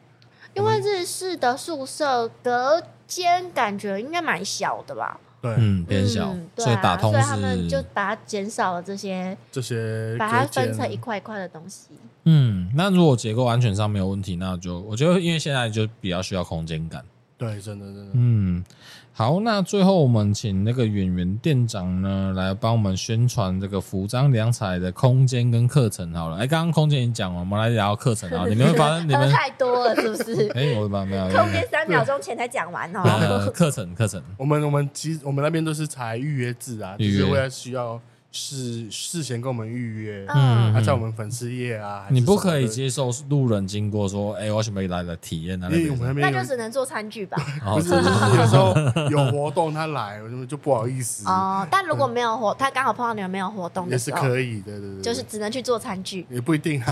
Speaker 2: 因为日式的宿舍隔间感觉应该蛮小的吧，
Speaker 3: 对、
Speaker 1: 嗯，变小，
Speaker 2: 嗯对
Speaker 1: 所以
Speaker 2: 啊，
Speaker 1: 打通，
Speaker 2: 所以他们就是把它减少了这些，
Speaker 3: 这些
Speaker 2: 把它
Speaker 3: 隔间啊
Speaker 2: 分成一块一块的东西。
Speaker 1: 嗯，那如果结构安全上没有问题，那就我觉得，因为现在就比较需要空间感。
Speaker 3: 对，真的真的。
Speaker 1: 嗯，好，那最后我们请那个演员店长呢来帮我们宣传这个服装良彩的空间跟课程好了。哎、刚刚空间已经讲了，我们来聊课程
Speaker 3: [laughs]
Speaker 1: 啊。你们会发现你
Speaker 2: 喝
Speaker 1: 们，
Speaker 2: 太多了是不是？
Speaker 1: [laughs] 哎、我的妈，没有，
Speaker 3: [laughs]
Speaker 2: 空间三秒钟前才讲完哦。
Speaker 1: 呃，课程课程，
Speaker 3: 我们我们其实我们那边都是采预约制啊，就
Speaker 1: 预约
Speaker 3: 是会需要事事前跟我们预约，
Speaker 1: 嗯
Speaker 3: [laughs] 啊，在我们粉丝页啊，还是
Speaker 1: 你不
Speaker 3: 什么
Speaker 1: 可以
Speaker 3: 的，
Speaker 1: 接受路人经过说：“哎、我想备来来体验啊。”
Speaker 3: 因哎为我们那
Speaker 2: 那
Speaker 3: 边有
Speaker 2: 就只能做餐具吧。
Speaker 1: 哦
Speaker 3: 不是，啊就是有时候
Speaker 1: [laughs]
Speaker 3: 有活动他来，我们就不好意思，
Speaker 2: 哦，但如果没有活，他刚好碰到你们没有活动
Speaker 3: 也
Speaker 2: 的
Speaker 3: 是
Speaker 2: 时候，
Speaker 3: 可以的，对对对，
Speaker 2: 就是只能去做餐具。
Speaker 3: 也不一
Speaker 2: [laughs]
Speaker 3: 定啊，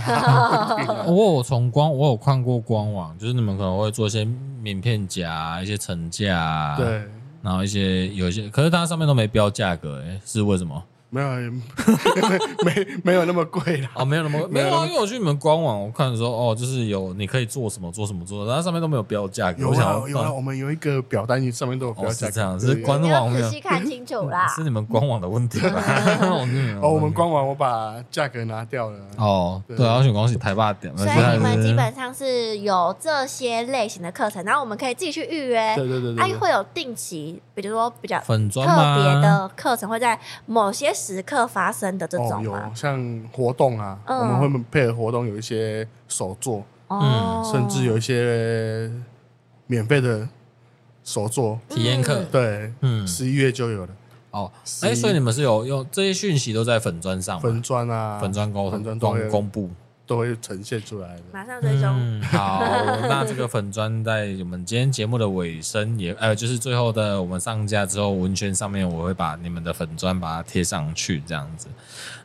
Speaker 3: 不一定啊
Speaker 1: 我有从官，我有看过官网，就是你们可能会做一些名片夹啊、一些层架啊，，
Speaker 3: 对，
Speaker 1: 然后一些有一些，可是它上面都没标价格、哎，是为什么？
Speaker 3: 没有没没有那么贵
Speaker 1: [laughs]
Speaker 3: 啦，
Speaker 1: 哦，没有那么没有啊，因为我去你们官网，我看说哦，就是有你可以做什么做什么做，然后上面都没有标价格，
Speaker 3: 有
Speaker 1: 我想
Speaker 3: 啊
Speaker 1: 要
Speaker 3: 有啊，我们有一个表单上面都有
Speaker 1: 哦
Speaker 3: 标价
Speaker 1: 是
Speaker 3: 格，
Speaker 1: 这样，
Speaker 3: 对
Speaker 1: 是
Speaker 3: 对
Speaker 1: 官
Speaker 2: 你要
Speaker 1: 网没
Speaker 2: 仔
Speaker 1: 有
Speaker 2: 细。看清楚啦。
Speaker 1: [laughs] 是你们官网的问题
Speaker 2: [laughs]
Speaker 1: 吧？哦是
Speaker 3: 哦，我们官网我把价格拿掉了，
Speaker 1: 哦，对啊，我想恭喜台霸点，
Speaker 2: 所以你们基本上是有这些类型的课程，然后我们可以自己去预约。
Speaker 3: 对对对
Speaker 2: 它
Speaker 3: 对对，
Speaker 2: 会有定期，比如说比较特
Speaker 1: 粉砖吗
Speaker 2: 别的课程会在某些时刻发生的这
Speaker 3: 哦
Speaker 2: 种嘛
Speaker 3: 有。像活动啊，
Speaker 2: 嗯
Speaker 3: 我们会配合活动有一些手作，
Speaker 2: 哦
Speaker 1: 嗯
Speaker 3: 甚至有一些免费的手作，
Speaker 1: 体验课
Speaker 2: 嗯
Speaker 3: 对，
Speaker 1: 嗯，
Speaker 3: 十一月就有了，
Speaker 1: 哦，
Speaker 3: 十
Speaker 1: 哎、
Speaker 3: 一
Speaker 1: 所以你们是有用这些讯息都在粉砖上吗
Speaker 3: 粉砖啊，
Speaker 1: 粉砖沟通
Speaker 3: 粉砖都
Speaker 1: 公
Speaker 3: 会
Speaker 1: 公布。
Speaker 3: 都会呈现出来的。
Speaker 2: 马上追踪。
Speaker 1: 嗯，好，那这个粉砖在我们今天节目的尾声也，呃，就是最后的我们上架之后，文宣上面我会把你们的粉砖把它贴上去，这样子。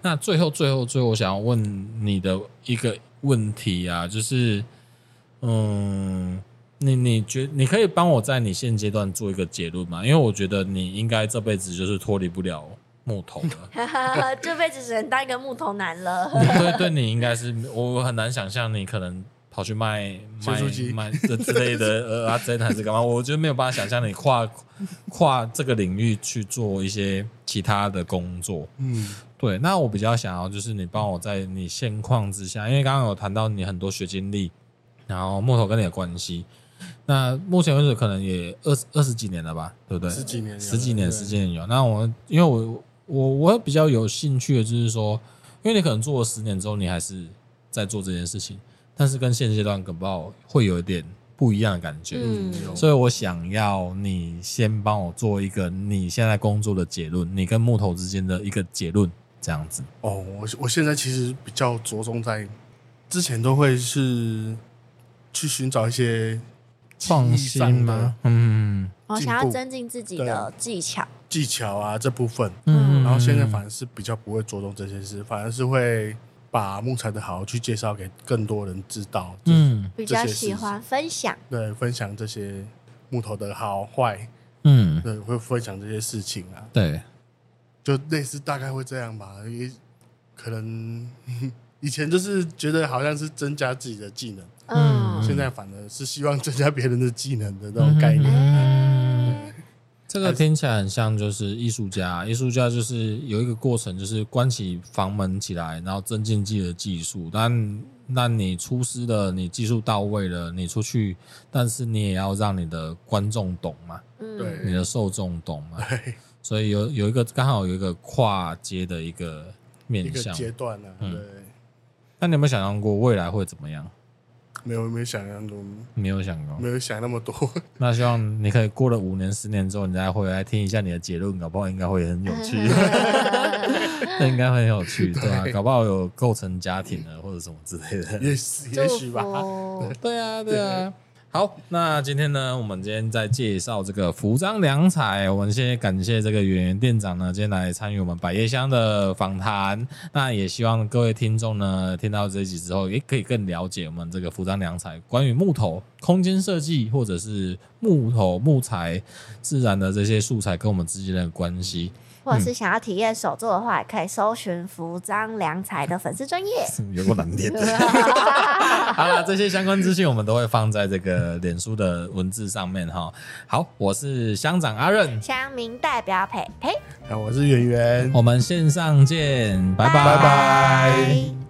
Speaker 1: 那最后，最后，最后，我想要问你的一个问题啊，就是，嗯，你你觉你可以帮我在你现阶段做一个结论吗？因为我觉得你应该这辈子就是脱离不了木头了。
Speaker 2: 这辈子只能当一个木头男了。
Speaker 1: [laughs] 对，对你应该是我很难想象你可能跑去卖
Speaker 3: 咸
Speaker 1: 卖
Speaker 3: 酥鸡
Speaker 1: 卖这之类的呃阿珍还是干嘛，我就没有办法想象你跨跨这个领域去做一些其他的工作。
Speaker 3: 嗯，
Speaker 1: 对，那我比较想要就是你帮我在你现况之下，因为刚刚有谈到你很多学经历，然后木头跟你的关系。那目前为止可能也二十二十几年了吧，对不对？
Speaker 3: 十几年有了
Speaker 1: 十几年，
Speaker 3: 对
Speaker 1: 十几年有。那我因为我我我比较有兴趣的就是说，因为你可能做了十年之后，你还是在做这件事情，但是跟现阶段搞不好会有一点不一样的感觉。
Speaker 2: 嗯，
Speaker 1: 所以我想要你先帮我做一个你现在工作的结论，你跟木头之间的一个结论，这样子。
Speaker 3: 哦，我我现在其实比较着重在，之前都会是去寻找一些
Speaker 1: 创
Speaker 3: 技艺
Speaker 1: 新
Speaker 3: 上
Speaker 1: 吗
Speaker 3: 的？
Speaker 1: 嗯
Speaker 2: 我
Speaker 3: 进
Speaker 2: 想要
Speaker 3: 步
Speaker 2: 增进自己
Speaker 3: 对啊
Speaker 2: 的技巧，
Speaker 3: 技巧啊这部分，
Speaker 1: 嗯，
Speaker 3: 然后现在反而是比较不会着重这些事，反而是会把木材的好去介绍给更多人知道，嗯，
Speaker 1: 嗯
Speaker 2: 比较
Speaker 3: 这些事
Speaker 2: 喜
Speaker 3: 情
Speaker 2: 欢分享。
Speaker 3: 对，分享这些木头的好坏，
Speaker 1: 嗯，
Speaker 3: 对，会分享这些事情啊，
Speaker 1: 对，
Speaker 3: 就类似大概会这样吧，也可能 [laughs] 以前就是觉得好像是增加自己的技能，
Speaker 1: 嗯
Speaker 2: 嗯，
Speaker 3: [laughs] 现在反而是希望增加别人的技能的那种概念。
Speaker 1: 嗯
Speaker 2: 哎
Speaker 1: 这个听起来很像就是艺术家，艺术家就是有一个过程，就是关起房门起来，然后增进自己的技术。但那你出师了，你技术到位了，你出去，但是你也要让你的观众懂嘛，
Speaker 2: 嗯，
Speaker 3: 对
Speaker 1: 你的受众懂
Speaker 3: [laughs]
Speaker 1: 嘛。
Speaker 3: 对，
Speaker 1: 所以有有一个刚好有一个跨阶的一个
Speaker 3: 一
Speaker 1: 面
Speaker 3: 个
Speaker 1: 向。
Speaker 3: 阶段啊，
Speaker 1: 嗯
Speaker 3: 对，
Speaker 1: 那你有没有想象过未来会怎么样？
Speaker 3: 没有没有想象中，
Speaker 1: 没有想过
Speaker 3: 没。有想那么多。 [laughs]
Speaker 1: 那希望你可以过了五年、十年之后，你再回来听一下你的结论，搞不好应该会很有趣。 [laughs] 那应该会很有趣，对啊，搞不好有构成家庭了或者什么之类的。
Speaker 3: 也许也许吧， [laughs]
Speaker 2: 祝福
Speaker 1: 对啊，对啊。好，那今天呢，我们今天在介绍这个服装良彩，我们先感谢这个演员店长呢，今天来参与我们百叶香的访谈。那也希望各位听众呢，听到这一集之后，也可以更了解我们这个服装良彩关于木头、空间设计或者是木头、木材、自然的这些素材跟我们之间的关系。
Speaker 2: 或者是想要体验手作的话，也可以搜寻服装良才的粉丝专业。
Speaker 1: [laughs] 有过难念的。好了，这些相关资讯我们都会放在这个脸书的文字上面哈。好，我是乡长阿任，
Speaker 2: 乡民代表培培，
Speaker 3: 啊，我是圆圆，
Speaker 1: 我们线上见，拜
Speaker 3: 拜拜。